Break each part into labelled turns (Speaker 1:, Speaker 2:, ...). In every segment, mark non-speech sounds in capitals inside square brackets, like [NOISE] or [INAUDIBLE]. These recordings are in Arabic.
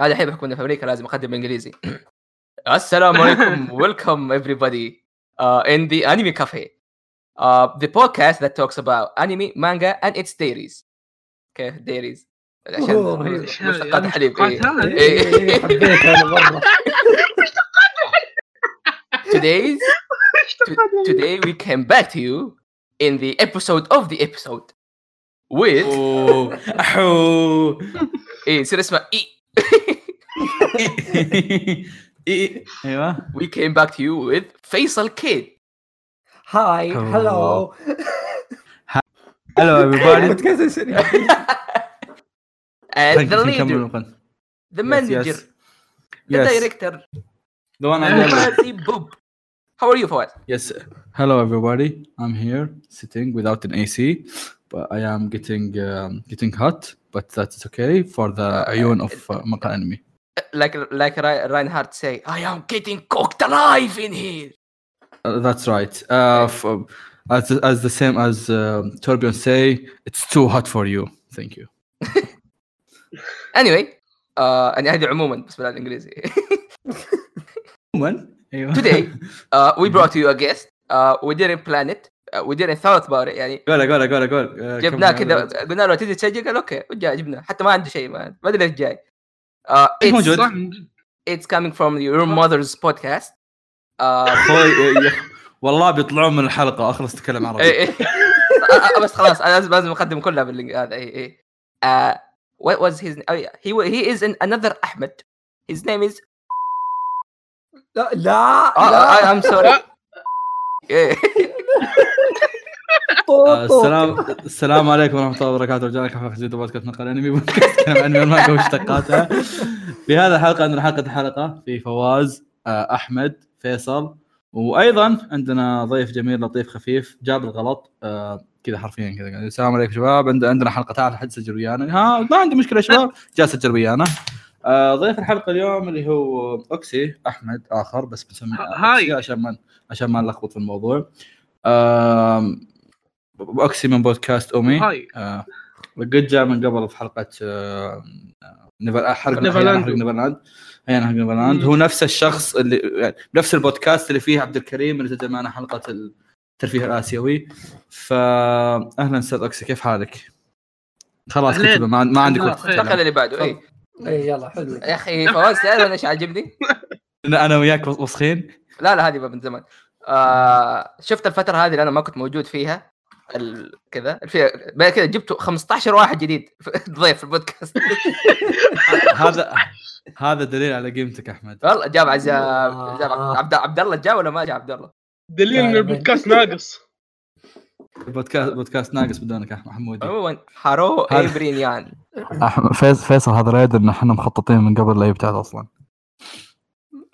Speaker 1: هذا الحين بحكم اني في امريكا لازم اقدم انجليزي [CLEARS THROAT] السلام عليكم ويلكم everybody uh, in the anime cafe uh, the podcast that talks about anime manga and its dairies okay dairies عشان
Speaker 2: أوه،
Speaker 1: مشتقات الحليب إيه.
Speaker 3: [LAUGHS] مشتقات هذا.
Speaker 1: إيه.
Speaker 2: إيه، حبيت انا مره
Speaker 1: today's to- today we came back to you in the episode of the episode with
Speaker 4: أوه،
Speaker 1: [LAUGHS]
Speaker 4: [LAUGHS] احو
Speaker 1: ايه يصير اسمه اي
Speaker 4: إيه. ايوه
Speaker 1: [LAUGHS] we came back to you with فيصل كيد
Speaker 2: هاي هلو
Speaker 1: [LAUGHS]
Speaker 2: [LAUGHS]
Speaker 4: هلا everybody
Speaker 2: بودكاست الشريف.
Speaker 1: and the
Speaker 4: نكمل
Speaker 1: leader
Speaker 4: القناة.
Speaker 1: the
Speaker 4: Yes,
Speaker 1: manager
Speaker 4: yes.
Speaker 1: the
Speaker 4: Yes.
Speaker 1: director
Speaker 4: The one and only.
Speaker 1: Party Bob how are you Fawad
Speaker 4: Yes. Hello, everybody. I'm here sitting without an AC, but I am getting um, getting hot. But that's okay for the ayun of uh, Maka enemy.
Speaker 1: like like Re- Reinhardt say I am getting cooked alive in here
Speaker 4: Uh, that's right. Uh, f- as as the same as um, Torbjorn say, it's too hot for you. Thank you.
Speaker 1: anyway uh, آه انا هذه عموما بس بالانجليزي
Speaker 4: When
Speaker 1: [LAUGHS]
Speaker 4: [LAUGHS]
Speaker 1: today uh, we brought you a guest uh, we didn't plan it uh, we didn't thought about it يعني
Speaker 4: قول قول قول قول
Speaker 1: جبناه كذا قلنا له تجي تسجل قال اوكي وجا جبناه حتى ما عنده شيء ما ما ادري ايش جاي آه،
Speaker 4: إيه
Speaker 1: it's-
Speaker 4: موجود.
Speaker 3: صح، من جد.
Speaker 1: it's coming from your mother's podcast Uh, آه،
Speaker 4: والله بيطلعون من الحلقه اخلص تكلم عربي
Speaker 1: إيه، إيه. آه، آه، بس خلاص انا لازم لازم اقدم كلها باللينك هذا اي اي what was his oh yeah he wa- he is an another Ahmed his name is
Speaker 2: لا لا
Speaker 1: آه، آه،
Speaker 2: لا
Speaker 1: I'm sorry إيه.
Speaker 2: طوط،
Speaker 4: آه،
Speaker 2: طوط.
Speaker 4: السلام السلام عليكم ورحمه الله وبركاته رجعنا حلقه جديده بودكاست نقل انمي بودكاست كلام عن المانجا واشتقاتها في هذا الحلقه عندنا حلقه الحلقه في فواز آه، احمد فيصل وايضا عندنا ضيف جميل لطيف خفيف جاب الغلط آه، كذا حرفيا كذا قال السلام عليكم شباب عند- عندنا حلقه تعال حد سجل ويانا ها ما عندي مشكله يا شباب جاء سجل ويانا آه، ضيف الحلقه اليوم اللي هو اوكسي احمد اخر بس بنسميه
Speaker 3: هاي.
Speaker 4: أوكسي عشان ما عشان ما نلخبط في الموضوع آم، اوكسي من بودكاست امي
Speaker 3: هاي
Speaker 4: آه، وقد جاء من قبل في حلقه آه، نيفر آه، حرق
Speaker 3: نيفرلاند.
Speaker 4: نيفرلاند حرق نيفرلاند احيانا حرق نيفرلاند هو نفس الشخص اللي يعني نفس البودكاست اللي فيه عبد الكريم اللي سجل معنا حلقه الترفيه الاسيوي فاهلا استاذ اوكسي كيف حالك؟ خلاص
Speaker 3: أهلين.
Speaker 4: كتب ما, ما عندك
Speaker 3: الله
Speaker 4: وقت
Speaker 3: خير.
Speaker 1: دخل
Speaker 4: تتكلم.
Speaker 1: اللي بعده اي
Speaker 2: إيه، يلا حلو
Speaker 1: يا اخي فواز تعرف انا ايش عاجبني؟
Speaker 4: انا أنا وياك وسخين
Speaker 1: لا لا هذه من زمان آه شفت الفترة هذه اللي انا ما كنت موجود فيها ال... كذا فيها بعد كذا جبتوا 15 واحد جديد ضيف في [LAUGHS] البودكاست
Speaker 4: هذا هذا دليل على قيمتك احمد
Speaker 1: والله جاب عز جاب عبد عبد الله جاء ولا ما جاء عبد الله؟
Speaker 3: دليل ان
Speaker 2: يعني.
Speaker 3: البودكاست ناقص
Speaker 4: البودكاست بودكاست ناقص بدونك احمد حمودي
Speaker 1: عموما هارو
Speaker 4: هذا-
Speaker 1: ايبرينيان
Speaker 4: احمد فيصل فيصل هذا لا يدري ان احنا مخططين من قبل لا يبتعد اصلا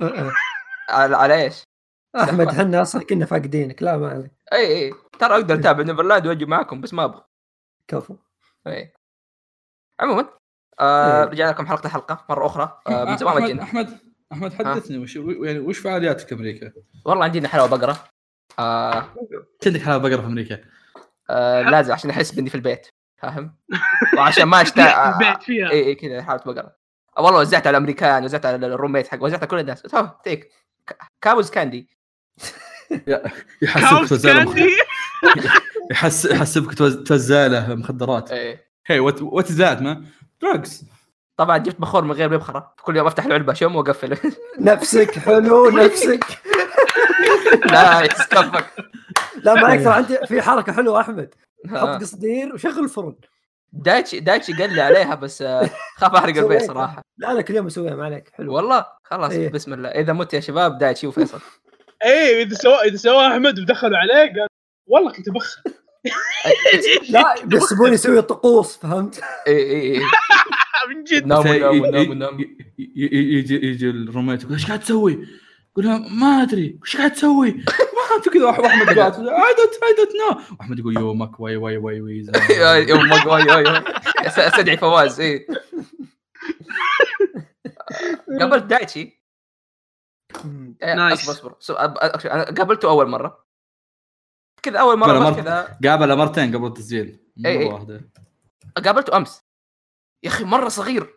Speaker 2: آه، آه.
Speaker 1: على, على ايش؟
Speaker 2: احمد حنا اصلا كنا فاقدينك لا ما عليك
Speaker 1: اي اي إيه، ترى اقدر اتابع نيفرلاند واجي معاكم بس ما ابغى
Speaker 2: كفو
Speaker 1: اي عموما آه
Speaker 2: إيه.
Speaker 1: رجعنا لكم حلقه الحلقه مره اخرى آه من زمان ما
Speaker 4: احمد
Speaker 1: جينا
Speaker 4: احمد احمد حدثني وش يعني وش فعالياتك في امريكا؟
Speaker 1: والله عندنا حلاوه بقره آه
Speaker 4: عندك حلقه بقره في امريكا
Speaker 1: آه لازم عشان احس باني في البيت فاهم؟ وعشان
Speaker 2: [LAUGHS]
Speaker 1: ما اشتاق
Speaker 3: البيت فيها
Speaker 1: اي اي إيه، كذا حاله بقره آه، والله وزعت على الامريكان وزعت على الروميت حق وزعت على كل الناس قلت، "هو، تيك ك- كابوز كاندي
Speaker 4: يحسبك
Speaker 3: كاوس
Speaker 4: توزع له مخ-
Speaker 3: كاندي
Speaker 4: يحس يحسبك توز- توزع له مخدرات
Speaker 1: إيه.
Speaker 4: هي وات از ذات ما دراجز
Speaker 1: طبعا جبت بخور من غير مبخره كل يوم افتح العلبه شم واقفل [LAUGHS]
Speaker 2: نفسك حلو نفسك
Speaker 1: نايس كفك
Speaker 2: لا ما اكثر عندي في حركه حلوه احمد
Speaker 1: آه.
Speaker 2: حط قصدير وشغل الفرن
Speaker 1: دايتشي دايتشي قال لي عليها بس آه، خاف احرق البيت
Speaker 2: سويتها.
Speaker 1: صراحه
Speaker 2: لا انا كل يوم اسويها ما عليك حلو
Speaker 1: والله خلاص
Speaker 2: إيه.
Speaker 1: بسم الله اذا مت يا شباب دايتشي
Speaker 2: [LAUGHS]
Speaker 1: وفيصل
Speaker 3: اي اذا سواه اذا سواه احمد ودخلوا عليه قال والله كنت بخ [LAUGHS]
Speaker 1: إيه،
Speaker 2: لا بيحسبوني اسوي طقوس فهمت؟
Speaker 1: اي اي اي
Speaker 3: من جد
Speaker 1: نام نام نام نام
Speaker 4: يجي يجي الروميت يقول ايش قاعد تسوي؟ يقول لها ما ادري ايش قاعد تسوي؟ [LAUGHS] ما انت كذا واحمد قاعد اي دونت اي دونت نو واحمد يقول يومك وي وي وي وي
Speaker 1: [LAUGHS]
Speaker 4: زين.
Speaker 1: امك واي واي واي. أس- استدعي فواز إيه.
Speaker 2: [LAUGHS]
Speaker 1: اي قابلت دايتشي
Speaker 2: [LAUGHS]
Speaker 1: إيه،
Speaker 3: نايس.
Speaker 1: اصبر اصبر سو- أب- أكشن، أنا قابلته اول مره كذا اول
Speaker 4: ولا
Speaker 1: مره
Speaker 4: مرة.
Speaker 1: بس كذا
Speaker 4: قابله مرتين قبل التسجيل
Speaker 1: إي إي.
Speaker 4: مره واحده
Speaker 1: [LAUGHS]
Speaker 2: [LAUGHS]
Speaker 1: قابلته امس يا اخي مره صغير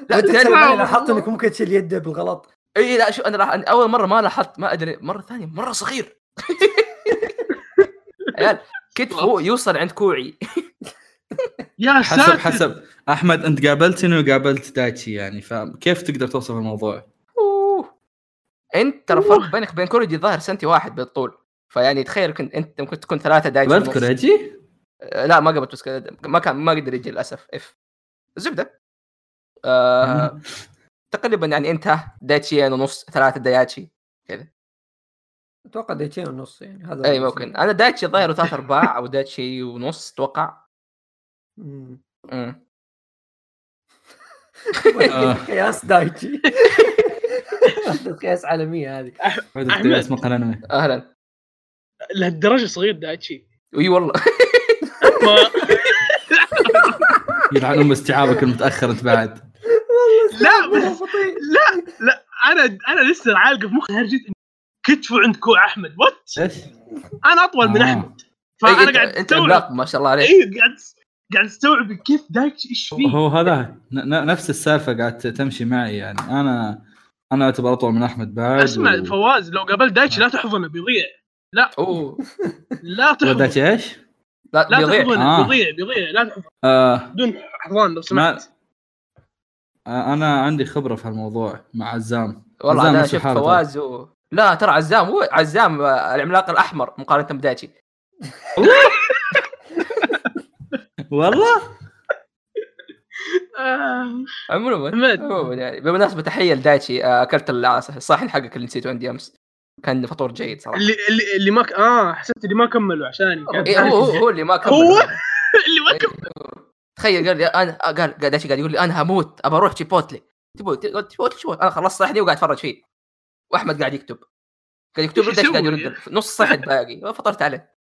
Speaker 2: وانت
Speaker 1: تعرف-
Speaker 2: تتكلم عني،
Speaker 5: لا،
Speaker 2: لاحظت
Speaker 5: والله.
Speaker 2: انك ممكن تشيل يده بالغلط
Speaker 1: اي لا شو انا راح أنا اول مره ما لاحظت ما ادري مره ثانيه مره صغير [LAUGHS] عيال كتفه يوصل عند كوعي
Speaker 3: يا
Speaker 4: حسب
Speaker 3: ساتر
Speaker 4: حسب احمد انت قابلتني وقابلت دايتشي يعني فكيف تقدر توصف الموضوع؟
Speaker 1: أوه. انت ترى فرق بينك وبين كوريجي ظاهر سنتي واحد بالطول فيعني تخيل كنت انت ممكن تكون ثلاثه دايتشي
Speaker 4: قابلت
Speaker 1: ونص.
Speaker 4: كوريجي؟
Speaker 1: آه، لا ما قبلت بس كده- ما كان ما قدر يجي للاسف اف الزبده آه تقريبا يعني انت دايتشيين ونص ثلاثه دايتشي
Speaker 2: اتوقع دقيقتين ونص يعني هذا
Speaker 1: اي إيه، ممكن آه. انا دايتشي ظاهر ثلاث ارباع او دايتشي ونص اتوقع
Speaker 2: مم.
Speaker 1: أمم.
Speaker 4: آه.
Speaker 2: قياس دايتشي [LAUGHS] قياس عالميه هذه
Speaker 3: أحمد.
Speaker 4: اسمه قناه انمي
Speaker 1: اهلا
Speaker 3: لهالدرجه صغير دايتشي
Speaker 1: اي والله
Speaker 3: ما-
Speaker 4: يلعن ام استيعابك المتاخر انت بعد
Speaker 3: لا بس- لا انا انا لسه عالقه في مخي هرجه إن كتفه عند كوع احمد وات
Speaker 4: ايش؟
Speaker 3: انا اطول من
Speaker 4: آه.
Speaker 3: احمد
Speaker 1: إي،
Speaker 3: فانا
Speaker 1: انت-
Speaker 3: قاعد إيه.
Speaker 1: انت
Speaker 3: استوعب
Speaker 1: عملاق إيه، ما شاء الله عليك
Speaker 3: اي قاعد قاعد استوعب كيف دايتشي ايش فيه
Speaker 4: هو هذا ن- ن- نفس السالفه قاعد تمشي معي يعني انا انا اعتبر اطول من احمد بعد
Speaker 3: اسمع فواز لو قابلت دايتشي لا تحضنه بيضيع
Speaker 1: اوه
Speaker 3: لا تحضنه
Speaker 4: وداتي ايش؟
Speaker 1: لا,
Speaker 3: لا
Speaker 1: بيضيع
Speaker 4: آه.
Speaker 3: تحضنه بيضيع بيضيع لا تحضنه
Speaker 4: آه
Speaker 3: بدون احضان لو
Speaker 4: ما
Speaker 3: سمحت
Speaker 4: آه، انا عندي خبره في هالموضوع مع عزام
Speaker 1: والله
Speaker 4: عزام
Speaker 1: انا
Speaker 4: نفس
Speaker 1: شفت
Speaker 4: الحال ترى.
Speaker 1: فواز و... لا ترى عزام هو عزام آه، العملاق الاحمر مقارنه بدايتشي
Speaker 4: والله
Speaker 3: آه،
Speaker 1: عموما
Speaker 3: حمد
Speaker 1: عموما يعني بالمناسبه تحيه لدايتشي آه، اكلت الع- الصحن حقك اللي نسيته عندي امس كان فطور جيد صراحه
Speaker 3: اللي اللي اللي ما ك... اه حسبت اللي ما كملوا عشاني كان-
Speaker 1: إيه، هو هو هو اللي ما كمل
Speaker 3: هو؟ [LAUGHS] اللي ما كملوا
Speaker 1: إيه. تخيل قال لي انا قال قال دايتشي قاعد يقول لي انا هموت ابى اروح تشيبوتلي تشيبوتلي تشيبوتلي شو انا خلصت صحني وقاعد اتفرج فيه واحمد قاعد يكتب قاعد يكتب
Speaker 3: إيش
Speaker 1: دايتشي قاعد
Speaker 3: يسوي؟
Speaker 1: يرد نص صحن باقي فطرت عليه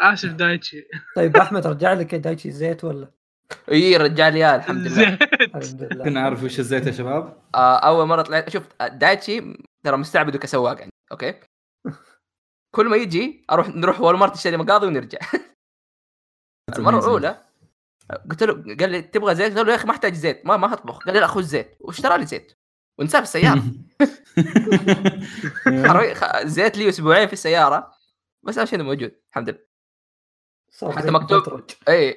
Speaker 3: اسف دايتشي
Speaker 2: طيب احمد رجع لك دايتشي زيت ولا؟
Speaker 1: اي إيه، رجال يا الحمد لله
Speaker 3: زين
Speaker 2: الحمد لله
Speaker 4: كنا عارف وش الزيت يا شباب
Speaker 1: آه، اول مره طلعت شوف دايتشي ترى مستعبده كسواق يعني اوكي
Speaker 4: [LAUGHS]
Speaker 1: كل ما يجي اروح نروح وول مارت نشتري مقاضي
Speaker 4: [LAUGHS]
Speaker 1: ونرجع المره الاولى قلت له قال لي تبغى زيت؟ قلت له يا اخي ما احتاج زيت ما ما هطبخ قال لي لا خذ زيت واشترى لي زيت ونساب
Speaker 4: [LAUGHS]
Speaker 1: السياره حرفياً خ- زيت لي اسبوعين في السياره بس اهم شيء انه موجود الحمد لله
Speaker 2: صار
Speaker 1: حتى
Speaker 2: زيت
Speaker 1: مكتوب.
Speaker 2: بطرج.
Speaker 1: اي [LAUGHS]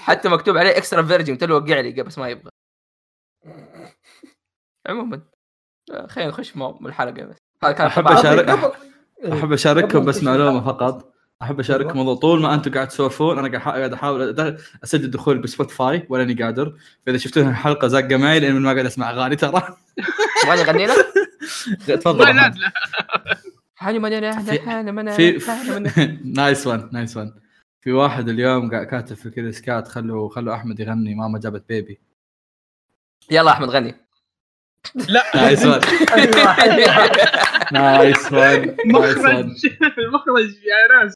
Speaker 1: حتى مكتوب عليه اكسترا فيرجن قلت له وقع لي بس ما
Speaker 4: [LAUGHS]
Speaker 1: يبغى عموما آه، خلينا نخش مو- الحلقه بس هذا كان
Speaker 4: أحب
Speaker 1: طبعاً-
Speaker 4: [LAUGHS] أشارك-
Speaker 2: قبل-
Speaker 4: احب اشارككم
Speaker 2: إيه، قبل
Speaker 4: بس
Speaker 2: نخش
Speaker 4: معلومه
Speaker 2: الحلقة.
Speaker 4: فقط احب اشارككم
Speaker 2: أيوة.
Speaker 4: موضوع طول ما انتم قاعد تسولفون انا قاعد أح- قاعد احاول أد- اسجل دخول بسبوتفاي ولا اني قادر فاذا شفتون الحلقه زاقه معي لان ما قاعد اسمع اغاني ترى [LAUGHS]
Speaker 1: تبغاني اغني لك؟
Speaker 4: تفضل
Speaker 3: لا لا
Speaker 4: أحمد.
Speaker 3: لا
Speaker 1: حالي من انا
Speaker 4: في-
Speaker 1: حالي من
Speaker 4: [LAUGHS] في
Speaker 1: أنا-
Speaker 4: [LAUGHS] نايس ون نايس ون في واحد اليوم قاعد كاتب في كذا سكات خلوا خلوا احمد يغني ماما جابت بيبي
Speaker 1: يلا احمد غني
Speaker 4: نايس ون
Speaker 1: [LAUGHS]
Speaker 2: أيوة، أيوة.
Speaker 4: نايس ون نايس ون
Speaker 3: مخرج [LAUGHS] مخرج يا ناس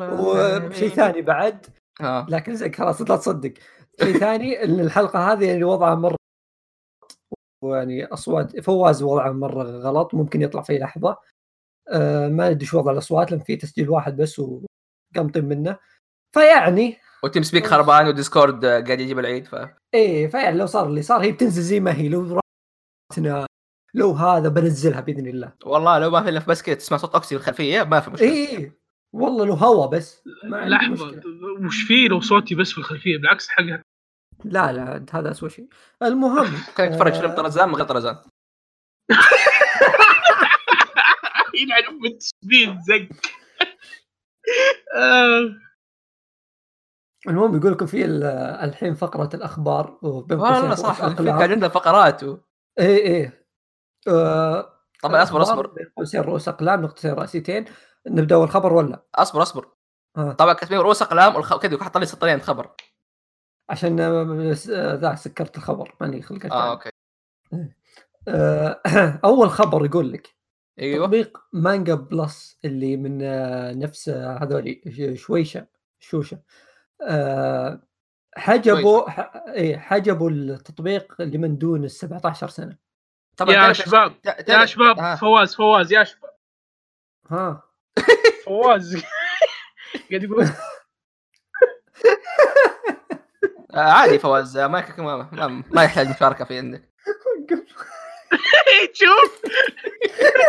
Speaker 2: وشيء إيه. ثاني بعد
Speaker 1: آه.
Speaker 2: لكن زي خلاص لا تصدق شيء ثاني ان الحلقه هذه يعني وضعها مره ويعني اصوات فواز وضعه مره غلط ممكن يطلع في لحظه أه ما ندري شو وضع الاصوات لان في تسجيل واحد بس وقمطين منه فيعني
Speaker 1: وتيم سبيك خربان وديسكورد آه، قاعد يجيب العيد ف
Speaker 2: ايه فعلا لو صار اللي صار هي بتنزل زي ما هي لو رحتنا لو هذا بنزلها باذن الله
Speaker 1: والله لو ما في الا بس كذا تسمع صوت اوكسي بالخلفيه ما في مشكله
Speaker 2: ايه إيه. والله لو هوا بس ما عندي
Speaker 3: لحظه
Speaker 2: مشكلة.
Speaker 3: وش فيه لو صوتي بس في الخلفيه بالعكس [LAUGHS] حقها
Speaker 2: لا لا هذا اسوء شيء المهم
Speaker 1: [LAUGHS] كانك تتفرج فيلم
Speaker 2: آه،
Speaker 1: طرزان من غير طرزان
Speaker 3: يلعن ام التسبيل يعني زق [LAUGHS] آه،
Speaker 2: المهم يقول لكم في ال- الحين فقره الاخبار وبين
Speaker 1: والله
Speaker 2: قوسين
Speaker 1: صح
Speaker 2: رؤوس
Speaker 1: في-
Speaker 2: أقلام.
Speaker 1: كان عندنا فقرات و...
Speaker 2: ايه ايه آه،
Speaker 1: طبعا اصبر
Speaker 2: الأخبار
Speaker 1: اصبر
Speaker 2: بين قوسين رؤوس اقلام نقطتين رئيسيتين نبدا اول خبر ولا
Speaker 1: اصبر اصبر
Speaker 2: آه. طيب.
Speaker 1: طبعا كاتبين رؤوس اقلام والخ... كذا حط لي سطرين خبر
Speaker 2: عشان آه، بس- آه، ذا سكرت الخبر ماني خلقت
Speaker 1: اه اوكي
Speaker 2: آه، [COUGHS] اول خبر يقول لك
Speaker 1: ايوه
Speaker 2: تطبيق مانجا بلس اللي من آه، نفس آه، هذولي ش- شويشة شوشة آه، حجبوا ح- إيه، حجبوا التطبيق لمن دون ال 17 سنة
Speaker 1: طبعا
Speaker 3: يا
Speaker 1: تعرف-
Speaker 3: شباب
Speaker 1: تع-
Speaker 3: يا
Speaker 1: تعرف- آه.
Speaker 3: شباب فواز فواز يا شباب
Speaker 2: ها
Speaker 3: [LAUGHS] فواز قاعد يقول
Speaker 1: آه، عادي فواز آه، ما يك- ما- ما, ما يحتاج مشاركه في عندك
Speaker 3: شوف
Speaker 1: [LAUGHS]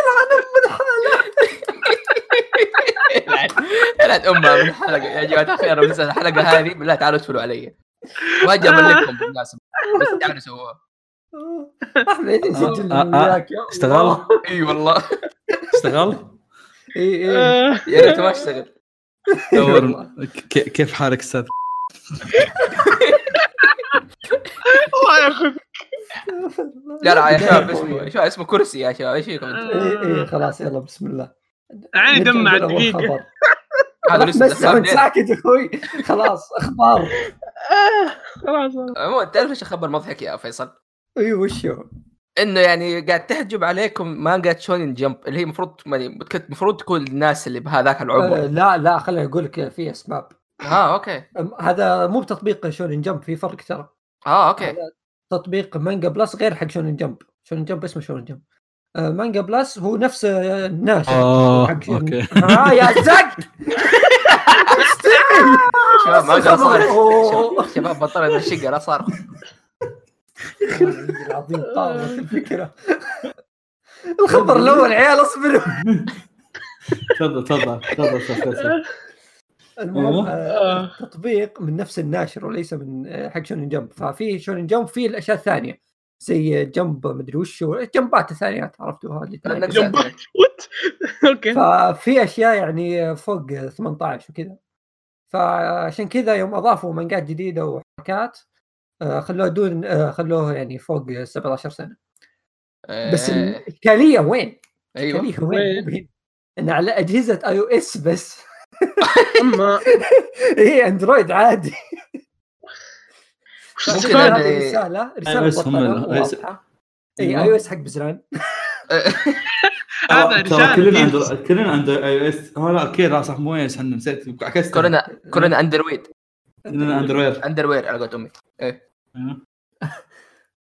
Speaker 1: لعن امها من الحلقه يا جماعه الخير بس الحلقه هذه بالله تعالوا ادخلوا علي ما جاب لكم بالمناسبه بس تعالوا سووها
Speaker 2: احمد نسجل
Speaker 4: آه، آه، آه.
Speaker 2: وياك يا
Speaker 4: اشتغل
Speaker 1: اي والله
Speaker 4: اشتغل
Speaker 2: اي
Speaker 1: [LAUGHS]
Speaker 2: اي
Speaker 3: آه،
Speaker 1: يا ريت ما اشتغل
Speaker 4: دور ك- كيف حالك استاذ
Speaker 3: الله ياخذ
Speaker 1: لا لا يا شباب اسمه شو اسمه كرسي يا شباب ايش فيكم انتم؟
Speaker 2: اي اي إيه، خلاص يلا بسم الله
Speaker 3: عيني
Speaker 2: نرجع
Speaker 3: يعني دمع
Speaker 2: نقول أول
Speaker 3: دقيقه
Speaker 2: خبر.
Speaker 1: هذا
Speaker 2: خلاص،
Speaker 1: لسه
Speaker 2: بس
Speaker 1: دخل
Speaker 2: أنت
Speaker 1: بعدين.
Speaker 2: ساكت يا اخوي خلاص اخبار
Speaker 3: خلاص
Speaker 1: عموما تعرف ايش الخبر مضحك يا فيصل؟
Speaker 2: اي وش هو؟
Speaker 1: انه يعني قاعد تحجب عليكم مانجا شونين جمب اللي هي المفروض المفروض تكون الناس اللي بهذاك
Speaker 2: آه،
Speaker 1: العمر
Speaker 2: لا لا خليني اقول لك في اسباب
Speaker 1: اه اوكي
Speaker 2: أم، هذا مو بتطبيق شونين جمب في فرق ترى
Speaker 1: اه اوكي
Speaker 2: تطبيق مانجا بلس غير حق شونين جمب شونين جمب اسمه شونين جمب آه، مانجا بلس هو نفس آه، ناشر
Speaker 4: اه
Speaker 2: حق شونين-
Speaker 4: اوكي
Speaker 2: آه، يا زق
Speaker 1: شباب ما
Speaker 2: أصلاً
Speaker 1: صار
Speaker 2: خبر.
Speaker 1: شباب- شباب بطلنا الشقه لا صار
Speaker 2: العظيم طالت الفكره الخبر الاول عيال اصبروا
Speaker 4: تفضل تفضل تفضل أستاذ فيصل.
Speaker 2: المهم
Speaker 4: أيوه.
Speaker 2: آه،
Speaker 3: آه.
Speaker 2: تطبيق من نفس الناشر وليس من آه، حق شونين جمب ففي شونين جمب فيه الاشياء الثانيه زي جمب مدري وش هو، الجمبات الثانيات عرفتوها اللي
Speaker 1: لأنك
Speaker 2: تعرف.
Speaker 3: جنب- وات اوكي
Speaker 1: إيه.
Speaker 2: ففي اشياء يعني فوق 18 وكذا فعشان كذا يوم اضافوا مانجات جديده وحركات آه، خلوه دون آه، خلوه يعني فوق 17 سنه بس
Speaker 1: إيه،
Speaker 2: الاشكاليه وين؟
Speaker 1: ايوه
Speaker 2: الاشكاليه [LAUGHS] وين؟ مو بهنا. ان على اجهزه اي او اس بس [LAUGHS]
Speaker 3: اما
Speaker 2: هي
Speaker 1: [LAUGHS]
Speaker 2: اندرويد عادي
Speaker 3: وش
Speaker 1: ممكن
Speaker 3: السبب؟
Speaker 1: أنا-
Speaker 2: هذه رساله رساله
Speaker 4: iOS هم
Speaker 2: مبطلة
Speaker 4: ال- iOS.
Speaker 2: واضحة. إيه، اي اي او اس حق بزران
Speaker 3: هذا
Speaker 4: ترى
Speaker 3: رسالة
Speaker 4: كلنا
Speaker 3: جديدة.
Speaker 4: عند كلنا عند اي او اس اه لا اوكي لا صح مو اي اس احنا نسيت عكست
Speaker 1: كلنا كلنا اندرويد
Speaker 4: كلنا اندروير
Speaker 1: اندروير على قولت امي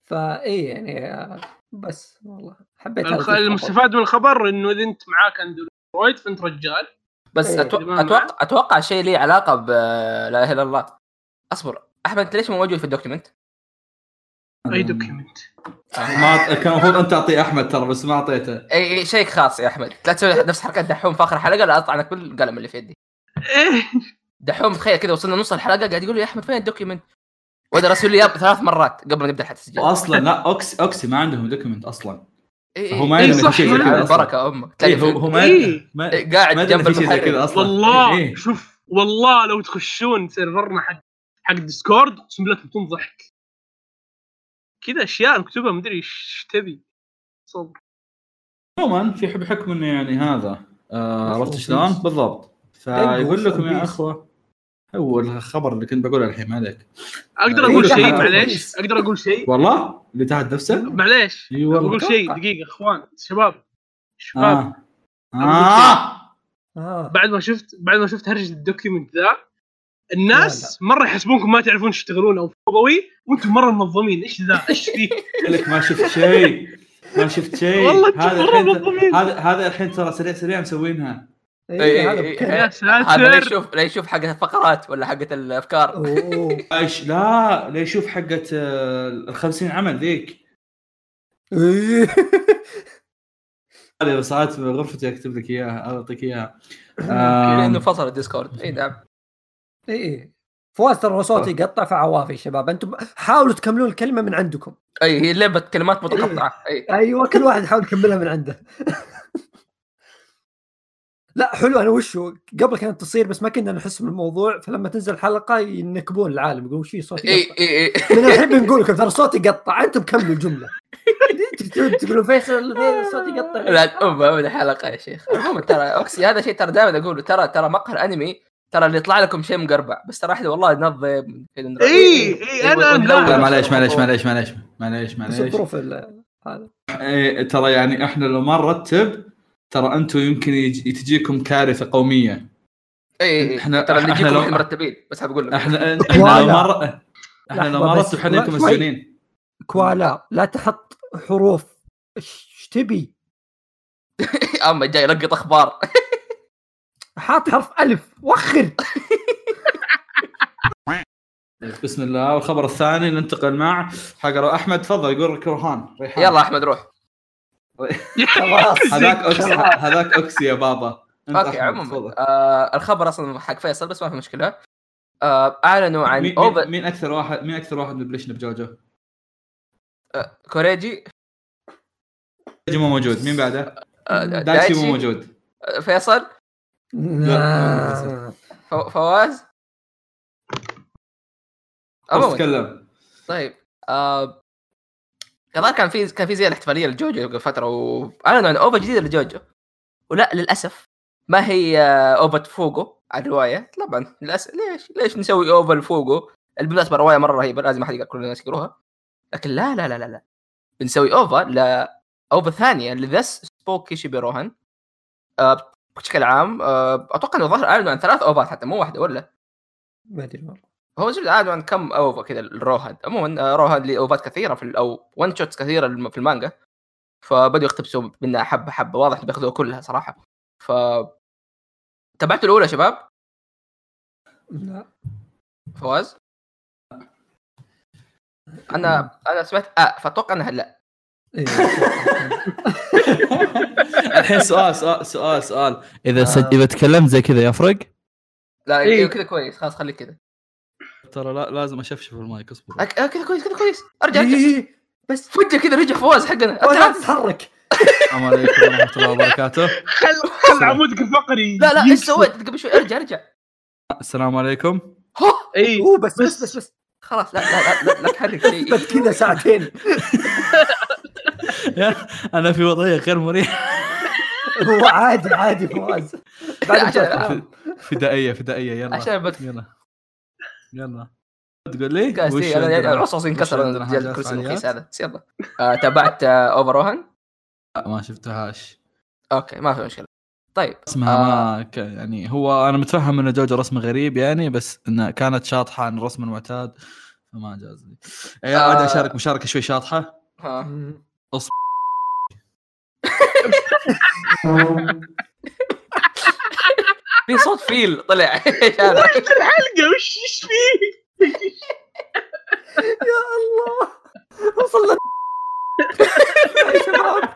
Speaker 2: فاي يعني آه، بس والله حبيت هذا
Speaker 3: الخ-
Speaker 2: الخبر.
Speaker 3: المستفاد من الخبر انه اذا انت معاك اندرويد فانت رجال
Speaker 1: بس
Speaker 2: إيه.
Speaker 1: أتوقع, اتوقع اتوقع شيء له علاقه ب لا اله الا الله اصبر احمد انت ليش مو موجود في الدوكيمنت؟
Speaker 3: اي دوكيمنت
Speaker 4: ما كان المفروض انت تعطيه احمد ترى بس ما اعطيته
Speaker 1: اي اي إيه، شيء خاص يا احمد لا تسوي نفس حركه دحوم في اخر حلقه لا اطعن كل القلم اللي في يدي
Speaker 3: ايه
Speaker 1: دحوم تخيل كذا وصلنا نص الحلقه قاعد يقول لي يا احمد فين الدوكيمنت؟ وانا راسل لي إياه ثلاث مرات قبل ما نبدا حتى السجل
Speaker 4: واصلا لا اوكسي اوكسي ما عندهم دوكيمنت اصلا
Speaker 1: إي
Speaker 4: هو ما
Speaker 3: إي
Speaker 4: يدري إنه في
Speaker 3: إيه، صح،
Speaker 4: شيء
Speaker 3: ما
Speaker 4: زي كذا
Speaker 1: على
Speaker 4: أصلاً.
Speaker 1: البركه امك
Speaker 4: إيه،
Speaker 1: تلاقي
Speaker 4: هو هو ما
Speaker 3: إيه.
Speaker 4: ما
Speaker 1: إيه، قاعد
Speaker 4: ما ادري
Speaker 1: جنب
Speaker 4: في شيء زي
Speaker 1: المحرك
Speaker 4: كذا اصلا
Speaker 3: والله
Speaker 4: إيه.
Speaker 3: شوف والله لو تخشون سيرفرنا حق حق ديسكورد اقسم بالله تموتون ضحك كذا اشياء مكتوبه مدري ايش تبي صبر
Speaker 4: عموما في حب- بحكم انه يعني هذا آه،
Speaker 2: Love
Speaker 4: عرفت
Speaker 2: and
Speaker 4: شلون
Speaker 2: peace.
Speaker 4: بالضبط فيقول
Speaker 2: Love
Speaker 4: لكم
Speaker 2: and
Speaker 4: يا
Speaker 2: peace.
Speaker 4: اخوه هو الخبر اللي كنت بقوله الحين ما عليك
Speaker 3: اقدر
Speaker 4: إيه،
Speaker 3: اقول
Speaker 4: لا،
Speaker 3: شيء
Speaker 4: لا،
Speaker 3: معليش
Speaker 2: كويس.
Speaker 3: اقدر اقول شيء
Speaker 4: والله اللي تحت نفسه أيوة.
Speaker 3: معليش
Speaker 4: اي
Speaker 3: اقول
Speaker 4: والله
Speaker 3: شيء
Speaker 2: أتوقع.
Speaker 3: دقيقه اخوان شباب شباب
Speaker 4: اه اه
Speaker 2: آه.
Speaker 3: بعد ما شفت بعد ما شفت هرجه الدوكيمنت ذا الناس مره يحسبونكم ما تعرفون ايش تشتغلون او فوضوي وانتم مره منظمين ايش ذا ايش فيه
Speaker 4: قلت لك ما شفت شيء ما شفت شيء
Speaker 3: والله أنتم
Speaker 4: إيه، هذا
Speaker 3: مرة
Speaker 4: الحين
Speaker 3: منظمين
Speaker 4: هذا هذا الحين ترى سريع سريع مسوينها
Speaker 1: إيه،
Speaker 2: إي، إيه، هذا
Speaker 1: إي،
Speaker 2: بكره.
Speaker 3: يا
Speaker 1: هذا لا
Speaker 3: ساتر
Speaker 1: يشوف لا يشوف حقه الفقرات ولا حقه الافكار
Speaker 2: أوه.
Speaker 4: ايش لا لا يشوف حقت آه، ال 50 عمل ذيك
Speaker 2: إي.
Speaker 4: هذه ساعات في غرفتي اكتب لك اياها اعطيك اياها
Speaker 1: لانه
Speaker 4: آم،
Speaker 1: فصل الديسكورد اي نعم
Speaker 2: [LAUGHS] اي اي إيه. فواز ترى صوتي يقطع فعوافي شباب انتم حاولوا تكملون الكلمه من عندكم
Speaker 1: اي إيه، هي لعبه كلمات إيه. متقطعه اي
Speaker 2: ايوه كل واحد يحاول يكملها من عنده [LAUGHS] لا حلو انا وش هو قبل كانت تصير بس ما كنا نحس بالموضوع فلما تنزل الحلقه ينكبون العالم يقولون وش في صوت
Speaker 1: اي
Speaker 2: يقطع
Speaker 1: اي اي
Speaker 2: من الحين بنقول لكم ترى صوتي يقطع انتم كملوا الجمله تقولون فيصل فيصل صوتي يقطع
Speaker 1: لا ام من الحلقه يا شيخ عموما ترى اوكسي هذا شيء ترى دائما اقوله ترى ترى مقهى الانمي ترى اللي يطلع لكم شيء مقربع بس ترى احنا والله ننظم كذا نرتب.
Speaker 2: إيه،
Speaker 3: إي، إي، أنا
Speaker 1: ونلون.
Speaker 3: لا،
Speaker 4: لا معليش معليش معليش معليش معليش
Speaker 2: بس
Speaker 4: معليش
Speaker 2: الظروف ال- هذا
Speaker 4: إيه، ترى يعني احنا لو ما نرتب ترى انتم يمكن يجي- تجيكم كارثه قوميه
Speaker 1: اي اي
Speaker 4: إحنا-
Speaker 1: إيه، ترى اللي
Speaker 4: إحنا
Speaker 1: يجيكم
Speaker 4: لو-
Speaker 1: احنا مرتبين بس بقول لكم
Speaker 4: احنا احنا لو ما ر- احنا لو
Speaker 2: لحظة
Speaker 4: ما
Speaker 2: بس.
Speaker 4: رتب حنا يكون
Speaker 2: شوي.
Speaker 4: مسجونين
Speaker 2: كوالا لا تحط حروف ايش تبي؟
Speaker 1: اما جاي يلقط اخبار
Speaker 2: حاط حرف الف وخر
Speaker 4: بسم الله والخبر الثاني ننتقل مع حق احمد تفضل يقول كرهان ريحان
Speaker 1: يلا احمد روح [LAUGHS]
Speaker 2: خلاص
Speaker 4: [LAUGHS] هذاك اوكسي هذاك اوكسي يا بابا أنت
Speaker 1: اوكي
Speaker 4: أحمد، تفضل.
Speaker 1: عموما آه الخبر اصلا حق فيصل بس ما في مشكله آه اعلنوا عن
Speaker 4: مين, مين,
Speaker 1: اوفر
Speaker 4: مين اكثر واحد مين اكثر واحد مبلشنا بجوجو؟
Speaker 1: كوريجي
Speaker 4: جوجو مو موجود مين بعده؟
Speaker 1: آه
Speaker 4: دايتشي مو
Speaker 1: دايتشي
Speaker 4: موجود
Speaker 1: آه، فيصل
Speaker 2: لا.
Speaker 1: فو- فواز
Speaker 4: خلاص
Speaker 1: عموما
Speaker 4: تكلم
Speaker 1: طيب آه كمان كان في كان في زي الاحتفاليه لجوجو قبل فتره واعلنوا عن اوفا جديده لجوجو ولا للاسف ما هي آه، اوفا فوجو على الروايه طبعا للاسف ليش ليش نسوي اوفا الفوجو بالمناسبه روايه مره رهيبه لازم احد يقرأ- كل الناس يقروها لكن لا لا لا لا, لا. بنسوي اوفا ل اوفا ثانيه لذس سبوكي شيبيروهان آه بشكل عام آه اتوقع انه ظهر اعلنوا عن ثلاث اوفات حتى مو واحده ولا
Speaker 2: ما ادري والله
Speaker 1: هو شفت عاد عن كم اوفا كذا الروهان عموما آه، روهان لي اوفات كثيره في ال- او ون شوتس كثيره الم- في المانجا فبدوا يقتبسوا منها حبه حبه واضح إنه بياخذوها كلها صراحه ف تابعتوا الاولى يا شباب
Speaker 2: لا
Speaker 1: فواز انا انا سمعت آه فاتوقع انها لا
Speaker 2: إيه.
Speaker 4: الحين سؤال سؤال سؤال سؤال اذا
Speaker 1: سج-
Speaker 4: اذا تكلمت زي كذا يفرق؟
Speaker 1: لا
Speaker 3: إيه.
Speaker 1: كذا كويس خلاص خليك كذا
Speaker 4: ترى لا لازم اشفشف المايك اصبر
Speaker 1: آه، آه، كذا كويس كذا كويس ارجع
Speaker 2: إيه،
Speaker 1: ارجع
Speaker 2: إيه، إيه.
Speaker 1: بس فجاه كذا رجع فواز حقنا
Speaker 2: ولا
Speaker 1: أنت-
Speaker 2: تتحرك
Speaker 4: السلام عليكم ورحمه الله وبركاته
Speaker 3: خل خل عمودك الفقري
Speaker 1: لا لا ايش
Speaker 3: يكفي.
Speaker 1: سويت قبل شوي ارجع ارجع
Speaker 4: السلام عليكم
Speaker 1: هو
Speaker 3: اي
Speaker 2: [LAUGHS] اوه بس
Speaker 3: بس-
Speaker 2: بس بس بس
Speaker 1: خلاص لا لا لا, لا, لا تحرك إيه، شيء
Speaker 2: بس كذا ساعتين
Speaker 4: انا في وضعيه غير مريحه
Speaker 2: هو عادي عادي فواز بعد
Speaker 1: عشان-
Speaker 2: الفرق.
Speaker 4: فدائيه فدائيه يلا
Speaker 1: آه. عشان بس
Speaker 4: يلا يلا تقول لي
Speaker 1: كاس
Speaker 4: وش
Speaker 1: إيه، انا يعني
Speaker 4: عندنا؟
Speaker 1: العصاصي
Speaker 4: وش
Speaker 1: انكسر
Speaker 4: عندنا
Speaker 1: رجال
Speaker 4: حاجات
Speaker 1: الكرسي
Speaker 4: فعاليات؟
Speaker 1: الرخيص هذا بس يلا آه، تابعت آه، اوفر روهان
Speaker 4: لا، ما شفتهاش
Speaker 1: اوكي ما في مشكله طيب
Speaker 4: اسمها ما ك... يعني هو انا متفهم ان جوجو رسم غريب يعني بس انها كانت شاطحه عن الرسم المعتاد فما جاز لي يعني
Speaker 1: آه.
Speaker 4: آه... اشارك مشاركه شوي شاطحه
Speaker 1: ها.
Speaker 2: [LAUGHS]
Speaker 1: في صوت فيل طلع [LAUGHS] ايش هذا
Speaker 3: وش الحلقه وش ايش فيه؟
Speaker 2: يا الله وصلنا
Speaker 3: [LAUGHS]
Speaker 2: يا شباب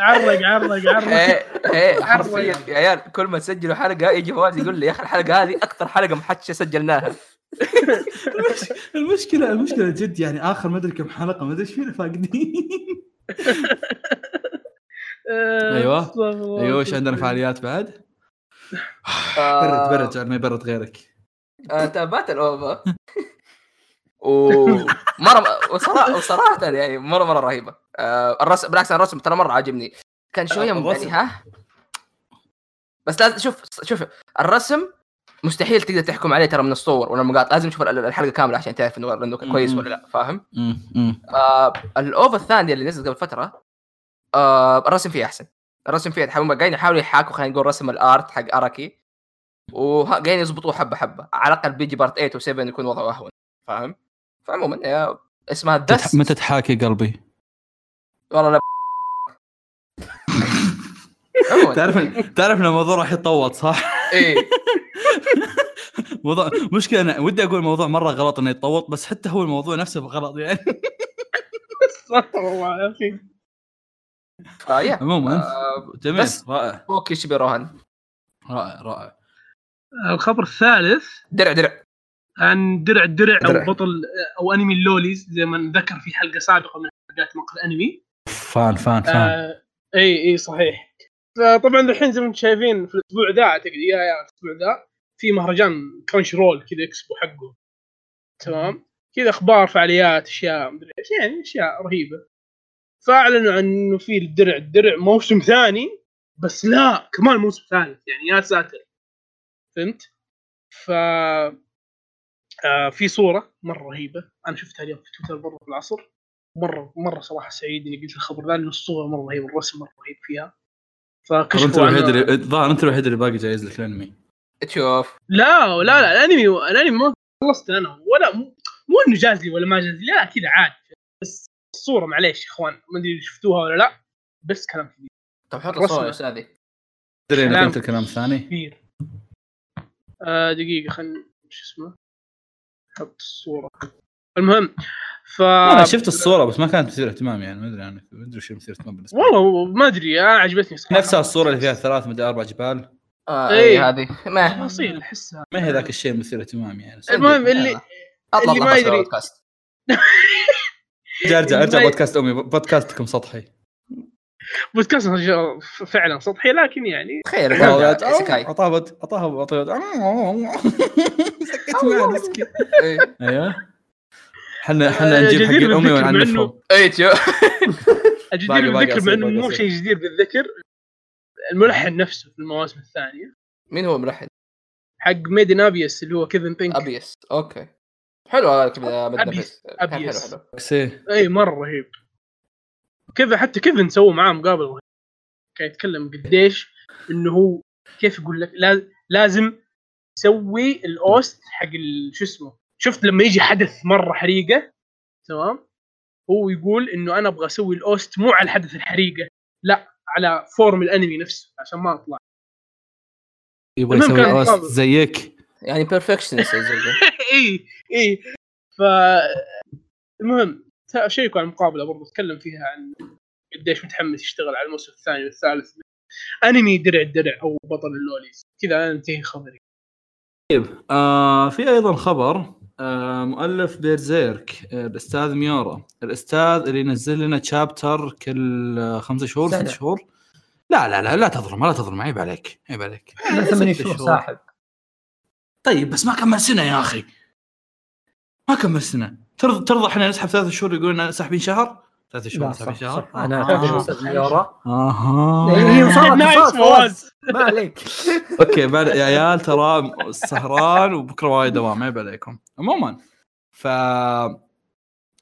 Speaker 3: عرق عرق عرق
Speaker 1: إيه،
Speaker 4: [LAUGHS]
Speaker 1: إيه، حرفيا يا عيال كل ما تسجلوا حلقه يجي فواز يقول لي يا اخي الحلقه هذه اكثر حلقه محدشه سجلناها
Speaker 4: المشكله المشكله جد يعني اخر ما ادري كم حلقه ما ادري ايش فينا فاقدين [LAUGHS]
Speaker 3: أه،
Speaker 4: أيوة.
Speaker 1: أيوه.
Speaker 4: ايوه ايش عندنا فعاليات بعد؟ برد برد جعل ما يبرد غيرك
Speaker 1: آه، تابعت [LAUGHS] الاوفا ومره وصراحه وصراحه يعني مره مره رهيبه آه، الرسم بالعكس أنا الرسم ترى مره عاجبني كان شويه
Speaker 4: آه،
Speaker 1: يعني
Speaker 4: الرسم.
Speaker 1: ها بس لازم شوف شوف الرسم مستحيل تقدر تحكم عليه ترى من الصور ولا المقاطع لازم تشوف ال- الحلقه كامله عشان تعرف انه انه كويس
Speaker 4: مم.
Speaker 1: ولا لا فاهم
Speaker 4: مم، مم.
Speaker 1: آه الاوفا الثانيه اللي نزلت قبل فتره آه الرسم فيه احسن الرسم فيه هم قاعدين يحاولوا يحاكوا خلينا نقول رسم الارت حق اراكي وقاعدين يضبطوه حبه حبه على الاقل بيجي بارت 8 و7 يكون وضعه اهون فاهم فعموما يا- اسمها دس
Speaker 4: متى تحاكي قلبي؟
Speaker 1: والله لا عموما
Speaker 4: تعرف تعرف ان الموضوع راح يتطور صح؟
Speaker 1: ايه
Speaker 4: موضوع مشكله انا ودي اقول موضوع مره غلط انه يتطور بس حتى هو الموضوع نفسه غلط يعني
Speaker 3: استغفر الله يا اخي
Speaker 1: فيا
Speaker 4: عموما
Speaker 1: آه
Speaker 4: جميل
Speaker 1: بس-
Speaker 4: رائع
Speaker 1: بوكي شبيروهان
Speaker 4: رائع رائع
Speaker 3: الخبر الثالث
Speaker 1: درع درع
Speaker 3: عن درع الدرع
Speaker 1: درع.
Speaker 3: او بطل او انمي اللوليز زي ما ذكر في حلقه سابقه من حلقات مقهى الانمي
Speaker 4: فان فان فان
Speaker 3: آه اي اي صحيح طبعا الحين زي ما انتم شايفين في الاسبوع ذا اعتقد يا يا الاسبوع ذا في مهرجان كرنش رول كذا اكسبو حقه تمام كذا اخبار فعاليات اشياء مدري ايش يعني اشياء رهيبه فاعلنوا عن انه في الدرع الدرع موسم ثاني بس لا كمان موسم ثالث يعني يا ساتر فهمت؟ ف آه، في صوره مره رهيبه انا شفتها اليوم في تويتر برضه في العصر مره مره صراحه سعيد اني قلت الخبر ذا لان الصوره مره رهيبه الرسم مره رهيب فيها
Speaker 4: انت
Speaker 3: فكشفوا
Speaker 4: الوحيد
Speaker 3: عنها-
Speaker 4: اللي الظاهر انت الوحيد اللي باقي جايز لك الانمي
Speaker 1: تشوف
Speaker 3: لا لا لا الانمي الانمي ما خلصت انا ولا مو, مو انه جاز لي ولا ما جاز لي لا كذا عادي بس الصوره معليش يا اخوان ما ادري شفتوها ولا لا بس كلام كبير
Speaker 1: طب حط
Speaker 3: رسمة.
Speaker 1: الصوره يا استاذي
Speaker 4: تدري انك
Speaker 3: كلام.
Speaker 4: انت الكلام الثاني
Speaker 3: كبير آه دقيقه خلنا شو اسمه حط الصوره المهم ف
Speaker 4: انا شفت الصوره بس ما كانت مثيره اهتمام يعني ما ادري عنك ما ادري شو مثيره اهتمام بالنسبه لي.
Speaker 3: والله ما ادري انا عجبتني صراحه
Speaker 4: نفسها الصوره اللي فيها ثلاث مدري اربع جبال
Speaker 1: آه اي
Speaker 3: إيه.
Speaker 1: هذه ما
Speaker 3: تفاصيل احسها
Speaker 4: ما هي ذاك الشيء مثير اهتمام يعني
Speaker 3: المهم اللي
Speaker 1: اطلع
Speaker 3: اللي ما يدري.
Speaker 1: بودكاست
Speaker 4: ارجع ارجع ارجع
Speaker 3: ما-
Speaker 4: بودكاست امي بودكاستكم سطحي
Speaker 3: بودكاست فعلا سطحي لكن يعني
Speaker 1: تخيل
Speaker 4: والله،
Speaker 1: ترجع سكاي
Speaker 4: اعطاها بط- اعطاها بط- [LAUGHS] سكت معنا مسكين
Speaker 1: إيه.
Speaker 4: ايوه حنا حنا نجيب
Speaker 3: جدير
Speaker 4: حق امي
Speaker 3: بالذكر مع آه، إنه-
Speaker 4: ونعنفهم
Speaker 1: اي تشو
Speaker 3: الجدير
Speaker 4: باقي- باقي
Speaker 3: بالذكر مع
Speaker 4: أصيل،
Speaker 3: انه
Speaker 4: باقي
Speaker 3: مو
Speaker 4: أصيل.
Speaker 3: شيء جدير بالذكر الملحن نفسه في المواسم الثانيه
Speaker 1: [LAUGHS] مين هو ملحن؟
Speaker 3: حق ميدن ابيس اللي هو كيفن بينك
Speaker 1: ابيس اوكي حلو هذا كذا مدن
Speaker 3: أبيس.
Speaker 1: كان حلو
Speaker 3: أبيس.
Speaker 1: حلو
Speaker 4: سي.
Speaker 3: اي مره إيه، رهيب كيف حتى كيفن سووا معاه مقابله رهيبة. كان يتكلم قديش انه هو كيف يقول لك لاز- لازم يسوي الاوست حق ال- شو اسمه شفت لما يجي حدث مره حريقه تمام هو يقول انه انا ابغى اسوي الاوست مو على الحدث الحريقه لا على فورم الانمي نفسه عشان ما اطلع
Speaker 4: يبغى
Speaker 3: المهم
Speaker 4: يسوي
Speaker 3: كان
Speaker 4: اوست
Speaker 3: مقابل.
Speaker 4: زيك
Speaker 1: يعني بيرفكشنست
Speaker 3: اي اي ف المهم تا- شيكوا على المقابله برضو تكلم فيها عن قديش متحمس يشتغل على الموسم الثاني والثالث انمي درع درع او بطل اللوليز كذا انا انتهي خبري
Speaker 4: آه في ايضا خبر آه مؤلف بيرزيرك آه، الاستاذ ميورا الاستاذ اللي ينزل لنا تشابتر كل آه، خمسة شهور
Speaker 2: سنة.
Speaker 4: ست شهور لا لا لا لا تظلم لا تظلم عيب عليك عيب عليك
Speaker 2: من ثمانية
Speaker 4: ست
Speaker 2: شهور ساحب
Speaker 4: طيب بس ما كمل سنه يا اخي ما كمل سنه ترضى ترضى احنا نسحب ثلاث شهور يقولون إننا ساحبين شهر ثلاث شهور
Speaker 2: لا
Speaker 4: ساحبين
Speaker 2: صح
Speaker 4: شهر
Speaker 2: صح انا
Speaker 4: آه.
Speaker 2: اعتذر استاذ ميورا هي
Speaker 4: اها
Speaker 2: وصلت
Speaker 3: نايس
Speaker 2: وصلت،
Speaker 3: فواز.
Speaker 2: إيه، فواز. ما عليك [LAUGHS]
Speaker 4: اوكي بعد يا عيال ترى سهران وبكره وراي دوام عيب عليكم عموما ف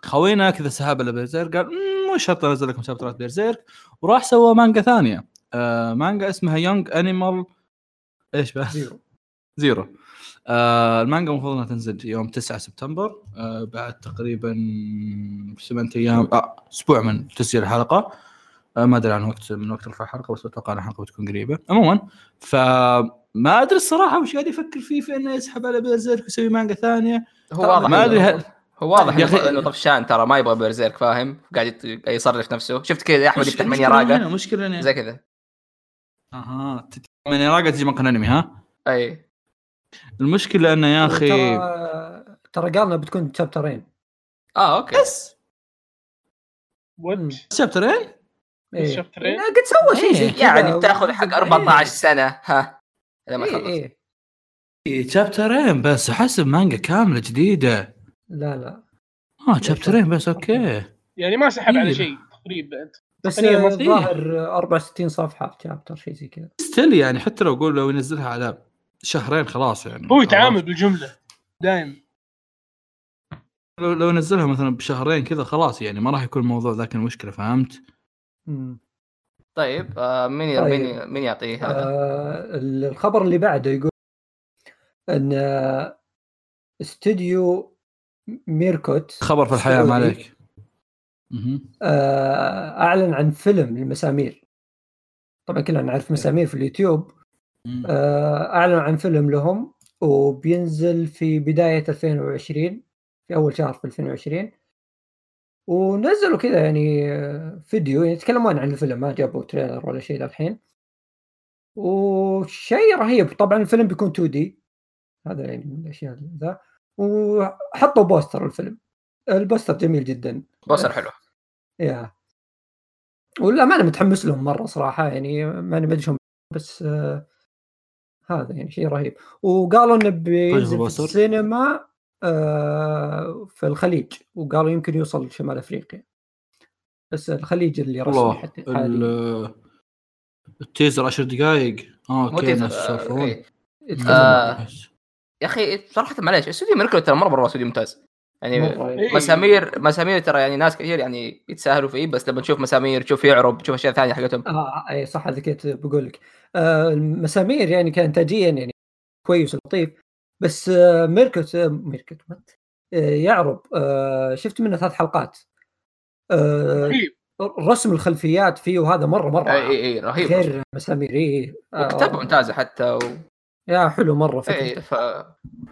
Speaker 4: خوينا كذا سحب على بيرزيرك قال "مم، مو شرط انزل لكم شابترات بيرزيرك وراح سوى مانجا ثانيه آه مانجا اسمها يونج انيمال ايش بقى؟
Speaker 2: زيرو.
Speaker 4: زيرو آه المانجا المفروض انها تنزل يوم 9 سبتمبر آه بعد تقريبا سبعة ايام آه اسبوع من تسجيل الحلقه آه ما ادري عن وقت من وقت رفع الحلقه بس اتوقع ان الحلقه بتكون قريبه عموما فما ادري الصراحه وش قاعد يفكر فيه في انه يسحب على بيرزيرك ويسوي مانجا ثانيه
Speaker 1: هو واضح
Speaker 4: ما ادري
Speaker 1: إنه-
Speaker 4: هل...
Speaker 1: هو واضح
Speaker 4: يا أخي-
Speaker 1: إنه- انه طفشان ترى ما يبغى بيرزيرك فاهم قاعد يت- يصرف نفسه شفت كذا احمد يفتح من يراقه
Speaker 4: مشكله هنا
Speaker 1: زي كذا
Speaker 4: اها من يراقه تجي مقهى انمي ها
Speaker 1: اي
Speaker 4: المشكله انه يا اخي
Speaker 2: ترى- ترى قالنا بتكون تشابترين
Speaker 1: اه اوكي
Speaker 4: بس
Speaker 2: مم.
Speaker 3: وات
Speaker 4: شابترين
Speaker 2: إيه.
Speaker 3: شابترين؟
Speaker 2: لا، قد سوى شيء زي
Speaker 4: إيه.
Speaker 2: كذا
Speaker 1: يعني بتاخذ حق 14 سنه ها لما
Speaker 2: إيه.
Speaker 1: يخلص
Speaker 2: إيه.
Speaker 4: إيه، شابترين بس احسب مانجا كامله جديده
Speaker 2: لا لا
Speaker 4: اه شابترين بس اوكي
Speaker 3: يعني ما سحب على
Speaker 4: إيه.
Speaker 3: شيء تقريبا
Speaker 2: بس
Speaker 3: تقنية
Speaker 2: آه،
Speaker 4: مصرية.
Speaker 2: الظاهر آه، 64 صفحه شابتر شيء زي كذا
Speaker 4: ستيل يعني حتى لو اقول لو ينزلها على شهرين خلاص يعني
Speaker 3: هو يتعامل بالجمله دايم
Speaker 4: لو, لو نزلها مثلا بشهرين كذا خلاص يعني ما راح يكون الموضوع ذاك المشكله فهمت؟
Speaker 2: مم.
Speaker 1: طيب آه مين
Speaker 2: طيب.
Speaker 1: مين مين يعطيه هذا؟
Speaker 2: آه، ال- الخبر اللي بعده يقول ان آه، استوديو ميركوت
Speaker 4: خبر في الحياه ما
Speaker 2: سعودي.
Speaker 4: عليك مهم.
Speaker 2: آه، اعلن عن فيلم للمسامير طبعا كلنا نعرف مسامير في اليوتيوب
Speaker 4: مم.
Speaker 2: آه، اعلن عن فيلم لهم وبينزل في بدايه 2020 في اول شهر في 2020 ونزلوا كذا يعني آه، فيديو يتكلمون عن الفيلم ما جابوا تريلر ولا شيء للحين وشيء رهيب طبعا الفيلم بيكون 2 دي هذا يعني من الاشياء اللي ذا وحطوا بوستر الفيلم البوستر جميل جدا
Speaker 1: بوستر حلو
Speaker 2: يا ولا ما انا متحمس لهم مره صراحه يعني ما انا بدشهم بس آه هذا يعني شيء رهيب وقالوا انه
Speaker 4: طيب،
Speaker 2: بينزل في
Speaker 4: بوستر.
Speaker 2: السينما آه في الخليج وقالوا يمكن يوصل شمال افريقيا بس الخليج اللي رسمي
Speaker 4: الله
Speaker 2: حتى حاليا.
Speaker 4: ال- آه، التيزر 10 دقائق اه
Speaker 1: مو
Speaker 4: اوكي
Speaker 1: تيزر،
Speaker 4: نفس
Speaker 1: آه،
Speaker 4: السالفه
Speaker 1: إيه.
Speaker 2: يتكلم
Speaker 1: آه،
Speaker 4: مم.
Speaker 1: يا اخي صراحه معليش استوديو ميركل ترى مره مره استوديو ممتاز يعني
Speaker 2: مرة يعني.
Speaker 3: إيه.
Speaker 1: مسامير مسامير ترى يعني ناس كثير يعني يتساهلوا فيه بس لما تشوف مسامير تشوف يعرب تشوف اشياء ثانيه حقتهم
Speaker 2: اه اي صح هذا كنت بقول لك آه المسامير يعني كان انتاجيا يعني كويس ولطيف بس آه ميركت آه ميركت what؟ آه يعرب آه شفت منه ثلاث حلقات آه
Speaker 3: رهيب
Speaker 2: رسم الخلفيات فيه وهذا مره مره
Speaker 1: اي اي اي إيه، رهيب
Speaker 2: غير مسامير اي آه
Speaker 1: وكتابه ممتازه حتى و...
Speaker 2: يا حلو مره
Speaker 1: اي
Speaker 2: فكرته
Speaker 1: ف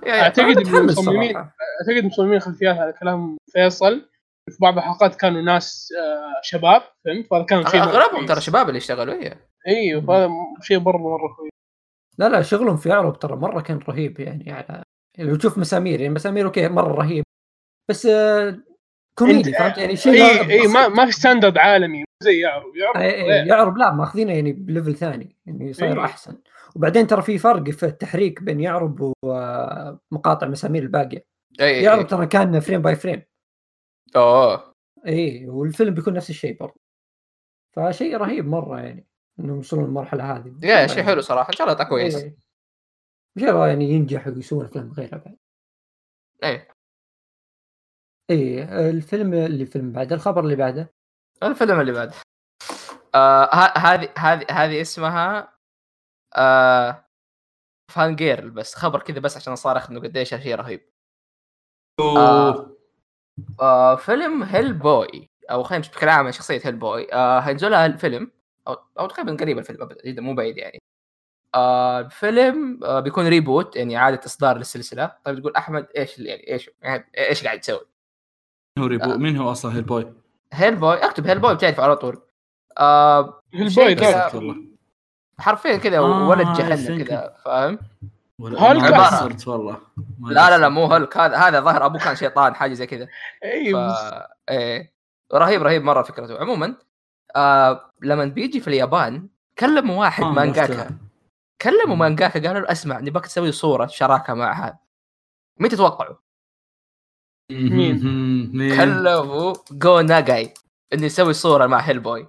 Speaker 1: يعني
Speaker 3: أعتقد
Speaker 2: أنا متحمس
Speaker 3: المصممين-
Speaker 2: صراحة.
Speaker 3: اعتقد مصممين خلفيات على كلام فيصل في بعض الحلقات كانوا ناس آه، شباب فهمت فهذا كان شيء مرة
Speaker 1: اغلبهم
Speaker 3: كويس.
Speaker 1: ترى شباب اللي اشتغلوا ايه
Speaker 3: ايوه فهذا شيء برضه مره كويس
Speaker 2: لا لا شغلهم في عرب ترى مره كان رهيب يعني على لو تشوف مسامير يعني مسامير اوكي مره رهيب بس آه، كوميدي
Speaker 3: أنت-
Speaker 2: فهمت يعني شيء
Speaker 3: اي اي إيه، ما
Speaker 2: بسيط.
Speaker 3: ما في ستاندرد عالمي مو زي يعرف
Speaker 2: إي-
Speaker 3: يعرف
Speaker 1: طيب.
Speaker 2: إي، إيه، يعرب لا ماخذينه يعني بليفل ثاني يعني صاير
Speaker 1: إيه.
Speaker 3: إي.
Speaker 2: احسن وبعدين ترى في فرق في التحريك بين يعرب ومقاطع مسامير الباقيه
Speaker 1: اي اي
Speaker 2: يعرب
Speaker 1: اي
Speaker 2: ترى كان فريم باي فريم
Speaker 1: اوه
Speaker 2: اي إيه، والفيلم بيكون نفس الشيء برضه فشيء رهيب مره يعني انهم يوصلون للمرحله هذه إيه.
Speaker 1: يا شيء حلو صراحه ان شاء الله يطلع كويس
Speaker 2: إي. ان شاء الله يعني ينجح ويسوون افلام غيرها بعد
Speaker 1: ايه
Speaker 2: اي إيه، الفيلم اللي فيلم بعده الخبر اللي بعده
Speaker 1: الفيلم اللي بعد آه، ه- هذه هذه هذه اسمها آه فان جيرل بس خبر كذا بس عشان اصارخ انه قديش شيء رهيب آه. آه فيلم هيل بوي او خلينا نمشي بشكل عام عن شخصيه هيل بوي آه هينزلها الفيلم او او تقريبا قريب الفيلم أبد- جدا مو بعيد يعني آه الفيلم آه بيكون ريبوت يعني اعاده اصدار للسلسله طيب تقول احمد ايش اللي- يعني ايش يعني ايش قاعد تسوي؟
Speaker 4: مين هو ريبو
Speaker 1: آه.
Speaker 4: مين هو اصلا هيل بوي؟
Speaker 1: هيل بوي اكتب هيل بوي بتعرف على طول آه
Speaker 3: البوي ذاك
Speaker 1: كذا. حرفيا كذا
Speaker 4: آه،
Speaker 1: ولد
Speaker 4: I
Speaker 1: جهنم
Speaker 4: think
Speaker 1: كذا فاهم؟
Speaker 3: هالك
Speaker 1: عبارة.
Speaker 4: صرت والله ما
Speaker 1: لا لا لا
Speaker 4: قصرت.
Speaker 1: مو هلك هذا هذا ظهر ابوه كان شيطان حاجه زي كذا
Speaker 3: اي
Speaker 1: ف...
Speaker 4: إمم.
Speaker 1: ايه رهيب رهيب مره فكرته عموما آه لما بيجي في اليابان كلموا واحد
Speaker 4: آه، إمم.
Speaker 1: مانجاكا
Speaker 4: عرفته.
Speaker 1: كلموا مانجاكا قالوا له اسمع نبغاك تسوي صوره شراكه مع هذا مين تتوقعوا؟
Speaker 3: مين؟
Speaker 4: مم، مين؟
Speaker 1: كلموا جو ناجاي انه يسوي صوره مع هيل بوي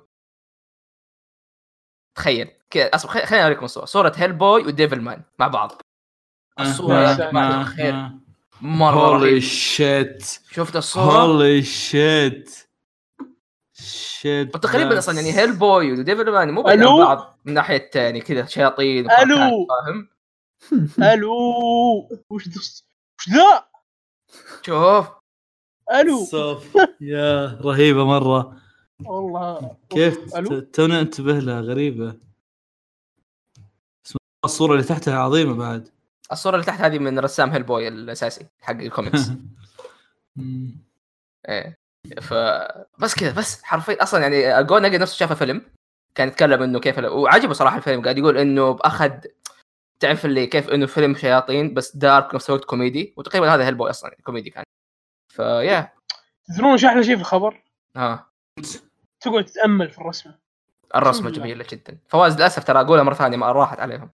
Speaker 1: تخيل كذا اصبر خل- خليني اوريكم الصوره صوره هيل بوي وديفل مان مع بعض
Speaker 4: آه،
Speaker 1: الصورة
Speaker 4: آه،
Speaker 3: يا جماعة
Speaker 4: آه،
Speaker 1: الخير.
Speaker 4: آه.
Speaker 1: مره
Speaker 4: هولي
Speaker 1: رهيب
Speaker 4: شيت
Speaker 1: شفت الصوره
Speaker 4: هولي شيت شيت
Speaker 1: وتقريبا اصلا يعني هيل بوي وديفل مان مو
Speaker 3: ألو؟
Speaker 1: بعيد عن بعض من ناحيه يعني كذا شياطين وحركات،
Speaker 3: ألو؟
Speaker 1: فاهم
Speaker 3: الو وش دس- وش ذا
Speaker 1: شوف
Speaker 3: الو
Speaker 4: يا رهيبه مره
Speaker 3: والله
Speaker 4: كيف
Speaker 3: الو
Speaker 4: ت- تونا انتبه لها غريبه اسم- الصوره اللي تحتها عظيمه بعد
Speaker 1: الصوره اللي تحت هذه من رسام هيل بوي الاساسي حق
Speaker 4: [LAUGHS]
Speaker 1: الكوميكس
Speaker 4: مم.
Speaker 1: ايه ف بس كذا بس حرفيا اصلا يعني جو ناجي نفسه شافه فيلم كان يتكلم انه كيف وعجبه صراحه الفيلم قاعد يقول انه باخذ تعرف اللي كيف انه فيلم شياطين بس دارك نفس الوقت كوميدي وتقريبا هذا هيل بوي اصلا كوميدي كان فيا
Speaker 3: تدرون وش احلى شيء في الخبر؟
Speaker 1: ها
Speaker 3: تقعد تتامل في الرسمه
Speaker 1: الرسمه
Speaker 3: الحمد لله.
Speaker 1: جميله جدا فواز للاسف ترى اقولها مره ثانيه ما راحت عليهم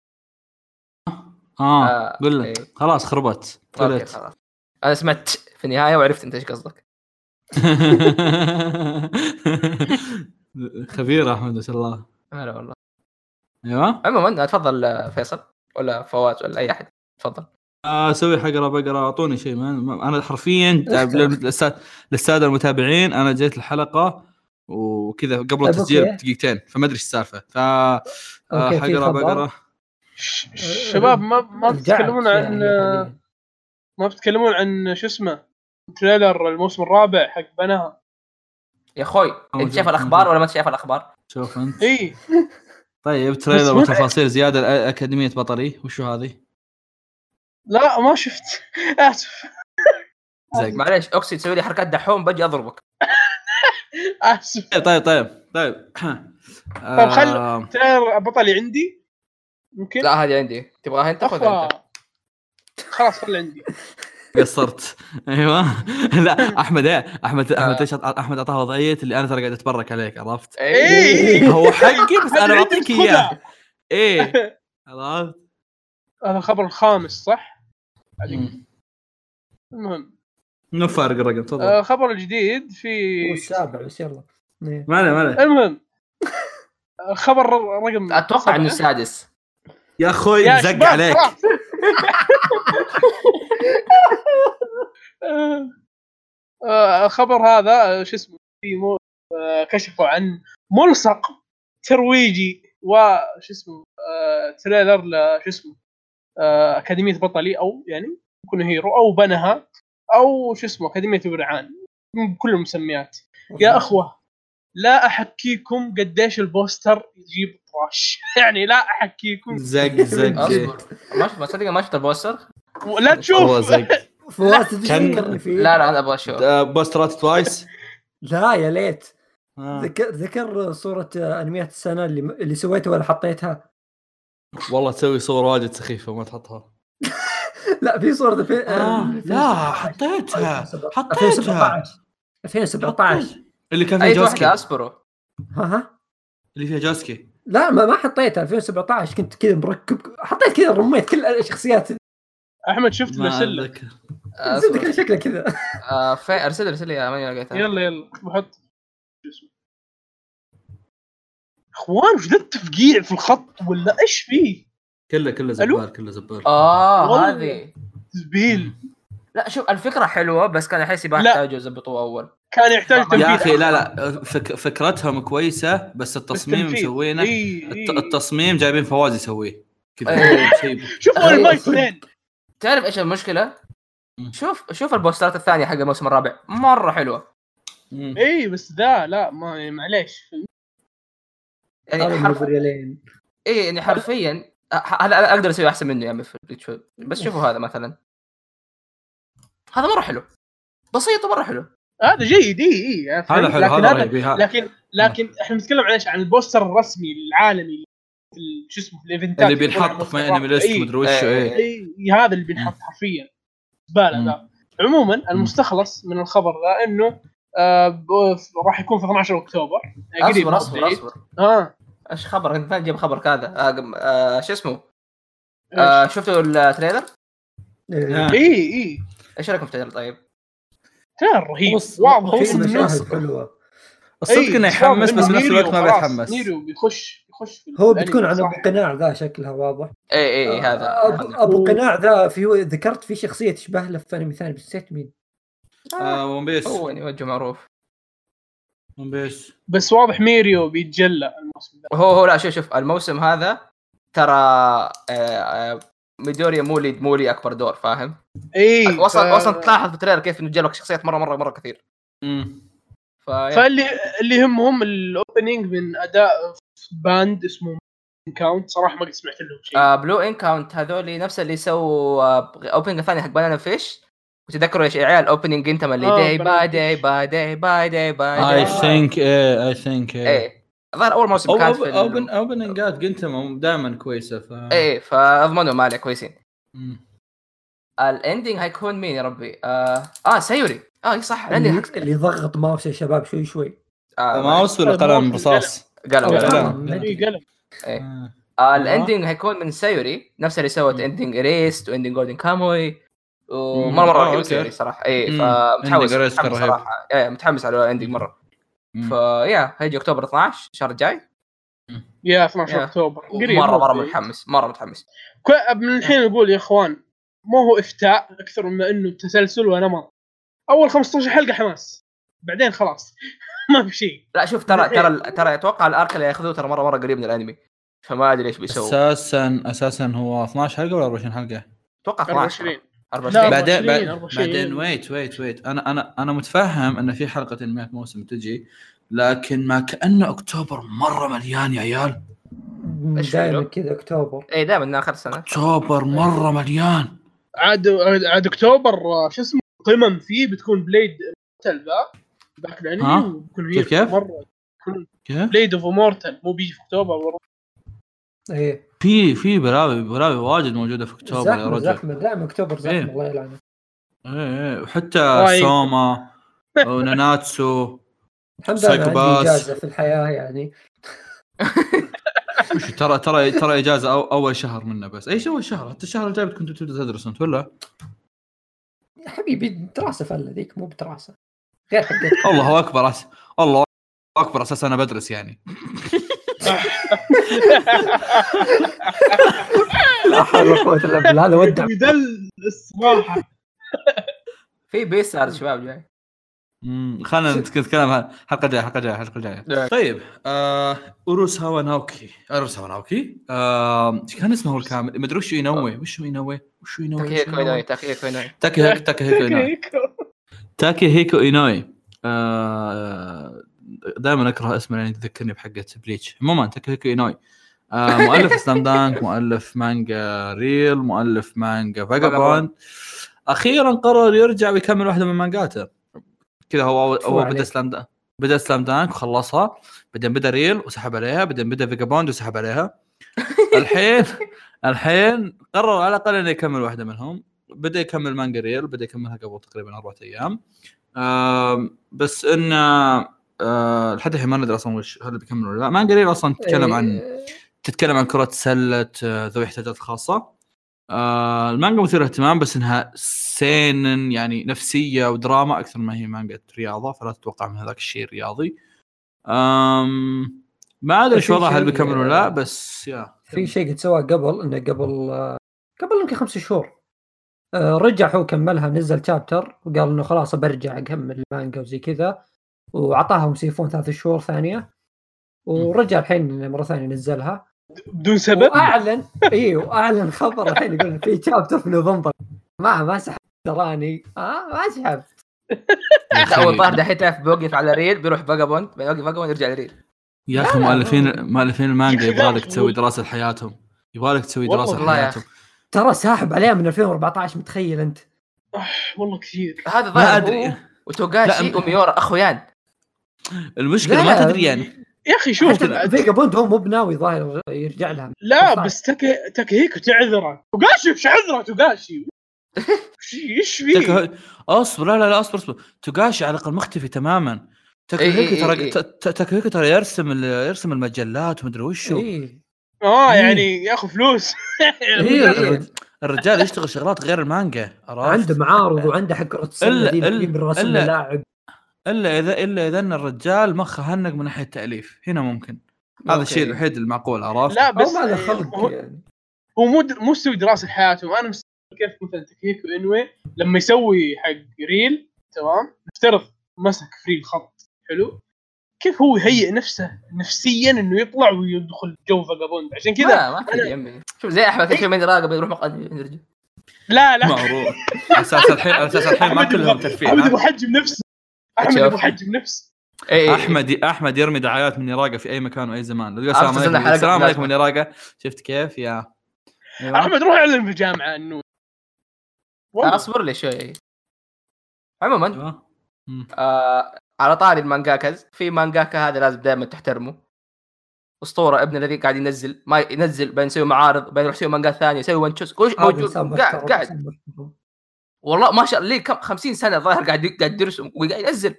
Speaker 4: اه
Speaker 1: آه،
Speaker 4: قول
Speaker 1: إيه.
Speaker 4: لك خلاص خربت
Speaker 1: اوكي
Speaker 4: قلت
Speaker 1: طيب، خلاص انا سمعت في النهايه وعرفت انت ايش قصدك
Speaker 4: [LAUGHS] خبير احمد ما شاء الله
Speaker 1: هلا والله
Speaker 4: ايوه
Speaker 1: عموما تفضل آه، فيصل ولا فواز ولا اي احد تفضل
Speaker 4: اسوي حقره بقره اعطوني شيء ما ما- انا حرفيا
Speaker 2: [LAUGHS]
Speaker 4: للسا- للساده المتابعين انا جيت الحلقه وكذا قبل
Speaker 2: طيب،
Speaker 4: التسجيل
Speaker 2: أوكي.
Speaker 4: بدقيقتين فما ادري ايش السالفه ف آه،
Speaker 2: أوكي، في
Speaker 4: حقره
Speaker 2: خبر.
Speaker 4: بقره
Speaker 3: ش-
Speaker 2: أه،
Speaker 3: شباب ما ما تتكلمون
Speaker 2: يعني
Speaker 3: عن آه، ما بتتكلمون عن شو اسمه تريلر الموسم الرابع حق بنها
Speaker 1: يا اخوي انت
Speaker 4: موجود،
Speaker 1: شايف الاخبار
Speaker 4: موجود.
Speaker 1: ولا ما أنت شايف الاخبار؟
Speaker 4: شوف انت
Speaker 3: اي
Speaker 4: طيب تريلر
Speaker 3: مو-
Speaker 4: وتفاصيل زياده الأ- اكاديميه بطلي وشو هذه؟
Speaker 3: لا ما شفت [LAUGHS] اسف
Speaker 4: زق
Speaker 1: معليش اوكسي تسوي لي حركات دحوم بجي اضربك
Speaker 3: اسف
Speaker 4: طيب طيب طيب طيب
Speaker 3: طيب، خل-
Speaker 4: آه،
Speaker 3: تريلر بطلي عندي يمكن
Speaker 1: لا هذه عندي تبغاها انت خذها انت
Speaker 3: أخا. خلاص خلي عندي
Speaker 4: قصرت [LAUGHS] ايوه لا احمد إيه، احمد احمد
Speaker 1: آه.
Speaker 4: إيش أعط- احمد اعطاها وضعيه اللي انا ترى قاعد اتبرك عليك عرفت؟
Speaker 1: إيه.
Speaker 3: اي
Speaker 4: هو حقي بس انا
Speaker 3: عندي
Speaker 4: بعطيك اياه ايه
Speaker 1: [LAUGHS]
Speaker 4: عرفت؟
Speaker 3: هذا الخبر الخامس صح؟
Speaker 4: مم.
Speaker 3: المهم
Speaker 4: مو فارق الرقم
Speaker 3: آه،
Speaker 4: تفضل
Speaker 3: خبر جديد في
Speaker 2: والسابع بس يلا إيه.
Speaker 4: ما عليه ما عليه
Speaker 3: المهم آه، خبر رقم
Speaker 1: اتوقع
Speaker 3: سبعة.
Speaker 1: انه السادس
Speaker 4: يا اخوي
Speaker 3: يا
Speaker 4: زق
Speaker 3: شباب،
Speaker 4: عليك
Speaker 3: خلاص. آه، آه، الخبر هذا آه، شو اسمه في مو آه، كشفوا عن ملصق ترويجي وش اسمه آه، تريلر ل- شو اسمه آه، اكاديميه بطلي او يعني يكون هيرو او بنها او شو اسمه اكاديميه ورعان بكل المسميات يا اخوه لا احكيكم قديش البوستر يجيب طراش [LAUGHS] يعني لا احكيكم [LAUGHS]
Speaker 4: زق زق
Speaker 1: اصبر ما شفت ما صدق ما شفت البوستر
Speaker 3: ولا [LAUGHS]
Speaker 4: هو
Speaker 3: تشوف
Speaker 4: زق
Speaker 2: فواز تدري شو
Speaker 4: كان-
Speaker 2: ذكرني فيه؟
Speaker 1: لا لا انا ابغى اشوف
Speaker 4: آه، بوسترات توايس
Speaker 2: لا يا ليت
Speaker 4: آه.
Speaker 2: ذكر ذكر صورة آه، انميات السنة اللي اللي سويتها ولا حطيتها [LAUGHS]
Speaker 4: والله تسوي صور واجد سخيفه وما تحطها
Speaker 2: لا في صورة في...
Speaker 4: آه، لا حطيتها
Speaker 2: 2017 2017
Speaker 4: اللي كان فيها
Speaker 1: اي واحده
Speaker 4: جوسكي
Speaker 1: اصبروا
Speaker 2: ها ها
Speaker 4: اللي فيها جوسكي
Speaker 2: لا ما ما حطيتها 2017 كنت كذا مركب حطيت كذا رميت كل الشخصيات
Speaker 3: احمد شفت
Speaker 4: ما
Speaker 3: بسلك
Speaker 4: أتذكر.
Speaker 1: آه،
Speaker 2: زبده [LAUGHS]
Speaker 1: أصبروا.
Speaker 2: كان شكله كذا
Speaker 1: آه، في- ارسل ارسل لي إياها، ماني لقيتها
Speaker 3: يلا يلا بحط شو اسمه اخوان وش ذا التفقيع في الخط ولا ايش فيه؟
Speaker 4: كله كله زبال كله زبال
Speaker 3: آه،
Speaker 1: اه
Speaker 3: والله.
Speaker 1: هذه
Speaker 3: زبيل
Speaker 1: لا شوف الفكره حلوه بس كان احس يبغى
Speaker 3: لا.
Speaker 1: يحتاجوا يظبطوه اول
Speaker 3: كان يحتاج
Speaker 1: يا
Speaker 3: تنفيذ
Speaker 4: يا اخي لا لا فك فكرتهم كويسه بس التصميم
Speaker 3: التنفيذ.
Speaker 4: مسوينه
Speaker 3: إي، إي.
Speaker 4: الت- التصميم جايبين فواز يسويه
Speaker 1: إيه.
Speaker 4: كذا شيء
Speaker 3: [LAUGHS] شوف
Speaker 1: أيوة،
Speaker 3: اول ما
Speaker 2: صدق.
Speaker 3: اثنين
Speaker 1: تعرف ايش المشكله؟
Speaker 4: مم.
Speaker 1: شوف شوف البوسترات الثانيه حق الموسم الرابع مره حلوه
Speaker 4: مم.
Speaker 3: اي بس ذا لا ما معليش
Speaker 1: يعني
Speaker 2: هذا
Speaker 1: حرف...
Speaker 2: من ريالين
Speaker 1: اي يعني حرفيا أ- ح- هلا انا اقدر اسوي احسن منه يا عمي في الريتشول بس شوفوا هذا مثلا هذا مره حلو بسيط ومره حلو
Speaker 3: هذا جيد اي اي أنا فهمت،
Speaker 4: هذا حلو
Speaker 3: لكن
Speaker 4: هذا رهيب إي، هذا-
Speaker 3: لكن لكن احنا بنتكلم عن ايش؟ عن البوستر الرسمي العالمي في ال- شو اسمه في الايفنتات
Speaker 4: اللي بينحط في انمي ليست مدري وش
Speaker 1: إيه.
Speaker 4: إيه.
Speaker 3: اي هذا اللي بينحط حرفيا زباله
Speaker 4: مم.
Speaker 3: ذا عموما المستخلص من الخبر ذا انه آه ب- راح يكون في 12 اكتوبر آه، قريب
Speaker 1: اصبر
Speaker 3: مرة
Speaker 1: اصبر
Speaker 3: بعيد.
Speaker 1: اصبر
Speaker 3: اه
Speaker 1: ايش خبر انت فين جايب خبرك هذا آه، قم- آه، شو اسمه آه، شفتوا التريلر
Speaker 2: إيه.
Speaker 4: آه.
Speaker 3: اي اي
Speaker 1: ايش رايكم في التريلر طيب
Speaker 3: كان رهيب
Speaker 4: بص،
Speaker 3: واضح
Speaker 4: في
Speaker 3: هو من
Speaker 4: مشاهد
Speaker 3: النص.
Speaker 2: مشاهد حلوه
Speaker 4: الصدق
Speaker 3: إي،
Speaker 1: إيه.
Speaker 4: انه يحمس بس بنفس
Speaker 3: نيريو
Speaker 4: الوقت ما
Speaker 3: خلاص،
Speaker 4: بيتحمس
Speaker 3: نيريو بيخش يخش في
Speaker 2: هو
Speaker 3: الأنمي،
Speaker 2: بتكون عن
Speaker 3: صح.
Speaker 2: ابو قناع ذا شكلها واضح
Speaker 1: اي اي,
Speaker 2: آه،
Speaker 1: إي يعني إيه، هذا
Speaker 2: أبو, ابو قناع ذا في هو ذكرت في شخصيه تشبه له في انمي ثاني بس نسيت مين
Speaker 1: آه،
Speaker 4: آه، ون بيس
Speaker 1: هو يعني وجه معروف
Speaker 4: ون بيس
Speaker 3: بس واضح ميريو بيتجلى الموسم ده
Speaker 1: هو هو لا شوف شوف الموسم هذا ترى آه، آه، ميدوريا مولي مولي اكبر دور فاهم؟
Speaker 3: اي
Speaker 1: وصل وصل تلاحظ في التريلر كيف انه جابك شخصيات مره مره مره كثير
Speaker 4: مم.
Speaker 1: فيا-
Speaker 3: فاللي اللي يهمهم الاوبننج من اداء باند اسمه كاونت صراحه ما قد سمعت لهم شيء
Speaker 1: آه، بلو انكاونت هذول نفس اللي سووا اوبننج الثاني حق بانانا فيش وتذكروا يا عيال الاوبننج انت من اللي
Speaker 3: آه،
Speaker 1: داي
Speaker 3: Banana
Speaker 1: باي داي باي داي باي داي باي
Speaker 4: اي
Speaker 1: داي
Speaker 4: ثينك ايه اي ثينك ايه
Speaker 1: ايه الظاهر اول موسم كان في
Speaker 4: اوبن
Speaker 1: ال-
Speaker 4: اوبن انجات قنتم دائما كويسه ف
Speaker 1: ايه فاضمنوا ما عليه كويسين
Speaker 4: مم.
Speaker 1: الاندنج حيكون مين يا ربي؟ اه, آه سيوري اه إيه صح
Speaker 2: أمم.
Speaker 1: الاندنج حق-
Speaker 2: اللي ضغط ماوس يا شباب شوي شوي
Speaker 1: آه،
Speaker 4: ماوس ولا قلم رصاص؟
Speaker 1: قلب
Speaker 2: أو
Speaker 4: لا،
Speaker 1: قلب.
Speaker 4: لا.
Speaker 2: قلم.
Speaker 4: لا.
Speaker 3: اي قلم
Speaker 4: آه.
Speaker 1: آه الاندنج حيكون من سيوري نفس اللي سوت
Speaker 4: مم.
Speaker 1: اندنج ريست واندنج جولدن كاموي
Speaker 4: مم.
Speaker 1: ومره مره
Speaker 4: آه،
Speaker 1: رهيب
Speaker 4: أوكي.
Speaker 1: سيوري صراحه اي
Speaker 4: مم.
Speaker 1: إيه، فمتحمس
Speaker 4: Ending Erased
Speaker 1: متحمس
Speaker 4: كان رهيب.
Speaker 1: صراحه ايه متحمس على الاندنج مره Mm.
Speaker 4: مم.
Speaker 1: فيا هيجي اكتوبر 12 الشهر الجاي
Speaker 3: يا 12
Speaker 1: يا.
Speaker 3: اكتوبر قريب
Speaker 1: مره مره
Speaker 3: بعيد.
Speaker 1: متحمس مره متحمس
Speaker 3: كو- من الحين نقول يا اخوان ما هو افتاء اكثر من انه تسلسل ونمط اول 15 حلقه حماس بعدين خلاص [LAUGHS] ما في شيء
Speaker 1: لا شوف ترى
Speaker 3: بالحيل.
Speaker 1: ترى ترى اتوقع الارك اللي ياخذوه ترى مره مره قريب من الانمي فما ادري ايش بيسووا
Speaker 4: اساسا اساسا هو 12 حلقه ولا 24 حلقه؟
Speaker 1: اتوقع
Speaker 3: 24
Speaker 1: 12
Speaker 3: لا،
Speaker 1: 24
Speaker 4: بعدين
Speaker 3: 24
Speaker 4: بعد-
Speaker 3: 24.
Speaker 4: بعدين ويت ويت ويت انا انا انا متفهم ان في حلقه انميات موسم تجي لكن ما كانه اكتوبر مره مليان يا عيال
Speaker 1: إيش
Speaker 2: دائما
Speaker 1: فيه؟
Speaker 2: كذا اكتوبر
Speaker 1: اي دائما اخر سنه
Speaker 4: اكتوبر مره مليان
Speaker 3: عاد عاد اكتوبر آه، شو اسمه قمم فيه بتكون بليد مورتال ذا ذاك
Speaker 4: ها؟
Speaker 3: الانمي وبيكون
Speaker 4: كيف- كيف؟
Speaker 3: مره
Speaker 4: كيف؟
Speaker 3: بليد اوف مورتال مو بيجي في اكتوبر
Speaker 4: [LAUGHS]
Speaker 3: والله.
Speaker 2: ايه
Speaker 4: في في بلاوي بلاوي واجد موجوده في اكتوبر يا
Speaker 2: زحمه
Speaker 4: رجل
Speaker 2: زحمه دائما اكتوبر زحمه
Speaker 4: إيه.
Speaker 2: الله يلعنه
Speaker 4: ايه ايه وحتى
Speaker 3: وايد.
Speaker 4: سوما oh, وناناتسو
Speaker 2: الحمد لله أنا
Speaker 4: سايكوباث.
Speaker 2: عندي اجازه في الحياه يعني
Speaker 4: وش ترى ترى ترى اجازه أو اول شهر منه بس ايش اول شهر حتى الشهر الجاي بتكون تبدا تدرس انت ولا؟
Speaker 2: يا حبيبي دراسه فله ذيك مو بدراسه غير حقتك
Speaker 4: الله اكبر أس... الله اكبر اساس انا بدرس يعني
Speaker 2: لا حول ولا قوه الا بالله هذا ودع
Speaker 3: ودل
Speaker 4: [LAUGHS]
Speaker 3: الصراحه
Speaker 1: في بيسارد شباب جاي
Speaker 4: امم خلينا نتكلم عن حلقه جايه حلقه جايه حلقه جايه
Speaker 1: نعم.
Speaker 4: طيب آه اوروساوا ناوكي اوروساوا ناوكي آه إيش كان اسمه هو الكامل مدري وش ينوي وش ينوي وش ينوي
Speaker 1: تاكيهيكو اينوي تاكيهيكو اينوي
Speaker 4: [LAUGHS] تاكي هيكو تاكي هيكو اينوي تاكي هيكو اينوي آه دائما اكره اسمه لان تذكرني بحقه بليتش عموما تاكي هيكو اينوي آه مؤلف سلام دانك مؤلف مانجا ريل مؤلف مانجا فاجابوند اخيرا قرر يرجع ويكمل واحده من مانجاته كذا هو
Speaker 2: فو
Speaker 4: هو
Speaker 2: عليك.
Speaker 4: بدا سلام دانك بدا سلام دانك وخلصها بعدين بدا ريل وسحب عليها بعدين بدا فيجا بوند وسحب عليها الحين الحين قرر على الاقل انه يكمل واحده منهم بدا يكمل مانجا ريل بدا يكملها قبل تقريبا اربعة ايام آم، بس انه آه، لحد الحين ما ندري اصلا وش هل بيكمل ولا لا مانجا ريل اصلا
Speaker 2: إيه.
Speaker 4: تتكلم عن تتكلم عن كرة سلة آه، ذوي احتياجات خاصة آه، المانجا مثيرة اهتمام بس انها سينن يعني نفسية ودراما اكثر ما هي مانجا رياضة فلا تتوقع من هذاك الشيء رياضي أم ما ادري ايش
Speaker 2: في
Speaker 4: وضعها هل
Speaker 2: شيء-
Speaker 4: بيكمل ولا لا بس يا
Speaker 2: في شيء قد سواه قبل انه قبل آه، قبل يمكن خمس شهور آه، رجع هو كملها نزل شابتر وقال انه خلاص برجع اكمل المانجا وزي كذا وعطاهم سيفون ثلاث شهور ثانيه ورجع الحين مره ثانيه نزلها
Speaker 3: بدون سبب
Speaker 4: [LAUGHS]
Speaker 2: واعلن اي واعلن خبر الحين يقول في شابتر في نوفمبر ما ما سحبت تراني آه ما سحبت
Speaker 4: يا
Speaker 1: لا هو
Speaker 2: يعني
Speaker 4: أخي-
Speaker 1: الظاهر دحين تعرف بيوقف على ريل بيروح فاجابوند بعدين يوقف فاجابوند يرجع لريل
Speaker 4: يا
Speaker 2: لا،
Speaker 4: اخي
Speaker 2: لا.
Speaker 4: مؤلفين مؤلفين المانجا
Speaker 3: يا أخي
Speaker 4: يبغالك
Speaker 3: لا.
Speaker 4: تسوي دراسة لحياتهم يبغالك تسوي
Speaker 3: والله-
Speaker 4: دراسة
Speaker 1: والله يا
Speaker 4: لحياتهم
Speaker 2: ترى ساحب عليها من 2014 متخيل انت
Speaker 3: والله كثير
Speaker 1: هذا
Speaker 4: ما
Speaker 1: ظاهر
Speaker 4: ادري
Speaker 1: هو وتوغاشي
Speaker 4: لا،
Speaker 1: وميورا اخويان
Speaker 4: المشكلة
Speaker 2: لا،
Speaker 4: ما
Speaker 2: لا.
Speaker 4: تدري يعني
Speaker 3: يا اخي شوف
Speaker 2: حتى فيجا بوند هو مو بناوي ظاهر يرجع لها
Speaker 3: لا بس تك... تكهيك تعذره توغاشي وش عذره توغاشي وش- ايش فيه؟
Speaker 4: تك- اصبر لا لا لا اصبر اصبر توغاشي على الاقل مختفي تماما تاكيهيكي
Speaker 1: إي- إي-
Speaker 4: ترى
Speaker 1: إي.
Speaker 4: ت- ت- تاكيهيكي ترى يرسم ال- يرسم المجلات ومدري وشو
Speaker 2: إيه.
Speaker 3: اه يعني ياخذ فلوس يعني
Speaker 2: إيه، إيه.
Speaker 4: الرجال يشتغل شغلات غير المانجا عرفت؟
Speaker 2: عنده معارض وعنده حق كرة السلة
Speaker 4: إلا-
Speaker 2: دي
Speaker 4: إلا-
Speaker 2: اللي من رسم
Speaker 4: إلا-
Speaker 2: اللاعب
Speaker 4: الا اذا الا اذا ان الرجال مخه هنق من ناحيه التاليف هنا ممكن هذا الشيء
Speaker 2: أوكي.
Speaker 4: الوحيد المعقول
Speaker 3: [LAUGHS]
Speaker 4: عرفت؟
Speaker 3: لا
Speaker 2: او
Speaker 3: بس
Speaker 2: ما له
Speaker 3: هو-
Speaker 2: خلق يعني
Speaker 3: هو مو مو مستوي دراسه حياته انا مستوي كيف مثلا تكييك وانوي لما يسوي حق ريل تمام نفترض مسك في ريل خط حلو كيف هو يهيئ نفسه نفسيا انه يطلع ويدخل جو فاجابوند عشان كذا
Speaker 1: كذا ما كذا يا عمي شوف زي احمد كل شوي ما يراقب يروح مقعد يرجع
Speaker 3: لا لا
Speaker 4: معروف على اساس الحين على اساس الحين ما
Speaker 3: أحمد
Speaker 4: كلهم
Speaker 3: يبغى- احمد ابو
Speaker 4: ترفيه
Speaker 3: حجم نفسه احمد
Speaker 1: شوف.
Speaker 3: ابو حجم نفسه
Speaker 1: إيه، إيه.
Speaker 4: احمد احمد يرمي دعايات من يراقه في اي مكان واي زمان تقول
Speaker 1: عرفت
Speaker 4: السلام
Speaker 1: إن
Speaker 4: عليكم
Speaker 1: حلقة
Speaker 4: السلام عليكم من
Speaker 1: مناسبة.
Speaker 4: يراقه شفت كيف يا
Speaker 1: إيه،
Speaker 4: أيوة.
Speaker 3: احمد روح اعلن في الجامعه انه
Speaker 1: أنا
Speaker 3: والله
Speaker 1: اصبر لي شوي عموما
Speaker 4: أيوة. مم.
Speaker 1: آه على طاري المانجاكاز في مانجاكا هذا لازم دائما تحترمه اسطوره ابن الذي قاعد ينزل ما ينزل بعدين يسوي معارض بعدين يروح يسوي مانجا ثانيه يسوي ون شوز كل شيء
Speaker 2: هذا
Speaker 1: موجود
Speaker 2: إنسان
Speaker 1: قاعد
Speaker 2: محترم،
Speaker 1: قاعد
Speaker 2: إنسان محترم.
Speaker 1: والله ما شاء الله لي كم 50 سنه ظاهر قاعد قاعد يرسم وقاعد ينزل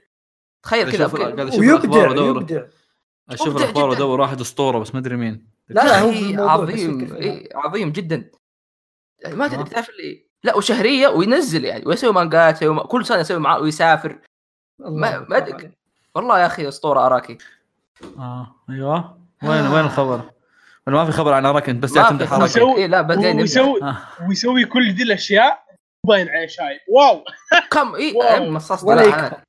Speaker 1: تخيل كذا
Speaker 4: أشوف-
Speaker 1: بكل-
Speaker 4: قاعد أشوف الأخبار
Speaker 2: ويبدع
Speaker 4: ودوره.
Speaker 2: يبدع
Speaker 4: اشوف
Speaker 1: مبدع
Speaker 4: الاخبار
Speaker 1: جداً.
Speaker 4: وادور واحد اسطوره بس ما ادري مين
Speaker 2: لا لا هو
Speaker 1: يا أخي
Speaker 2: بالموضوع بس
Speaker 1: عظيم
Speaker 2: يكفي.
Speaker 1: إيه عظيم جدا يعني ما
Speaker 4: آه.
Speaker 1: تدري تعرف اللي لا وشهريه وينزل يعني ويسوي مانجات يسوي كل سنه يسوي معاه ويسافر
Speaker 2: الله
Speaker 1: ما- ما
Speaker 2: أكبر
Speaker 1: أدري.
Speaker 2: عليك.
Speaker 1: والله يا اخي اسطوره اراكي
Speaker 4: اه ايوه وين وين الخبر؟ ولا ما في خبر عن اراك انت بس
Speaker 1: ما
Speaker 4: جاتهم
Speaker 1: في
Speaker 4: تحرك
Speaker 1: خبر. إيه لا بعدين نرجع.
Speaker 3: ويسوي
Speaker 4: آه.
Speaker 3: ويسوي كل دي الاشياء باين عليه شايب واو
Speaker 1: كم اي
Speaker 3: واو.
Speaker 1: مصاص
Speaker 2: ولا
Speaker 1: دماء
Speaker 2: يكفى.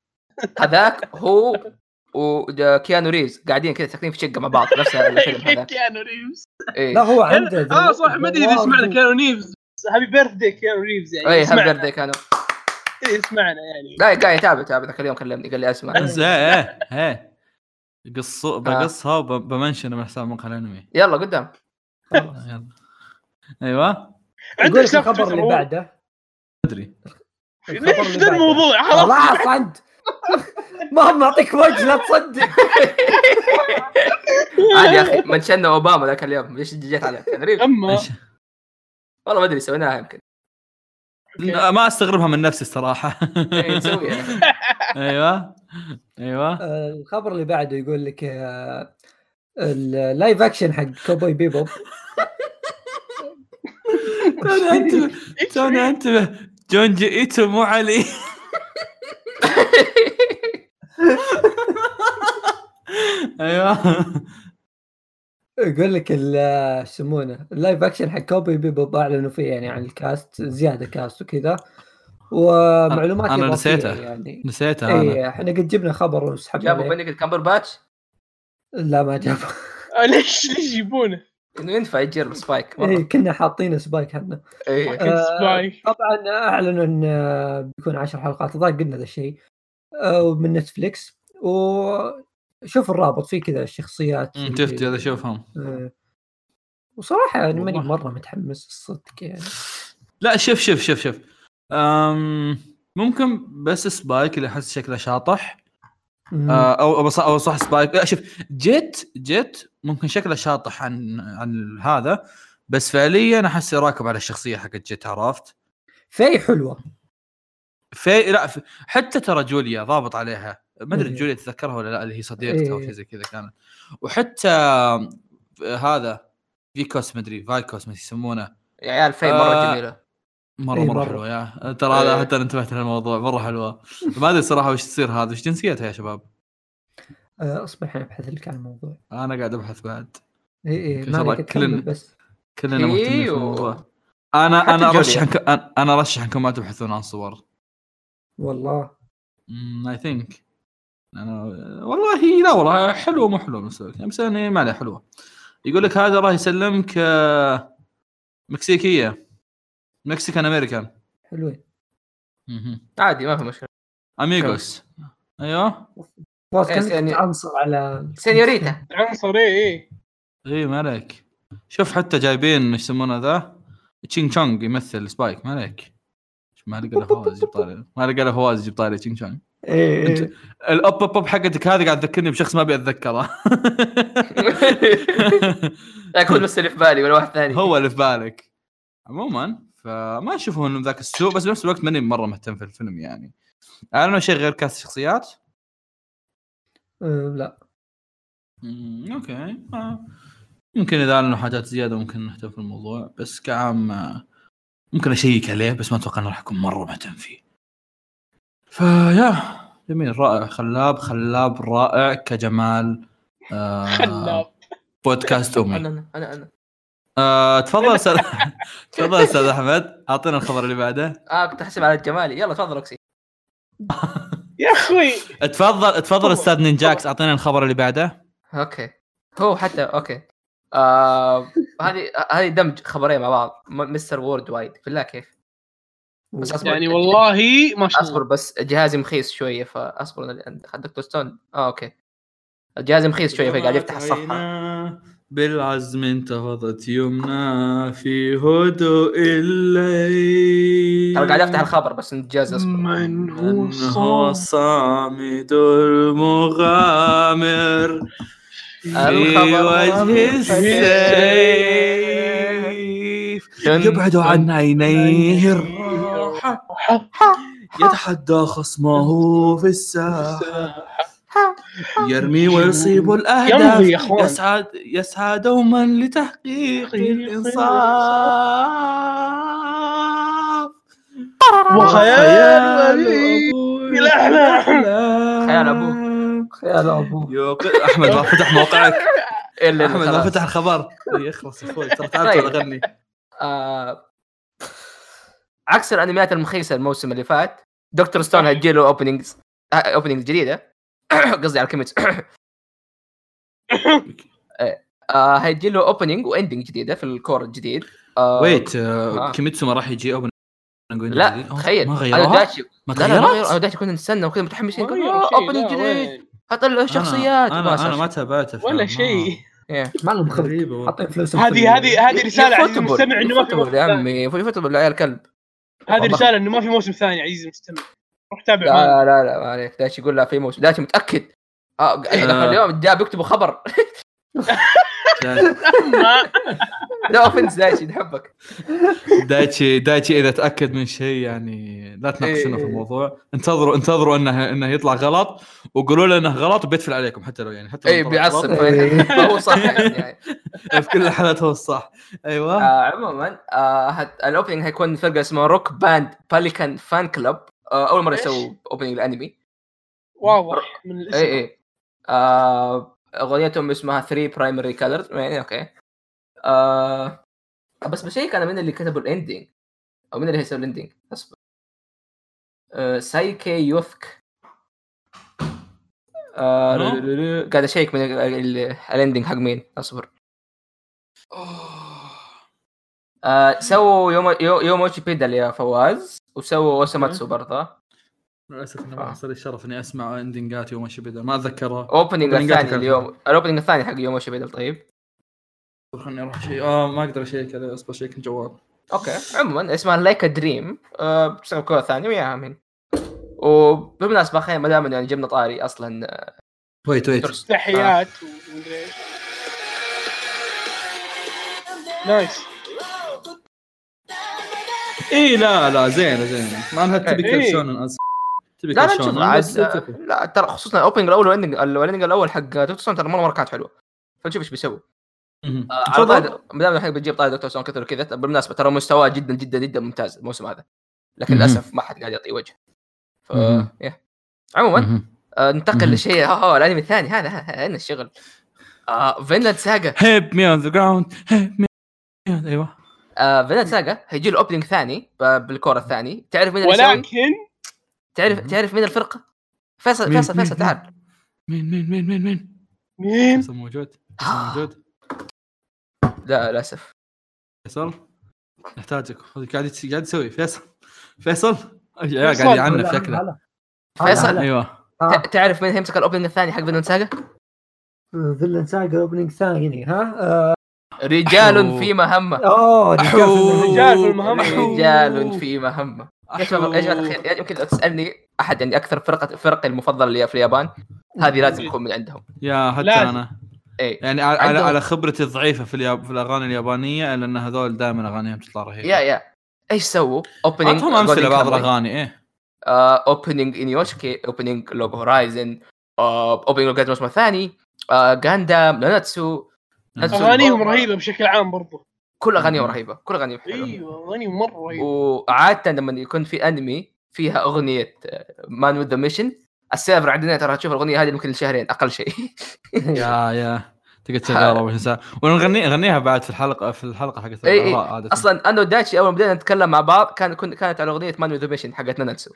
Speaker 1: هذاك. هذاك هو وكيانو ريز قاعدين كذا ساكنين في شقه مع بعض نفس الفيلم
Speaker 2: [LAUGHS]
Speaker 1: هذاك إيه.
Speaker 3: كيانو ريفز
Speaker 1: اي
Speaker 2: لا هو عنده
Speaker 3: اه
Speaker 2: ذو-
Speaker 3: صح ما ادري اذا
Speaker 2: ذوار
Speaker 3: سمعنا
Speaker 2: ذو-
Speaker 3: كيانو ريفز هابي بيرث داي كيانو ريفز يعني
Speaker 1: اي
Speaker 3: اسمعنا.
Speaker 1: هابردي كانوا
Speaker 3: إيه، اسمعنا يعني
Speaker 1: لا قاعد يتابع يتابع ذاك اليوم كلمني قال لي اسمع
Speaker 4: بس ايه ايه ايه قص
Speaker 1: آه.
Speaker 4: بقصها وبمنشن من حساب موقع الانمي
Speaker 1: يلا قدام
Speaker 2: خلاص.
Speaker 4: يلا ايوه
Speaker 2: يقول
Speaker 3: عندك
Speaker 2: لك
Speaker 3: شخص
Speaker 2: الخبر اللي بعده
Speaker 4: ادري
Speaker 2: الخبر
Speaker 3: ليش
Speaker 2: اللي
Speaker 3: ذا
Speaker 2: بعده.
Speaker 3: الموضوع خلاص
Speaker 2: خلاص
Speaker 3: [LAUGHS]
Speaker 2: انت ما معطيك وجه لا تصدق
Speaker 1: عادي يا اخي منشنا اوباما ذاك اليوم ليش جيت عليك كان ريف
Speaker 3: اما
Speaker 4: إيش-
Speaker 1: والله ما ادري سويناها يمكن
Speaker 4: لا، ما استغربها من نفسي [LAUGHS] الصراحه
Speaker 1: إيه، نسويها
Speaker 4: ايوه ايوه
Speaker 2: آه، الخبر اللي بعده يقول لك آه، اللايف اكشن حق كوبوي بيبوب
Speaker 4: توني انتبه توني انتبه جونجي ايتو مو علي ايوه
Speaker 2: يقول لك ال- ايش يسمونه اللايف اكشن حق كوبي بيبوب اعلنوا فيه يعني عن الكاست زياده كاست وكذا ومعلومات
Speaker 4: أنا- أنا
Speaker 2: إضافية
Speaker 4: نسيته.
Speaker 2: يعني
Speaker 4: نسيتها انا
Speaker 2: اي احنا قد جبنا خبر وسحبنا
Speaker 1: جابوا
Speaker 2: عليه.
Speaker 1: بينك الكامبر باتش
Speaker 2: لا ما جاب
Speaker 3: آه، ليش ليش يجيبونه؟
Speaker 1: انه ينفع يجير سبايك
Speaker 2: إيه،
Speaker 1: والله
Speaker 2: كنا حاطين سبايك احنا
Speaker 1: ايه
Speaker 3: كنت سباي.
Speaker 2: طبعا اعلنوا ان آه، بيكون عشر حلقات الظاهر قلنا ذا الشيء آه، من نتفليكس وشوف الرابط فيه كذا الشخصيات
Speaker 4: أمم،
Speaker 2: اللي-
Speaker 4: شفت هذا شوفهم
Speaker 2: آه. وصراحه يعني ماني
Speaker 4: والله.
Speaker 2: مره متحمس الصدق يعني
Speaker 4: لا شوف شوف شوف شوف أم ممكن بس سبايك اللي احس شكله شاطح
Speaker 2: مم.
Speaker 4: آه، او او صح, أو صح سبايك آه، شوف جيت جيت ممكن شكله شاطح عن عن هذا بس فعليا احس راكب على الشخصيه حقت جيت عرفت
Speaker 2: في حلوه
Speaker 4: في لا في حتى ترى جوليا ضابط عليها ما ادري
Speaker 2: إيه.
Speaker 4: جوليا تذكرها ولا لا اللي هي صديقته او
Speaker 2: إيه.
Speaker 4: شيء زي كذا كانت وحتى آه، هذا فيكوس مدري فايكوس ما يسمونه
Speaker 1: يا عيال في مره
Speaker 4: آه،
Speaker 1: جميله
Speaker 4: مره
Speaker 2: إيه،
Speaker 4: مره
Speaker 2: مرة.
Speaker 4: حلوه يا ترى هذا
Speaker 1: إيه.
Speaker 4: حتى أنا انتبهت للموضوع مره حلوه ما ادري صراحه وش تصير هذا وش جنسيتها يا شباب
Speaker 2: آه، اصبر الحين ابحث لك عن الموضوع إيه،
Speaker 4: انا قاعد ابحث بعد
Speaker 2: اي اي
Speaker 4: إن
Speaker 2: ما
Speaker 4: شاء الله
Speaker 2: عليك كمل
Speaker 4: كلنا-
Speaker 2: بس
Speaker 4: كلنا مهتمين في
Speaker 1: إيوه.
Speaker 4: الموضوع انا انا
Speaker 1: جوليا.
Speaker 4: ارشح إنك- أنا- انا ارشح انكم ما تبحثون عن صور
Speaker 2: والله
Speaker 4: اي ثينك انا والله لا والله حلوه مو حلوه بنفس الوقت بس يعني ما عليه حلوه يقول لك هذا الله يسلمك آه، مكسيكيه مكسيكان امريكان
Speaker 2: حلوين
Speaker 1: عادي ما في مشكله
Speaker 4: اميغوس ايوه
Speaker 2: فواز
Speaker 1: إيه،
Speaker 2: كنت
Speaker 1: يعني-
Speaker 2: عنصر على
Speaker 4: [LAUGHS]
Speaker 1: سينيوريتا
Speaker 3: عنصر اي اي
Speaker 4: اي ما عليك شوف حتى جايبين ايش يسمونه ذا تشينج تشونغ يمثل سبايك ما عليك ما لقى له فواز يجيب طاري ما لقى له فواز يجيب طاري تشينج تشونغ
Speaker 2: إيه، إيه.
Speaker 4: أنت- الاب اب اب حقتك هذه قاعد تذكرني بشخص ما ابي [LAUGHS] اتذكره
Speaker 1: لا يكون بس اللي في بالي ولا واحد ثاني
Speaker 4: [LAUGHS] هو اللي في بالك عموما فما اشوفه انه ذاك السوء بس بنفس الوقت ماني مره مهتم في الفيلم يعني انا شيء غير كاست شخصيات
Speaker 2: آه، لا
Speaker 4: مم، اوكي آه. ممكن اذا اعلنوا حاجات زياده ممكن نهتم في الموضوع بس كعام آه، ممكن اشيك عليه بس ما اتوقع انه راح اكون مره مهتم فيه فيا جميل رائع خلاب خلاب رائع كجمال آه
Speaker 3: خلاب
Speaker 4: بودكاست امي
Speaker 1: انا انا انا انا
Speaker 4: آه تفضل استاذ تفضل استاذ احمد اعطينا الخبر اللي بعده
Speaker 1: اه كنت احسب على الجمالي يلا تفضل اوكسي
Speaker 3: يا اخوي
Speaker 4: تفضل تفضل
Speaker 3: خبر.
Speaker 4: استاذ نينجاكس اعطينا الخبر اللي بعده
Speaker 1: اوكي هو حتى اوكي آه، هذه هذه دمج خبرين مع بعض م- مستر وورد وايد بالله كيف بس اصبر
Speaker 3: يعني والله ما شاء
Speaker 1: اصبر
Speaker 3: الله
Speaker 1: بس جهازي مخيس شويه فاصبر أنا عند- عند دكتور ستون اه اوكي جهازي مخيس شويه فقاعد يفتح الصفحه
Speaker 4: بالعزم انتفضت يمنى في هدوء الليل
Speaker 1: ترى قاعد افتح الخبر بس إن الجهاز اصبر
Speaker 3: من هو
Speaker 4: أنه
Speaker 3: الصوت
Speaker 4: الصامد المغامر في
Speaker 1: الخبر
Speaker 4: وجه السيف يبعد عن عينيه الراحة يتحدى خصمه في الساحة يرمي ويصيب
Speaker 3: يمضي يا
Speaker 4: الأهداف
Speaker 3: أخوان.
Speaker 4: يسعى يسعى دوما لتحقيق الإنصاف
Speaker 3: وخيال أبوه يلحلح.
Speaker 1: خيال
Speaker 4: أبوه
Speaker 2: خيال ابوه
Speaker 4: يوق- أحمد ما فتح
Speaker 1: [LAUGHS]
Speaker 4: موقعك
Speaker 1: الا إنه
Speaker 4: أحمد ما
Speaker 1: خلاص.
Speaker 4: فتح الخبر يخلص يا أخوي ترى تعال تعال
Speaker 1: طيب.
Speaker 4: غني
Speaker 1: آه، عكس الانميات المخيسه الموسم اللي فات دكتور ستون هيجيله اوبننجز اوبننجز جديده آه، [COUGHS] قصدي على [COUGHS] كلمه آه، هيجيله اوبننج واندنج جديده في الكور الجديد آه،
Speaker 4: ويت
Speaker 1: آه.
Speaker 4: كيميتسو ما راح يجي أوبن
Speaker 1: لا تخيل
Speaker 4: ما
Speaker 1: انا
Speaker 4: غيروها
Speaker 1: داشي
Speaker 4: ما
Speaker 1: لا لا ما غيروا.
Speaker 4: تغيرت
Speaker 1: انا داشي كنا نستنى وكنا متحمسين
Speaker 3: ما
Speaker 1: كنا
Speaker 3: غيروا شيء،
Speaker 1: اوبننج
Speaker 3: لا،
Speaker 1: جديد
Speaker 3: وين.
Speaker 1: حط له شخصيات
Speaker 4: انا انا, آه، أنا ما تابعته
Speaker 3: ولا [LAUGHS] شيء
Speaker 2: ما لهم خلق
Speaker 4: غريبه والله.
Speaker 2: حاطين فلوس
Speaker 3: هذه هذه هذه رساله عزيزي
Speaker 1: فوتبول.
Speaker 3: المستمع انه ما في موسم
Speaker 1: فوتبول يا
Speaker 3: ثاني.
Speaker 1: عمي في فوتبول عيال كلب
Speaker 3: هذه رساله انه ما في موسم ثاني عزيزي المستمع روح تابع معنا.
Speaker 1: لا لا لا ما عليك داشي يقول لا في موسم داشي متاكد اه
Speaker 4: آه.
Speaker 1: داخل اليوم جاب يكتبوا خبر [LAUGHS]
Speaker 3: ما-
Speaker 1: لا اوفنس داشي نحبك
Speaker 4: دايتشي دايتشي اذا تاكد من شيء يعني لا تناقشونا في
Speaker 1: إيه.
Speaker 4: الموضوع انتظروا انتظروا انه انه يطلع غلط وقولوا له انه غلط وبيتفل عليكم حتى لو يعني حتى لو
Speaker 1: اي
Speaker 4: طلع
Speaker 1: إيه، بيعصب
Speaker 4: غلط،
Speaker 2: إيه.
Speaker 1: [LAUGHS] هو صح يعني
Speaker 4: [LAUGHS] في كل الحالات هو الصح ايوه
Speaker 1: آه، عموما آه، هت- الاوبننج هيكون فرقه اسمها روك باند باليكان فان كلب اول مره
Speaker 3: إيش؟
Speaker 1: يسووا اوبننج الانمي
Speaker 3: واضح من الاسم
Speaker 1: اي اي إيه، آه، اغنيتهم اسمها 3 برايمري كالرز يعني اوكي آه، بس بشيك انا من اللي كتبوا الاندنج او من اللي هيسوي الاندنج اصبر آه، سايكي يوثك آه،
Speaker 4: نو؟
Speaker 1: رررر- قاعد اشيك من ال- ال- الاندنج حق مين اصبر آه، سووا يوم يو- يوموشي بيدل يا فواز وسووا اوساماتسو برضه
Speaker 4: للاسف انه
Speaker 1: ما
Speaker 4: ما حصل لي الشرف اني اسمع اندنجات يوم ماشي بدا ما اتذكرها
Speaker 1: اوبننج
Speaker 4: Opening
Speaker 1: الثاني
Speaker 4: كان-
Speaker 1: اليوم الاوبننج الثاني حق يوموشي بيدل طيب
Speaker 4: آه، خليني اروح شيء اه ما اقدر اشيك عليه اصبر شيك الجوال
Speaker 1: اوكي عموما اسمها لايك دريم بتشتغل كره ثانيه وياها من وبالمناسبه خلينا ما دام يعني جبنا طاري اصلا آه،
Speaker 4: ويت ويت
Speaker 1: درس.
Speaker 3: تحيات ومدري ايش نايس
Speaker 4: اي إيه، لا لا زينه زينه مع انها تبي
Speaker 3: إيه.
Speaker 4: شونن اصلا تبي
Speaker 1: لا لا
Speaker 4: شونن،
Speaker 1: شوف
Speaker 4: بس
Speaker 1: عاد آه،
Speaker 4: تبي.
Speaker 1: لا ترى خصوصا الاوبننج الاول والاندنج والاندنج الاول حق دكتور سون ترى مره مره كانت حلوه فنشوف ايش بيسوي
Speaker 4: مهم.
Speaker 1: آه، على طاري- ما دام الحين بتجيب طاري دكتور سون كثر وكذا بالمناسبه ترى مستواه جدا جدا جدا ممتاز الموسم هذا لكن
Speaker 4: مهم.
Speaker 1: للاسف ما حد قاعد يعطيه وجه ف...
Speaker 4: مهم.
Speaker 1: يا. عموما
Speaker 4: مهم.
Speaker 1: آه، ننتقل
Speaker 4: مهم.
Speaker 1: لشيء ها هو الانمي الثاني هذا ها- ها، هنا الشغل آه، فينلاند ساجا
Speaker 4: هيب مي اون ذا جراوند هيب مي on- ايوه
Speaker 1: آه، فينلاند ساجا هيجي له اوبننج ثاني ب- بالكورة الثاني تعرف مين اللي يسوي؟
Speaker 3: ولكن
Speaker 1: تعرف تعرف مين الفرقة؟ فيصل
Speaker 4: مين-
Speaker 1: فيصل
Speaker 4: مين-
Speaker 1: فيصل تعال
Speaker 4: مين مين مين مين مين
Speaker 3: مين
Speaker 4: فيصل موجود فيصل موجود
Speaker 1: لا للاسف
Speaker 4: فيصل نحتاجك خذ- قاعد يتس- قاعد يسوي فيصل فيصل يا
Speaker 3: فيصل،
Speaker 4: قاعد
Speaker 2: لا،
Speaker 4: يعنف شكله
Speaker 2: هلا.
Speaker 1: فيصل.
Speaker 2: هلا.
Speaker 4: ايوه
Speaker 2: ها.
Speaker 1: ت- تعرف مين هيمسك الاوبننج الثاني حق فينلاند ساجا؟
Speaker 2: فيلن ساجا اوبننج ثاني ها آه،
Speaker 1: رجال
Speaker 4: أحو.
Speaker 1: في مهمة
Speaker 2: اوه
Speaker 4: أحو.
Speaker 3: رجال في المهمة.
Speaker 4: أحو.
Speaker 1: رجال في مهمة يا شباب يا جماعة الخير يعني يمكن لو تسألني احد يعني اكثر فرقة فرقي المفضلة اللي في اليابان هذه لازم تكون من عندهم إيه.
Speaker 4: يا حتى
Speaker 3: لازم.
Speaker 4: انا
Speaker 1: اي
Speaker 4: يعني على على,
Speaker 1: عندهم.
Speaker 4: على خبرتي الضعيفه في, الياب... في الاغاني اليابانيه لان هذول دائما اغانيهم تطلع رهيبه
Speaker 1: يا يا ايش سووا؟ اوبننج
Speaker 4: اعطهم امثله إيه. بعض الاغاني ايه
Speaker 1: آه، اوبننج ان يوشكي اوبننج لوج هورايزن اوبننج لوج الموسم الثاني آه، جاندام ناناتسو ناناتسو
Speaker 3: اغانيهم
Speaker 1: البوم.
Speaker 3: رهيبه بشكل عام برضو
Speaker 1: كل اغانيهم
Speaker 4: مم.
Speaker 1: رهيبه كل اغانيهم حلوه
Speaker 3: ايوه اغانيهم مره رهيبه
Speaker 1: وعاده لما يكون في انمي فيها آه، اغنيه مان وذ ذا ميشن السيرفر عندنا ترى تشوف الاغنيه هذه يمكن شهرين اقل شيء
Speaker 4: يا يا تقعد تشغلها 24 ساعه ونغني نغنيها بعد في الحلقه في الحلقه حقت
Speaker 1: إي إي.
Speaker 4: الأغراء عادة.
Speaker 1: اصلا انا ودايتشي اول ما بدينا نتكلم مع بعض كان كن- كانت على اغنيه مان وذ ذا ميشن حقت ناناتسو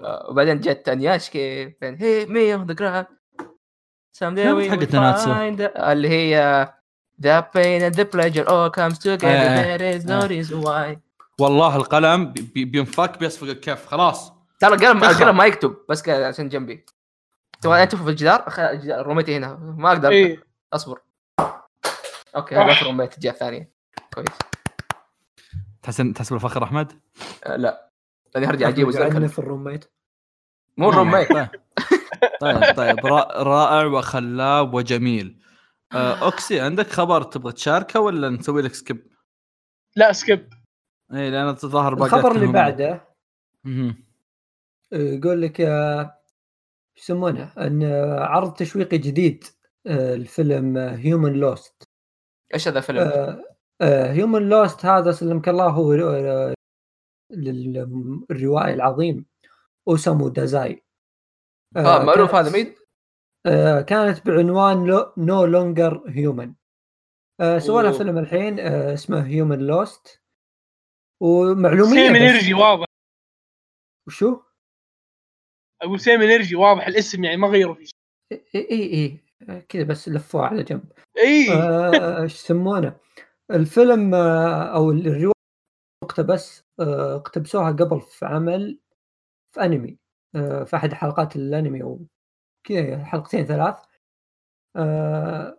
Speaker 1: آه، وبعدين جت انياشكي بين هي مي اون ذا جراوند
Speaker 4: كم حقت ناناتسو؟
Speaker 1: اللي هي The pain and the pleasure all comes together
Speaker 4: آه،
Speaker 1: there is no
Speaker 4: آه.
Speaker 1: reason why
Speaker 4: والله القلم بي- بي- بينفك بيصفق الكف خلاص
Speaker 1: ترى القلم
Speaker 4: تخرب.
Speaker 1: القلم ما يكتب بس كذا عشان جنبي
Speaker 2: طيب.
Speaker 1: تبغى انت في الجدار خ- الجدار رميتي هنا ما اقدر
Speaker 3: ايه
Speaker 1: اصبر اوكي
Speaker 3: آه.
Speaker 1: هذا رميت الجهه الثانيه كويس
Speaker 4: تحس تحس بالفخر احمد؟
Speaker 1: آه، لا لاني هرجع اجيب وزي
Speaker 2: في الروميت
Speaker 1: مو الرميت
Speaker 4: طيب
Speaker 2: [LAUGHS]
Speaker 4: طيب, طيب. را- رائع وخلاب وجميل آه، اوكسي عندك خبر تبغى تشاركه ولا نسوي لك سكيب؟
Speaker 3: لا سكيب
Speaker 4: اي لان الظاهر باقي
Speaker 2: الخبر اللي بعده يقول لك آه، شو يسمونه ان آه، عرض تشويقي جديد آه، الفيلم هيومن لوست
Speaker 1: ايش هذا الفيلم؟
Speaker 2: آه، هيومن لوست هذا سلمك الله هو آه، لل- الروائي العظيم اوسامو دازاي آه،
Speaker 1: اه معروف
Speaker 2: كانت-
Speaker 1: هذا مين؟
Speaker 2: آه، كانت بعنوان نو لونجر هيومن سووا لها
Speaker 1: أوه.
Speaker 2: فيلم آه، الحين آه، اسمه هيومن لوست ومعلوميه
Speaker 3: سيم
Speaker 2: بس.
Speaker 3: انرجي واضح
Speaker 2: وشو؟
Speaker 3: اقول سيم انرجي واضح الاسم يعني ما غيروا فيه شيء.
Speaker 2: اي اي اي آه، كذا بس لفوه على جنب
Speaker 3: اي
Speaker 2: آه، ايش يسمونه الفيلم آه، او الروايه مقتبس آه، اقتبسوها قبل في عمل في انمي آه، في احد حلقات الانمي او كذا حلقتين ثلاث آه،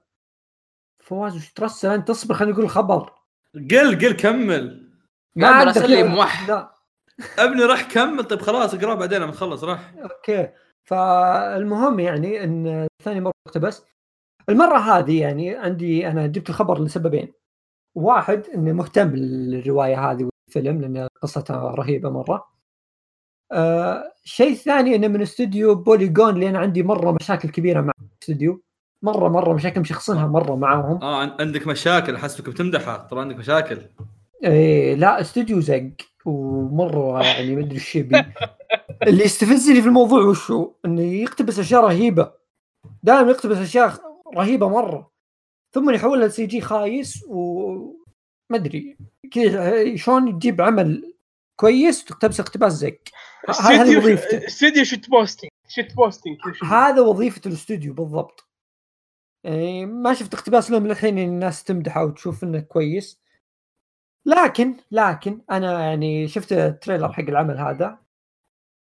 Speaker 2: فواز وش ترسل انت تصبر خلينا نقول الخبر
Speaker 4: قل قل كمل
Speaker 1: ما
Speaker 2: عندك
Speaker 1: أقدر أسلم
Speaker 2: لا-
Speaker 1: واحد.
Speaker 2: لا
Speaker 4: ابني راح كمل طيب خلاص اقراه بعدين لما اخلص راح
Speaker 2: اوكي فالمهم يعني ان ثاني مره اقتبس المره هذه يعني عندي انا جبت الخبر لسببين واحد اني مهتم بالروايه هذه والفيلم لان قصتها رهيبه مره آه شيء ثاني انه من استوديو بوليجون لان عندي مره مشاكل كبيره مع الاستوديو مره مره مشاكل مشخصنها مره معاهم
Speaker 4: اه عن- عندك مشاكل احسبك بتمدحه ترى عندك مشاكل
Speaker 2: ايه لا استوديو زق ومره يعني ما ادري ايش يبي اللي يستفزني في الموضوع وش هو؟ انه يقتبس اشياء رهيبه دائما يقتبس اشياء رهيبه مره ثم يحولها لسي جي خايس و ما ادري كذا شلون تجيب عمل كويس وتقتبس اقتباس زق ه- هذه
Speaker 3: استديو
Speaker 2: وظيفته
Speaker 3: استديو شت بوستنج شت بوستنج كل شيء.
Speaker 2: هذا وظيفه الاستوديو بالضبط يعني ما شفت اقتباس لهم للحين يعني الناس تمدحه وتشوف انه كويس لكن لكن انا يعني شفت التريلر حق العمل هذا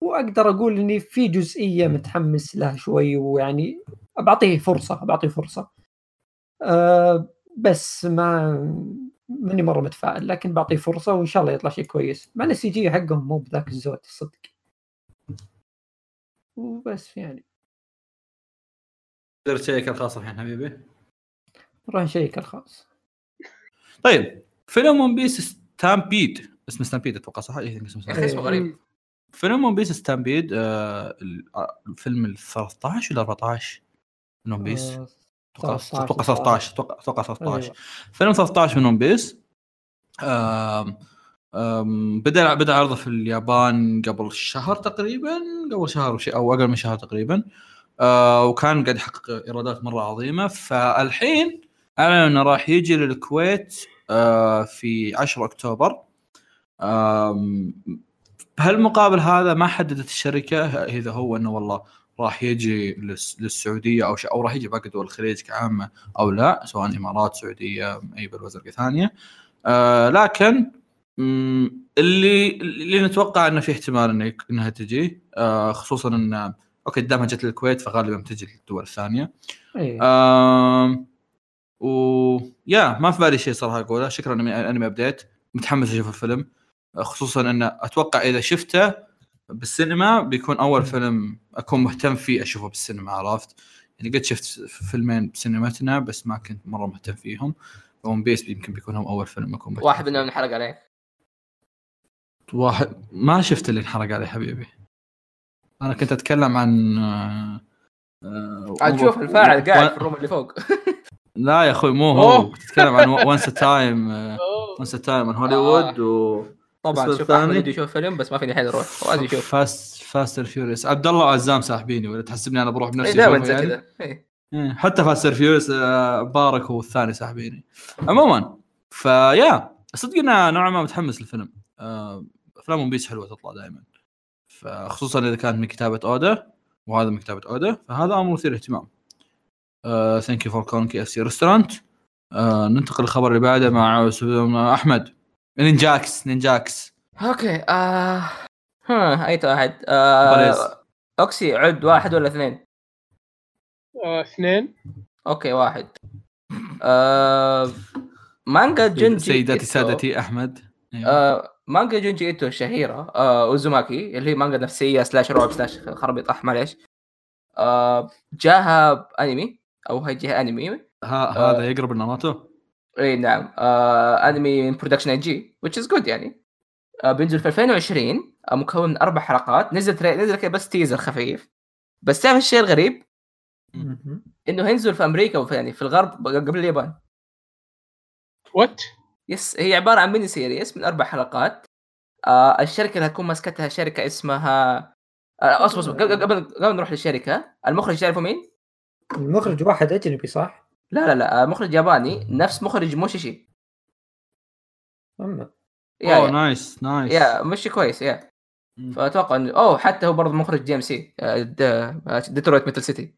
Speaker 2: واقدر اقول اني في جزئيه متحمس لها شوي ويعني بعطيه فرصه بعطيه فرصه أه بس ما ماني مره متفائل لكن بعطيه فرصه وان شاء الله يطلع شيء كويس مع ان السي جي حقهم مو بذاك الزود الصدق وبس يعني
Speaker 4: تقدر تشيك الخاص الحين حبيبي
Speaker 2: نروح نشيك الخاص
Speaker 4: طيب فيلم ون بيس ستامبيد اسمه ستامبيد اتوقع صح؟ إيه، اسمه
Speaker 1: يا اخي
Speaker 4: ستامبيد.
Speaker 1: اسمه غريب
Speaker 4: فيلم ون بيس ستامبيد آه، ال- آه، الفيلم ال 13 ولا 14 من ون بيس؟
Speaker 2: آه،
Speaker 4: اتوقع
Speaker 2: 13
Speaker 4: اتوقع 13 اتوقع اتوقع 13
Speaker 2: أيوة.
Speaker 4: فيلم 13 من ون بيس آم، آم، بدا بدا عرضه في اليابان قبل شهر تقريبا قبل شهر وشي- او اقل من شهر تقريبا آه، وكان قاعد يحقق ايرادات مره عظيمه فالحين اعلن انه راح يجي للكويت آه، في 10 اكتوبر آم، بهالمقابل هذا ما حددت الشركه اذا هو انه والله راح يجي للس- للسعوديه او شيء او راح يجي باقي دول الخليج كعامه او لا سواء امارات سعوديه اي بلد وزرقاء ثانيه آه لكن مم، اللي اللي نتوقع انه في احتمال انه يك- انها تجي آه خصوصا ان اوكي دامها جت للكويت فغالبا بتجي للدول الثانيه آه.
Speaker 2: إيه.
Speaker 4: آم و يا ما في بالي شيء صراحه اقوله شكرا انمي انمي ابديت متحمس اشوف الفيلم آه، خصوصا انه اتوقع اذا شفته بالسينما بيكون اول فيلم اكون مهتم فيه اشوفه بالسينما عرفت يعني قد شفت فيلمين بسينماتنا بس ما كنت مره مهتم فيهم ون بيس يمكن بيكون هم اول فيلم اكون مهتم
Speaker 1: واحد
Speaker 4: فيه.
Speaker 1: منهم انحرق عليه
Speaker 4: واحد ما شفت اللي انحرق عليه حبيبي انا كنت اتكلم عن آه، آه،
Speaker 1: عاد شوف الفاعل قاعد في الروم اللي فوق
Speaker 4: لا يا اخوي مو هو
Speaker 3: أوه.
Speaker 4: تتكلم عن
Speaker 1: [LAUGHS]
Speaker 4: وانس تايم
Speaker 3: أوه.
Speaker 4: وانس تايم من
Speaker 1: آه.
Speaker 4: هوليوود و
Speaker 1: طبعا
Speaker 4: الاسم
Speaker 1: شوف
Speaker 4: الثاني؟
Speaker 1: احمد يجي يشوف فيلم بس ما فيني احد يروح وازي يشوف
Speaker 4: فاست فاست اند فيوريوس عبد الله وعزام ساحبيني ولا تحسبني انا بروح بنفسي
Speaker 1: دائما
Speaker 4: أشوفه
Speaker 1: انت
Speaker 4: يعني؟
Speaker 1: كذا إيه.
Speaker 4: إيه، حتى فاست اند فيوريوس آه، مبارك والثاني ساحبيني عموما فيا صدق انا نوعا ما متحمس للفيلم آه، افلام ون بيس حلوه تطلع دائما فخصوصا اذا كانت من كتابه اودا وهذا من كتابه اودا فهذا امر مثير آه، اهتمام ثانك يو فور كون كي اف سي ريستورانت آه، ننتقل للخبر اللي بعده مع مع احمد نينجاكس نينجاكس
Speaker 1: اوكي آه. ها اي واحد آه. اوكسي عد واحد ولا اثنين
Speaker 3: آه، اثنين
Speaker 1: اوكي واحد آه. مانجا جنجي
Speaker 4: سيداتي
Speaker 1: إيتو.
Speaker 4: سادتي احمد أيوة.
Speaker 1: آه، مانجا جونجي ايتو الشهيره آه، اوزوماكي اللي هي مانجا نفسيه سلاش رعب سلاش خرابيط اح معليش آه، جاها انمي او هي جهه انمي
Speaker 4: ها- هذا يقرب لناروتو
Speaker 1: اي نعم آه، انمي من برودكشن اي جي which is good يعني آه، بينزل في 2020 آه، مكون من اربع حلقات نزل تري... نزل كده بس تيزر خفيف بس تعرف الشيء الغريب
Speaker 2: مهم.
Speaker 1: انه هينزل في امريكا وفي يعني في الغرب قبل اليابان
Speaker 3: وات
Speaker 1: يس هي عباره عن ميني سيريس من اربع حلقات آه الشركه اللي هتكون ماسكتها شركه اسمها آه، اصبر اصبر قبل قبل قبل نروح للشركه المخرج تعرفه مين؟
Speaker 2: المخرج واحد اجنبي صح؟
Speaker 1: لا لا لا آه، مخرج ياباني نفس مخرج موشيشي
Speaker 2: اما
Speaker 1: يا
Speaker 4: اوه
Speaker 1: يا,
Speaker 4: نايس نايس
Speaker 1: يا مش كويس يا
Speaker 4: مم.
Speaker 1: فاتوقع انه اوه حتى هو برضه مخرج جي ام سي آه، ديترويت ميتل سيتي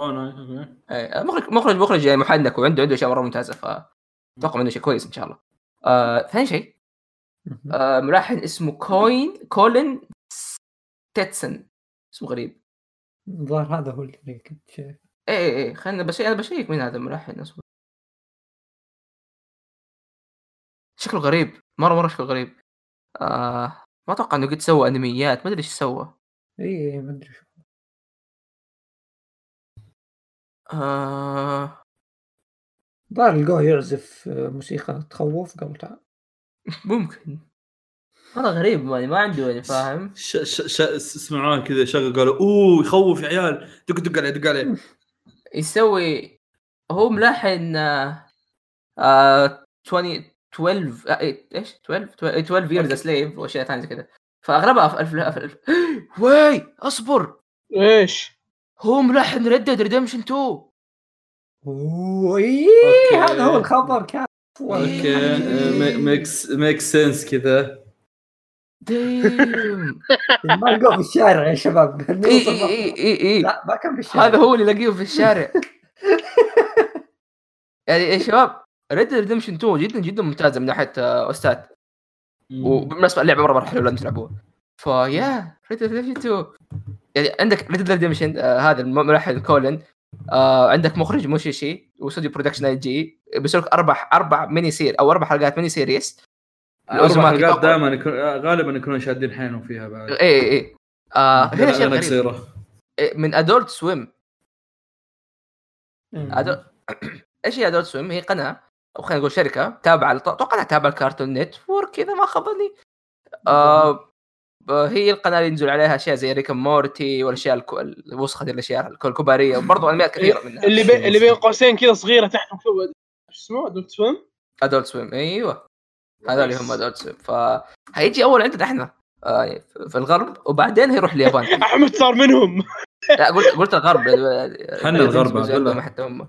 Speaker 4: اوه نايس اوكي
Speaker 1: إيه، مخرج مخرج مخرج يعني محنك وعنده عنده اشياء مره ممتازه فاتوقع انه شيء كويس ان شاء الله. آه ثاني شيء
Speaker 2: مهم.
Speaker 1: آه، ملحن اسمه كوين كولين تيتسن اسمه غريب
Speaker 2: الظاهر هذا هو اللي كنت شايف
Speaker 1: اي اي اي إيه، خلينا بس انا بشيك مين هذا الملحن اسمه شكله غريب مره مره شكله غريب آه ما اتوقع انه قد سوى انميات ما ادري ايش سوى
Speaker 2: اي اي إيه، ما ادري شو
Speaker 1: آه
Speaker 2: الظاهر لقوه يعزف آه، موسيقى تخوف قبل تعال
Speaker 1: ممكن والله غريب يعني ما عنده يعني فاهم
Speaker 4: ش ش ش اسمعوه كذا شغل قالوا اوه يخوف يا عيال دق دق عليه دق عليه
Speaker 1: يسوي هو ملحن آه، آه 20 12 آه، إيه، ايش 12 12 ييرز سليف واشياء ثانيه زي كذا فاغلبها في الف, في الف... [GASPS] واي اصبر
Speaker 3: ايش؟
Speaker 1: هو ملحن ريد ديد ريدمشن 2
Speaker 2: اوه اي
Speaker 4: أوكي.
Speaker 2: إيه، هذا هو الخبر كان
Speaker 4: اوكي آه، مي- ميكس ميك سنس كذا
Speaker 1: [LAUGHS] دايم
Speaker 2: [LAUGHS] ما لقوه في الشارع يا شباب
Speaker 1: اي اي اي اي اي
Speaker 2: لا ما كان في الشارع
Speaker 1: إيه، هذا هو اللي لاقيه في [LAUGHS] الشارع يعني يا شباب ريد ديد ريدمشن 2 جدا جدا ممتازه من ناحيه آه، استاذ وبالمناسبه اللعبه مره مره حلوه لازم تلعبوها آه، فيا ريد ديد ريدمشن 2 يعني عندك ريد ديد ريدمشن هذا الملحن كولن آه عندك مخرج موشيشي واستوديو برودكشن اي جي بيصير لك اربع اربع ميني سير او اربع حلقات ميني سيريس
Speaker 4: اربع
Speaker 1: الأوزوماكي
Speaker 4: حلقات
Speaker 1: طبعاً.
Speaker 4: دائما يكون غالبا يكونون شادين حيلهم فيها بعد
Speaker 1: اي اي اي إيه، آه هنا شيء
Speaker 4: لأنها
Speaker 1: غريب
Speaker 4: قصيره
Speaker 1: إيه، من ادولت سويم
Speaker 2: مم. إيه.
Speaker 1: أدو... [CLEARS THROAT] ايش هي ادولت سويم؟ هي قناه او خلينا نقول شركه تابعه لط- اتوقع انها تابعه الكارتون نتورك اذا ما خبرني آه... ب- هي القناه اللي ينزل عليها اشياء زي ريكم مورتي والاشياء الكو... الوسخه دي الاشياء الكو- الكباريه وبرضه انميات كثيره منها
Speaker 3: اللي بي... اللي بين قوسين كذا صغيره تحت مكتوبه شو اسمه دكتور سويم
Speaker 1: ادولت سويم ايوه هذول اللي هم ادولت سويم فهيجي اول عندنا احنا آه، في الغرب وبعدين هيروح اليابان
Speaker 3: [LAUGHS] احمد صار منهم
Speaker 1: لا قلت قلت [LAUGHS] الغرب
Speaker 4: حنا الغرب، عبد الله.
Speaker 1: عندهم حتى هم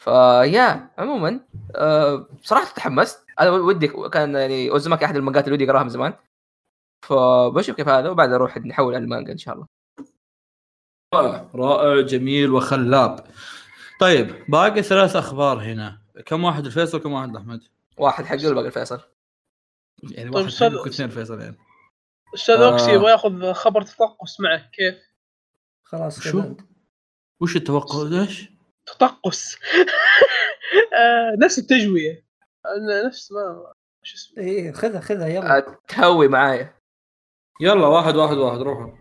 Speaker 1: فيا عموما آه، بصراحه تحمست انا ودي كان يعني اوزماكي احد المانجات اللي ودي اقراها من زمان فبشوف كيف هذا وبعدين اروح نحول على المانجا ان شاء الله
Speaker 4: رائع رائع جميل وخلاب طيب باقي ثلاث اخبار هنا كم واحد الفيصل وكم واحد احمد؟
Speaker 1: واحد حقي والباقي الفيصل
Speaker 4: يعني
Speaker 3: طيب
Speaker 4: واحد
Speaker 3: أستاذ-
Speaker 4: حقك واثنين فيصل يعني
Speaker 3: استاذ
Speaker 4: آه.
Speaker 3: اوكسي يبغى ياخذ خبر تطقس معك كيف
Speaker 2: خلاص
Speaker 4: شو؟
Speaker 2: كذا.
Speaker 4: وش التوقع ايش؟
Speaker 3: تطقس [LAUGHS] آه، نفس التجويه آه، نفس ما شو اسمه
Speaker 2: ايه خذها خذها يلا
Speaker 1: آه، تهوي معايا
Speaker 4: يلا واحد واحد واحد روحوا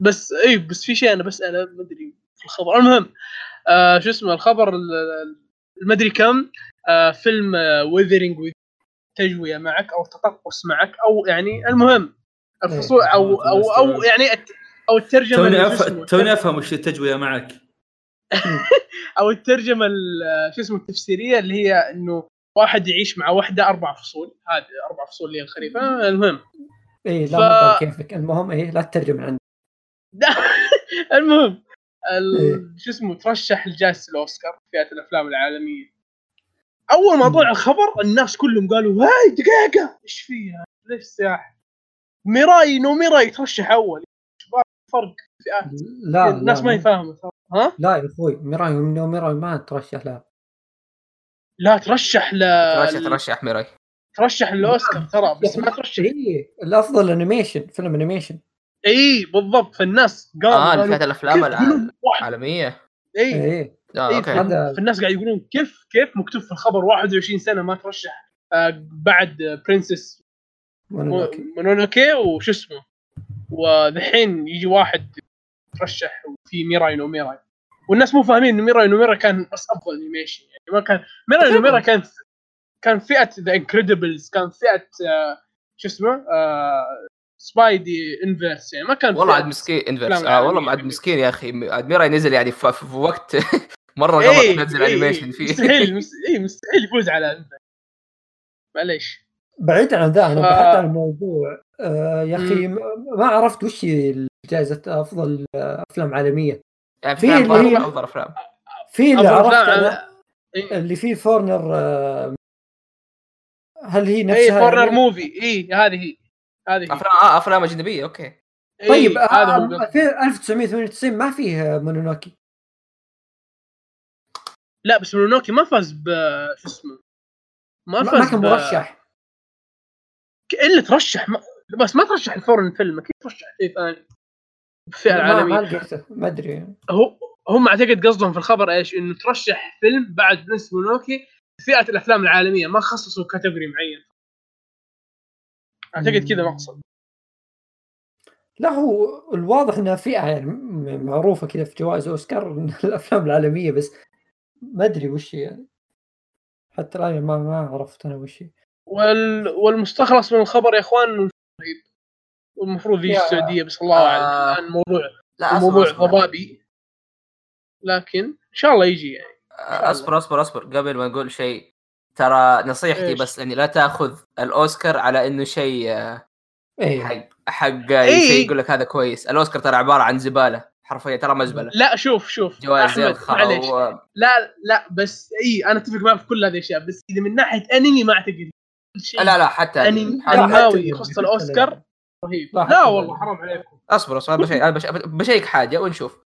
Speaker 3: بس اي بس في شيء انا بساله ما ادري في الخبر المهم آه شو اسمه الخبر ما ادري كم آه فيلم وذرنج تجويه معك او تطقس معك او يعني المهم الفصول
Speaker 4: إيه،
Speaker 3: او او او يعني الت- او الترجمه
Speaker 4: توني
Speaker 3: اللي شو
Speaker 4: أف...
Speaker 3: اسمه-
Speaker 4: توني افهم وش التجويه معك
Speaker 3: او الترجمه ال- شو اسمه التفسيريه اللي هي انه واحد يعيش مع واحده اربع فصول هذه اربع فصول اللي هي الخريف آه، المهم
Speaker 2: ايه لا
Speaker 3: ف-
Speaker 2: مو كيفك المهم ايه لا تترجم عندك
Speaker 3: [LAUGHS] المهم ال-
Speaker 2: إيه.
Speaker 3: شو اسمه ترشح لجائزه الاوسكار في فئه الافلام العالميه اول ما طلع الخبر الناس كلهم قالوا هاي دقيقه ايش فيها ليش ساح ميراي نو ميراي ترشح اول شباب فرق فئات
Speaker 2: لا
Speaker 3: الناس
Speaker 2: لا،
Speaker 3: إيه، ما يفهموا ها
Speaker 2: لا يا اخوي ميراي نو ميراي ما ترشح لها
Speaker 3: لا ترشح ل...
Speaker 1: ترشح ترشح ميراي
Speaker 3: ترشح للاوسكار ترى بس ما ترشح
Speaker 2: ايه الافضل انيميشن فيلم انيميشن
Speaker 3: اي بالضبط فالناس قالوا
Speaker 1: اه
Speaker 3: قالوا
Speaker 1: اللي فئه الافلام
Speaker 3: [LAUGHS] كيف قلوب واحد؟
Speaker 1: العالميه
Speaker 3: اي
Speaker 2: ايه
Speaker 1: اه
Speaker 3: إيه،
Speaker 1: اوكي
Speaker 2: هذا
Speaker 3: فالناس قاعد يقولون كيف كيف مكتوب في الخبر 21 سنه ما ترشح آه بعد برنسس
Speaker 2: مونوجاتري.
Speaker 3: مونونوكي وشو اسمه ودحين يجي واحد ترشح في ميراي نو ميراي والناس مو فاهمين انه ميراي نو ميراي كان بس افضل انيميشن يعني ما كان ميراي نو ميراي كان كان فئه ذا انكريدبلز كان فئه آه، شو اسمه آه، سبايدي انفيرس يعني ما كان
Speaker 1: والله
Speaker 3: فئة-
Speaker 1: عاد مسكين انفرس
Speaker 3: أفلام
Speaker 1: آه والله
Speaker 3: العالمية.
Speaker 1: عاد مسكين يا اخي عاد ميراي نزل يعني في, في وقت [LAUGHS] مره قبل
Speaker 3: إيه،
Speaker 1: تنزل
Speaker 3: إيه،
Speaker 1: انيميشن
Speaker 3: إيه، [LAUGHS]
Speaker 1: فيه [LAUGHS]
Speaker 3: مستحيل مس- اي مستحيل يفوز على Inverse. معليش
Speaker 2: بعيد عن ذا انا
Speaker 3: ف-
Speaker 2: بحثت عن الموضوع آه يا اخي م- ما عرفت وش هي جائزه افضل آه، افلام عالميه
Speaker 1: يعني
Speaker 2: في
Speaker 1: في
Speaker 3: إيه،
Speaker 2: اللي هي-
Speaker 1: افضل افلام
Speaker 2: في اللي
Speaker 3: أفضل
Speaker 2: إيه، عرفت
Speaker 3: أفلام
Speaker 2: أنا اللي فيه فورنر آه، هل هي نفسها
Speaker 3: اي فورنر
Speaker 2: يعني؟
Speaker 3: موفي اي إيه، هذه هي هذه هي
Speaker 1: افلام اه افلام اجنبيه اوكي
Speaker 3: إيه،
Speaker 2: طيب
Speaker 3: هذا هو
Speaker 2: آه، في 1998 ما فيه آه، مونونوكي
Speaker 3: لا بس مونوكي ما فاز ب شو اسمه ما
Speaker 2: ما ما
Speaker 3: فاز
Speaker 2: كان
Speaker 3: ب...
Speaker 2: مرشح
Speaker 3: الا ترشح ما... بس ما ترشح الفورن فيلم اكيد ترشح شيء ثاني بالفئه
Speaker 2: ما ما
Speaker 3: العالميه
Speaker 2: لقيته ما ادري
Speaker 3: هو هم اعتقد قصدهم في الخبر ايش انه ترشح فيلم بعد برنس مونوكي فئه الافلام العالميه ما خصصوا كاتيجوري معين اعتقد كذا مقصد
Speaker 2: لا هو الواضح انها فئه يعني م- معروفه كذا في جوائز اوسكار [LAUGHS] من الافلام العالميه بس ما ادري وش هي يعني حتى الان ما ما عرفت انا وش هي
Speaker 3: وال... والمستخلص من الخبر يا اخوان إنه رهيب والمفروض يجي
Speaker 2: يا-
Speaker 3: السعوديه بس الله
Speaker 1: آه.
Speaker 3: اعلم الان موضوع
Speaker 1: لا
Speaker 3: موضوع
Speaker 1: أصبر، أصبر.
Speaker 3: ضبابي لكن ان شاء الله يجي يعني الله.
Speaker 1: اصبر اصبر اصبر قبل ما نقول شيء ترى نصيحتي
Speaker 3: إيش؟
Speaker 1: بس اني لا تاخذ الاوسكار على انه شيء آه،
Speaker 2: ايه
Speaker 1: حق حق آه،
Speaker 3: إيه.
Speaker 1: شيء يقول لك هذا كويس الاوسكار ترى عباره عن زباله حرفيا ترى مزبله
Speaker 3: لا شوف شوف
Speaker 1: جوائز زي
Speaker 3: احمد معليش
Speaker 1: الخرا و-
Speaker 3: لا لا بس اي انا اتفق معك في كل هذه الاشياء بس اذا من ناحيه انمي ما اعتقد كل شيء
Speaker 1: لا لا حتى
Speaker 3: أنمي-
Speaker 1: حتى-
Speaker 3: أنمي. الماوي
Speaker 2: حتى-
Speaker 3: يخص الأوسكار. رهيب
Speaker 2: لا،
Speaker 3: لا
Speaker 2: حتى-
Speaker 3: والله حرام عليكم
Speaker 1: اصبر اصبر أنا بشيك- أنا بش- بشيك حاجه ونشوف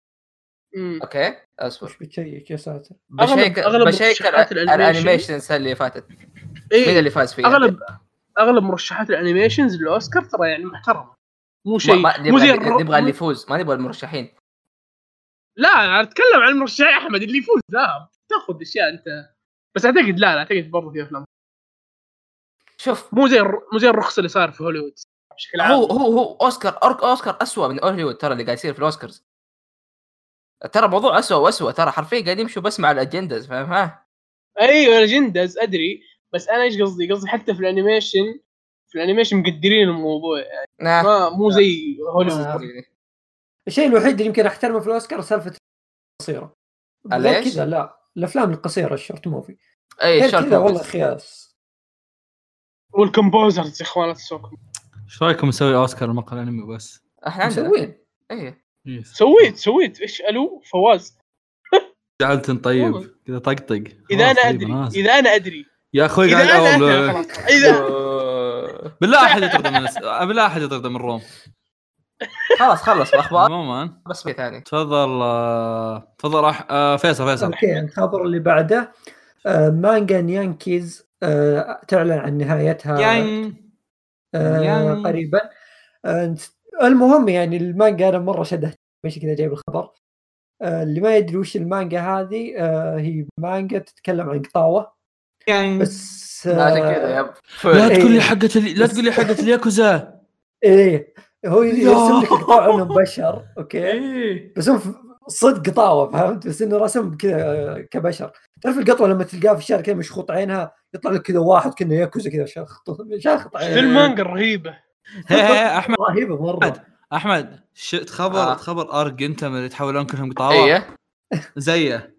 Speaker 3: مم.
Speaker 1: اوكي اصبر
Speaker 2: وش بتشيك يا ساتر
Speaker 3: أغلب-
Speaker 1: بشيك
Speaker 3: أغلب
Speaker 1: بشيك
Speaker 3: مرشحات
Speaker 1: ال-
Speaker 3: الأنيميشن.
Speaker 1: الانيميشن السنه اللي فاتت مين
Speaker 3: اي
Speaker 1: اللي فاز فيها؟
Speaker 3: اغلب اغلب مرشحات الانيميشنز للاوسكار ترى يعني محترمه مو شيء
Speaker 1: ما- ما-
Speaker 3: مو زي
Speaker 1: نبغى
Speaker 3: الر-
Speaker 1: نبغى اللي يفوز ما نبغى المرشحين
Speaker 3: لا انا اتكلم عن مرشحي احمد اللي يفوز ذهب تاخذ اشياء انت بس اعتقد لا لا اعتقد برضه في افلام
Speaker 1: شوف
Speaker 3: مو زي الر- مو زي الرخص اللي صار في هوليوود بشكل عام
Speaker 1: هو هو هو اوسكار أرك اوسكار اسوء من هوليوود ترى اللي قاعد يصير في الاوسكارز ترى الموضوع اسوء واسوء ترى حرفيا قاعد يمشوا بس مع الاجندز فاهم ها
Speaker 3: ايوه الاجندز ادري بس انا ايش قصدي؟ قصدي حتى في الانيميشن في الانيميشن مقدرين الموضوع يعني
Speaker 1: نعم.
Speaker 3: ما مو زي هوليوود
Speaker 1: يعني
Speaker 2: آه. الشيء الوحيد اللي يمكن احترمه في الاوسكار سالفه القصيره غير
Speaker 1: ليش؟
Speaker 2: كذا لا الافلام القصيره الشورت موفي
Speaker 1: اي
Speaker 2: غير
Speaker 1: إيه، شرط
Speaker 2: كذا والله خياس
Speaker 3: والكمبوزرز يا اخوان السوق
Speaker 4: ايش رايكم نسوي اوسكار مقهى انمي بس؟
Speaker 1: احنا عندنا إيه.
Speaker 2: مسوين
Speaker 1: اي
Speaker 3: سويت سويت ايش الو فواز
Speaker 4: جعلتن طيب
Speaker 3: والله.
Speaker 4: كذا طقطق
Speaker 3: اذا
Speaker 4: خلاص
Speaker 3: انا
Speaker 4: طيب،
Speaker 3: ادري
Speaker 4: أنا آسف.
Speaker 3: اذا انا ادري
Speaker 4: يا اخوي
Speaker 3: اذا
Speaker 4: قاعد
Speaker 3: انا
Speaker 4: اقوم
Speaker 3: ادري
Speaker 4: له-
Speaker 3: خلاص اذا
Speaker 4: بالله احد يطرده من الس- بالله احد يطرده من روم
Speaker 1: خلاص خلص اخبار
Speaker 4: عموما
Speaker 1: بس شيء ثاني
Speaker 4: تفضل آه، تفضل راح آه، فيصل فيصل
Speaker 2: اوكي الخبر اللي بعده آه مانجا يانكيز آه تعلن عن نهايتها
Speaker 4: يعني
Speaker 2: آه،
Speaker 4: يعني.
Speaker 2: قريبا آه، نت- المهم يعني المانجا انا مره شدت مش كذا جايب الخبر آه، اللي ما يدري وش المانجا هذه آه، هي مانجا تتكلم عن قطاوه بس آه،
Speaker 1: عشان كذا يا
Speaker 4: لا
Speaker 1: ب-
Speaker 4: تقول لي حقت الي- لا
Speaker 2: بس-
Speaker 4: تقول لي حقت الياكوزا
Speaker 2: ايه هو يرسم لك
Speaker 4: يوه.
Speaker 2: قطاوه انهم بشر
Speaker 3: إيه.
Speaker 2: اوكي
Speaker 4: ايه
Speaker 2: بس هم صدق قطاوه فهمت بس انه رسم كذا آه، كبشر تعرف القطوه لما تلقاها في الشارع كذا مشخوط عينها يطلع لك كذا واحد كانه ياكوزا كذا شاخط شاخط
Speaker 3: في
Speaker 2: عينها
Speaker 3: المانجا الرهيبه
Speaker 4: احمد
Speaker 2: رهيبه مره
Speaker 4: احمد شفت خبر
Speaker 1: آه.
Speaker 4: خبر ارك جنتم اللي يتحولون كلهم قطاوه
Speaker 1: ايه
Speaker 4: زيه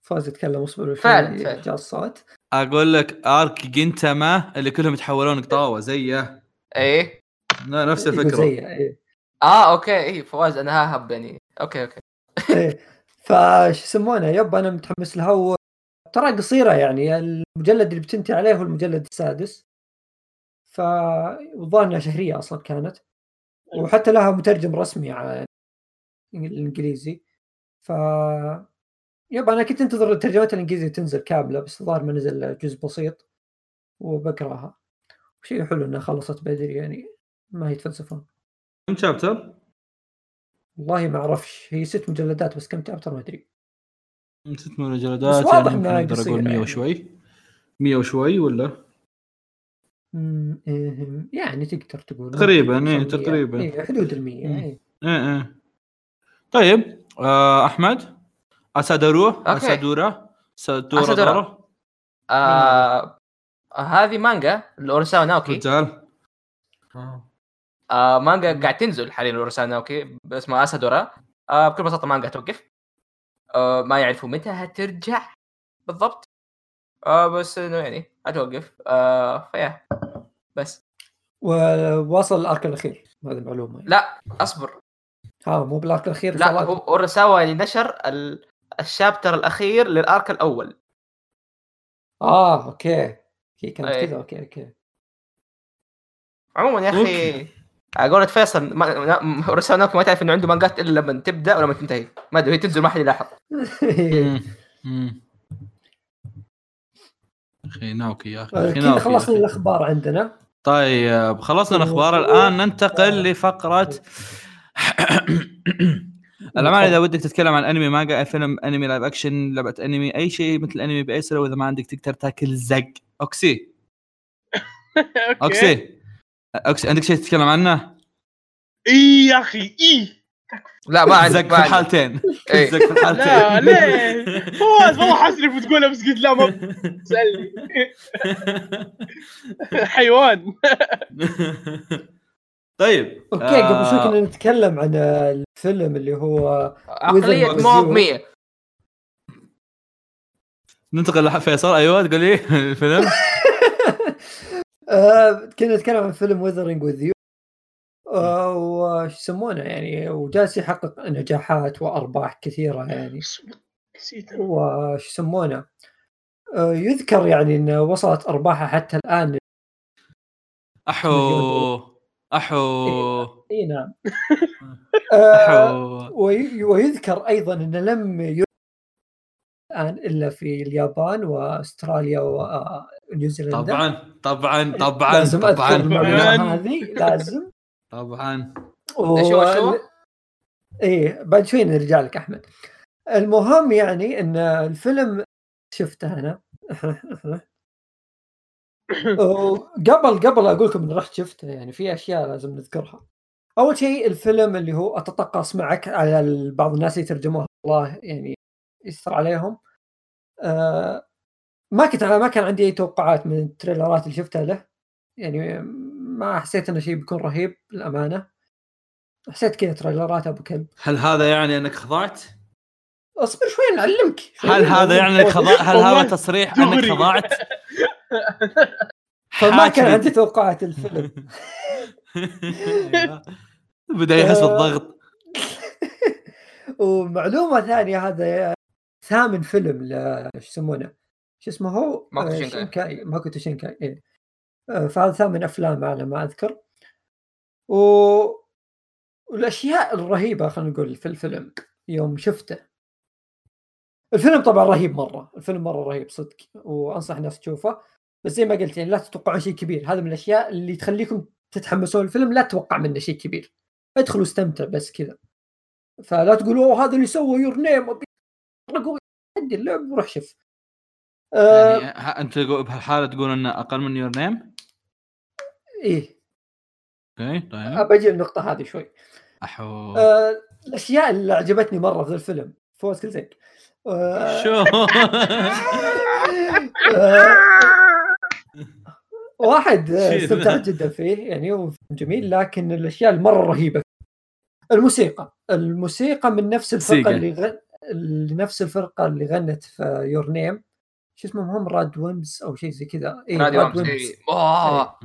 Speaker 2: فاز يتكلم اصبر
Speaker 1: فعلا، فعلا.
Speaker 2: جاء الصوت
Speaker 4: اقول لك ارك جنتما اللي كلهم يتحولون قطاوه زيه
Speaker 1: ايه
Speaker 4: لا نفس الفكره
Speaker 2: زي إيه.
Speaker 1: اه اوكي اي فواز انا ها هب يعني اوكي اوكي
Speaker 2: إيه. فش يسمونه يب انا متحمس لها و... ترى قصيره يعني المجلد اللي بتنتهي عليه هو المجلد السادس ف والظاهر انها شهريه اصلا كانت وحتى لها مترجم رسمي على الانجليزي ف يب انا كنت انتظر الترجمات الانجليزيه تنزل كامله بس الظاهر ما نزل جزء بسيط وبقراها شيء حلو انها خلصت بدري يعني ما يتفلسفون
Speaker 4: كم شابتر؟
Speaker 2: والله ما اعرفش هي ست مجلدات بس كم شابتر ما ادري
Speaker 4: ست مجلدات
Speaker 2: بس واضح
Speaker 4: يعني ممكن
Speaker 2: إنها
Speaker 4: اقدر
Speaker 2: قصيرة
Speaker 4: اقول 100
Speaker 2: يعني.
Speaker 4: وشوي 100 وشوي ولا؟
Speaker 2: أمم، إيه، يعني تقدر تقول
Speaker 4: تقريباً، إيه،
Speaker 2: 500.
Speaker 4: تقريباً.
Speaker 2: إيه، حدود المية
Speaker 4: أمم.
Speaker 2: إيه.
Speaker 4: ايه ايه طيب آه احمد اسادورو اسادورا سادورا
Speaker 1: أسادورا.
Speaker 4: دورا
Speaker 1: آه هذه مانجا لاورساوا ناوكي
Speaker 4: رجال
Speaker 1: آه مانجا قاعد تنزل حاليا لاورساوا ناوكي اسمها اسادورا آه بكل بساطه مانجا توقف آه ما يعرفوا متى هترجع بالضبط آه بس انه يعني هتوقف آه فيا بس
Speaker 2: وواصل الارك الاخير هذه معلومه يعني.
Speaker 1: لا. اصبر
Speaker 2: ها مو بالارك الاخير
Speaker 1: لا
Speaker 2: خلاص.
Speaker 1: هو اورساوا يعني نشر ال... الشابتر الاخير للارك الاول
Speaker 2: اه اوكي هي كانت
Speaker 1: إيه.
Speaker 2: كذا اوكي اوكي
Speaker 1: عموما يا اخي
Speaker 4: أوكي.
Speaker 1: على قولة فيصل ما... ما... اورساوا ناوكي ما تعرف انه عنده مانجات الا لما تبدا ولما تنتهي ما ادري هي تنزل ما حد يلاحظ
Speaker 2: [LAUGHS]
Speaker 4: اخي ناوكي يا اخي
Speaker 2: آه،
Speaker 4: أخي
Speaker 2: كذا
Speaker 4: ناوكي يا
Speaker 2: خلصنا
Speaker 4: أخي.
Speaker 2: الاخبار عندنا
Speaker 4: طيب خلصنا الاخبار الان ننتقل
Speaker 3: آه.
Speaker 4: [COUGHS] لفقره الأمانة إذا ودك تتكلم عن أنمي مانجا أي فيلم أنمي لايف أكشن لعبة أنمي أي شيء مثل أنمي بأي سنة وإذا ما عندك تقدر تاكل زق أوكسي
Speaker 3: اوكي
Speaker 4: أوكسي أوكسي عندك شيء تتكلم عنه؟
Speaker 3: اي يا اخي اي
Speaker 1: لا
Speaker 4: [LAUGHS]
Speaker 1: ما عندي
Speaker 4: زق
Speaker 1: ما
Speaker 4: في
Speaker 1: عندي.
Speaker 4: الحالتين
Speaker 1: إيه.
Speaker 4: [LAUGHS] زق في الحالتين
Speaker 3: لا ليه فواز والله حاسرف وتقولها بس قلت لا ما تسالني [LAUGHS] حيوان
Speaker 4: [LAUGHS] طيب
Speaker 2: اوكي قبل شوي كنا نتكلم عن الفيلم اللي هو [LAUGHS]
Speaker 1: عقلية
Speaker 2: Wizard of
Speaker 1: موب
Speaker 2: Zero.
Speaker 1: 100
Speaker 4: ننتقل لفيصل أيوه تقول لي [LAUGHS] الفيلم
Speaker 2: آه كنا نتكلم عن فيلم وذرنج وذ يو آه، وش يسمونه يعني وجالس يحقق نجاحات وارباح كثيره يعني
Speaker 3: نسيت
Speaker 2: وش يسمونه آه، يذكر يعني انه وصلت ارباحها حتى الان
Speaker 3: [LAUGHS]
Speaker 4: أحو
Speaker 3: إيه.
Speaker 4: أحو
Speaker 2: اي نعم آه،
Speaker 4: أحو
Speaker 2: وي- ويذكر ايضا انه لم ير- الان الا في اليابان واستراليا ونيوزيلندا
Speaker 4: طبعا طبعا طبعا
Speaker 2: لازم اذكر
Speaker 4: طبعا
Speaker 2: المعلومه
Speaker 3: طبعاً.
Speaker 2: هذه لازم
Speaker 4: طبعا
Speaker 2: و-
Speaker 1: شو- شو؟
Speaker 2: ايه بعد شوي نرجع لك احمد المهم يعني ان الفيلم شفته انا وقبل قبل اقول لكم اني رحت شفته يعني في اشياء لازم نذكرها اول شيء الفيلم اللي هو اتطقس معك على ال- بعض الناس اللي ترجموها الله يعني يستر عليهم آه ما كنت انا ما كان عندي اي توقعات من التريلرات اللي شفتها له يعني ما حسيت انه شيء بيكون رهيب للامانه حسيت كذا تريلرات ابو كلب
Speaker 4: هل هذا يعني انك خضعت؟
Speaker 2: اصبر شوي نعلمك
Speaker 4: هل
Speaker 2: إيه،
Speaker 4: هذا يعني انك خضعت؟ هل
Speaker 3: والله
Speaker 4: هذا تصريح انك
Speaker 3: دغري.
Speaker 4: خضعت؟
Speaker 2: [LAUGHS] فما كان
Speaker 4: حاكي. [LAUGHS]
Speaker 2: عندي توقعات الفيلم
Speaker 4: بدا يحس بالضغط
Speaker 2: ومعلومه ثانيه هذا ثامن فيلم ل شو يسمونه شو اسمه هو
Speaker 1: ماكو
Speaker 2: آه،
Speaker 1: شينكاي.
Speaker 2: ماكو شينكاي إيه. آه، فهذا ثامن افلام على ما اذكر و... والاشياء الرهيبه خلينا نقول في الفيلم يوم شفته الفيلم طبعا رهيب مره الفيلم مره رهيب صدق وانصح الناس تشوفه بس زي ما قلت يعني لا تتوقعون شيء كبير هذا من الاشياء اللي تخليكم تتحمسون الفيلم لا تتوقع منه شيء كبير ادخل واستمتع بس كذا فلا تقول اوه هذا اللي سوى يور نيم عندي اللعب وروح شوف آه،
Speaker 4: يعني ها- انت تقول- بهالحاله تقول انه اقل من يور نيم؟
Speaker 2: ايه
Speaker 4: اوكي طيب
Speaker 2: بجي النقطة هذه شوي
Speaker 4: احو
Speaker 2: آه، الاشياء اللي عجبتني مرة في الفيلم فوز كل زين آه،
Speaker 4: شو [LAUGHS]
Speaker 2: آه، واحد آه،
Speaker 4: شيل.
Speaker 2: استمتعت جدا فيه يعني هو فيلم جميل لكن الاشياء المره الرهيبه فيه. الموسيقى الموسيقى من نفس الفرقه
Speaker 4: موسيقى.
Speaker 2: اللي غن... اللي نفس الفرقه اللي غنت في يور نيم شو اسمهم هم راد ويمز او شيء زي كذا اي
Speaker 1: راديو أمس، إيه. آه.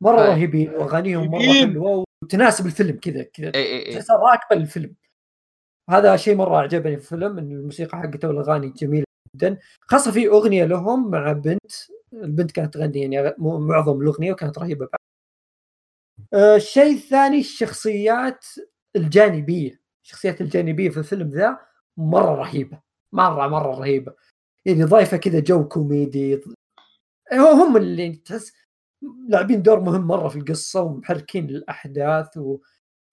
Speaker 2: مره
Speaker 1: أي.
Speaker 2: رهيبين واغانيهم مره
Speaker 3: رهيبين.
Speaker 2: حلوه وتناسب الفيلم كذا كذا
Speaker 1: اي اي اي
Speaker 2: تحسها راكبه الفيلم هذا شيء مره عجبني في الفيلم ان الموسيقى حقته والاغاني جميله جدا خاصه في اغنيه لهم مع بنت البنت كانت تغني يعني مو- معظم الاغنيه وكانت رهيبه بعد آه، الشيء الثاني الشخصيات الجانبيه الشخصيات الجانبيه في الفيلم ذا مره رهيبه مره مره رهيبه يعني ضايفه كذا جو كوميدي هو هم اللي تحس لاعبين دور مهم مره في القصه ومحركين الاحداث و...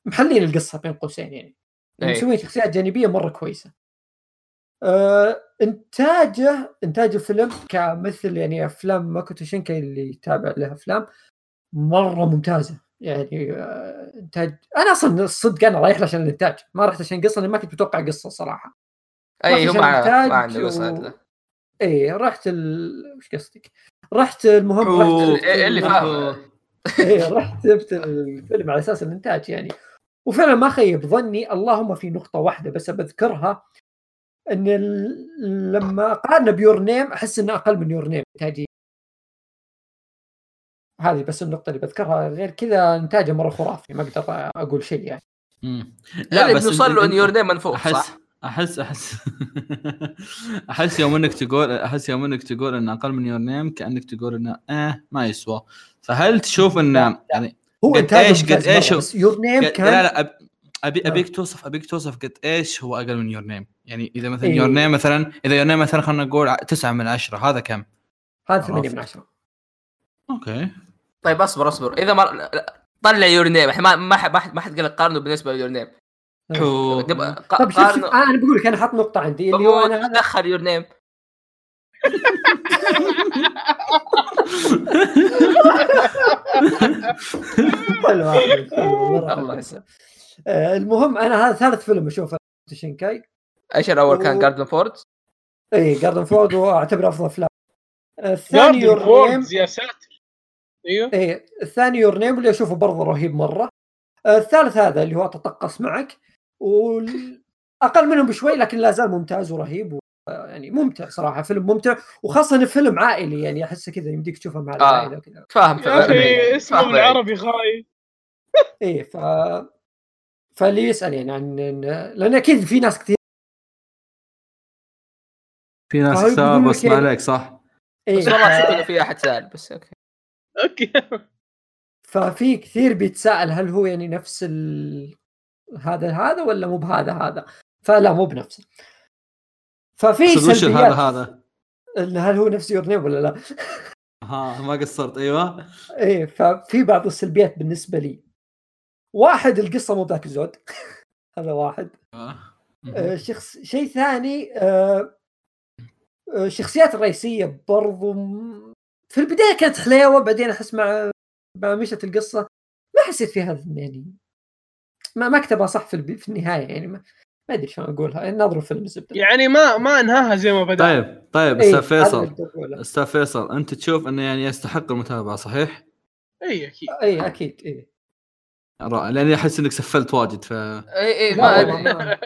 Speaker 2: محلين القصه بين قوسين يعني
Speaker 1: إيه.
Speaker 2: مسوين شخصيات جانبيه مره كويسه آه، انتاجه انتاج الفيلم كمثل يعني افلام ماكوتو شينكاي اللي تابع له افلام مره ممتازه يعني آه، انتاج انا اصلا الصدق انا رايح له عشان الانتاج ما رحت عشان قصه لأني ما كنت متوقع قصه صراحه
Speaker 1: اي هو
Speaker 2: عشان
Speaker 1: ما
Speaker 2: إنتاج
Speaker 1: ما عنده
Speaker 2: و-
Speaker 1: قصه هذا.
Speaker 2: اي إيه، رحت ال... وش قصدك؟ رحت المهم
Speaker 4: أوه.
Speaker 2: رحت
Speaker 1: إيه، اللي فاهم
Speaker 2: إيه، رحت شفت الفيلم على اساس الانتاج يعني وفعلا ما خيب ظني اللهم في نقطه واحده بس بذكرها ان ال- لما قارنا بيور نيم احس انه اقل من يور نيم انتاجي هذه بس النقطه اللي بذكرها غير كذا انتاجه مره خرافي ما اقدر اقول شيء يعني
Speaker 4: مم.
Speaker 1: لا بس
Speaker 4: أمم. بس
Speaker 1: نوصل
Speaker 4: أنت-
Speaker 1: له ان يور نيم منفوخ
Speaker 4: احس
Speaker 1: صح؟
Speaker 4: احس [LAUGHS] احس احس يوم انك تقول احس يوم انك تقول انه اقل من يور نيم كانك تقول انه اه ما يسوى فهل تشوف انه يعني
Speaker 2: هو
Speaker 4: قد
Speaker 2: انتاجه
Speaker 4: إيش- قد
Speaker 2: ممتاز مرة،
Speaker 4: إيش هو-
Speaker 2: بس يور نيم
Speaker 4: قد-
Speaker 2: كان
Speaker 4: لا لا أب- ابي
Speaker 2: آه.
Speaker 4: ابيك توصف ابيك توصف قد ايش هو اقل من يور نيم يعني اذا مثلا
Speaker 2: إيه.
Speaker 4: يور نيم مثلا اذا يور نيم مثلا خلينا نقول ع- تسعة من عشرة هذا كم؟
Speaker 2: هذا 8 من
Speaker 4: عرفت.
Speaker 2: 10 آه.
Speaker 4: اوكي
Speaker 1: طيب اصبر اصبر اذا ما لا، طلع يور نيم الحين ما ما حد ما حد- ما حد قال قارنه بالنسبه ليور نيم
Speaker 4: حو-
Speaker 2: طب شوف شوف آه انا بقول لك انا حاط نقطه عندي اللي هو
Speaker 4: [LAUGHS]
Speaker 2: انا هذا
Speaker 1: دخل يور نيم
Speaker 2: حلو أحمد، حلو، مرة
Speaker 1: الله
Speaker 2: حلو.
Speaker 1: يسلمك.
Speaker 2: آه، المهم انا هذا ثالث فيلم اشوفه شينكاي
Speaker 1: ايش الاول كان
Speaker 2: و-
Speaker 1: جاردن فورد
Speaker 2: اي جاردن فورد واعتبره افضل افلام آه، الثاني
Speaker 3: جاردن
Speaker 2: يور نيم
Speaker 3: فورد يا ساتر ايوه
Speaker 2: اي الثاني يور نيم اللي اشوفه برضه رهيب مره آه، الثالث هذا اللي هو تطقس معك واقل منهم بشوي لكن لا زال ممتاز ورهيب و... آه، يعني ممتع صراحه فيلم ممتع وخاصه انه فيلم عائلي يعني احسه كذا يمديك تشوفه مع
Speaker 1: آه.
Speaker 2: العائله وكذا
Speaker 1: فاهم
Speaker 3: يا اخي
Speaker 1: فاهم.
Speaker 3: اسمه
Speaker 1: فاهم.
Speaker 3: بالعربي خايف
Speaker 2: اي إيه، ف فاللي يسال يعني عن عن- لان اكيد في ناس كثير
Speaker 4: في ناس
Speaker 2: فهو
Speaker 4: كتاب
Speaker 2: بيقول لك
Speaker 4: بس ما
Speaker 2: يعني-
Speaker 4: عليك صح؟
Speaker 2: إيه،
Speaker 1: بس والله شفت انه في احد سال بس اوكي
Speaker 3: اوكي
Speaker 2: ففي كثير بيتساءل هل هو يعني نفس ال... هذا هذا ولا مو بهذا هذا فلا مو بنفسه ففي
Speaker 4: اقصد وش هذا
Speaker 2: سلبيات
Speaker 4: هذا؟
Speaker 2: إن هل هو نفس يور نيم ولا لا إيه،
Speaker 4: ها ما قصرت ايوه
Speaker 2: ايه ففي بعض السلبيات بالنسبه لي واحد القصه مو بذاك الزود [LAUGHS] هذا واحد
Speaker 4: آه.
Speaker 2: آه، شخص شيء ثاني آه، آه، الشخصيات الرئيسيه برضو م- في البدايه كانت حلاوه بعدين احس مع مع مشت القصه ما حسيت فيها يعني ما ما كتبها صح في, الب... في النهايه يعني ما, ما ادري شلون إيه، اقولها نظروا فيلم زبده
Speaker 3: يعني ما ما انهاها زي ما بدا
Speaker 4: طيب طيب
Speaker 2: إيه،
Speaker 4: استاذ
Speaker 2: هذا اللي
Speaker 4: فيصل
Speaker 2: بدي أقوله.
Speaker 4: استاذ فيصل انت تشوف انه يعني يستحق المتابعه صحيح؟ طيب.
Speaker 3: اي اكيد
Speaker 2: اي اكيد اي
Speaker 4: رائع لاني احس انك سفلت واجد ف
Speaker 1: اي اي
Speaker 2: لا
Speaker 1: ما
Speaker 2: والله
Speaker 1: ادري
Speaker 2: ما-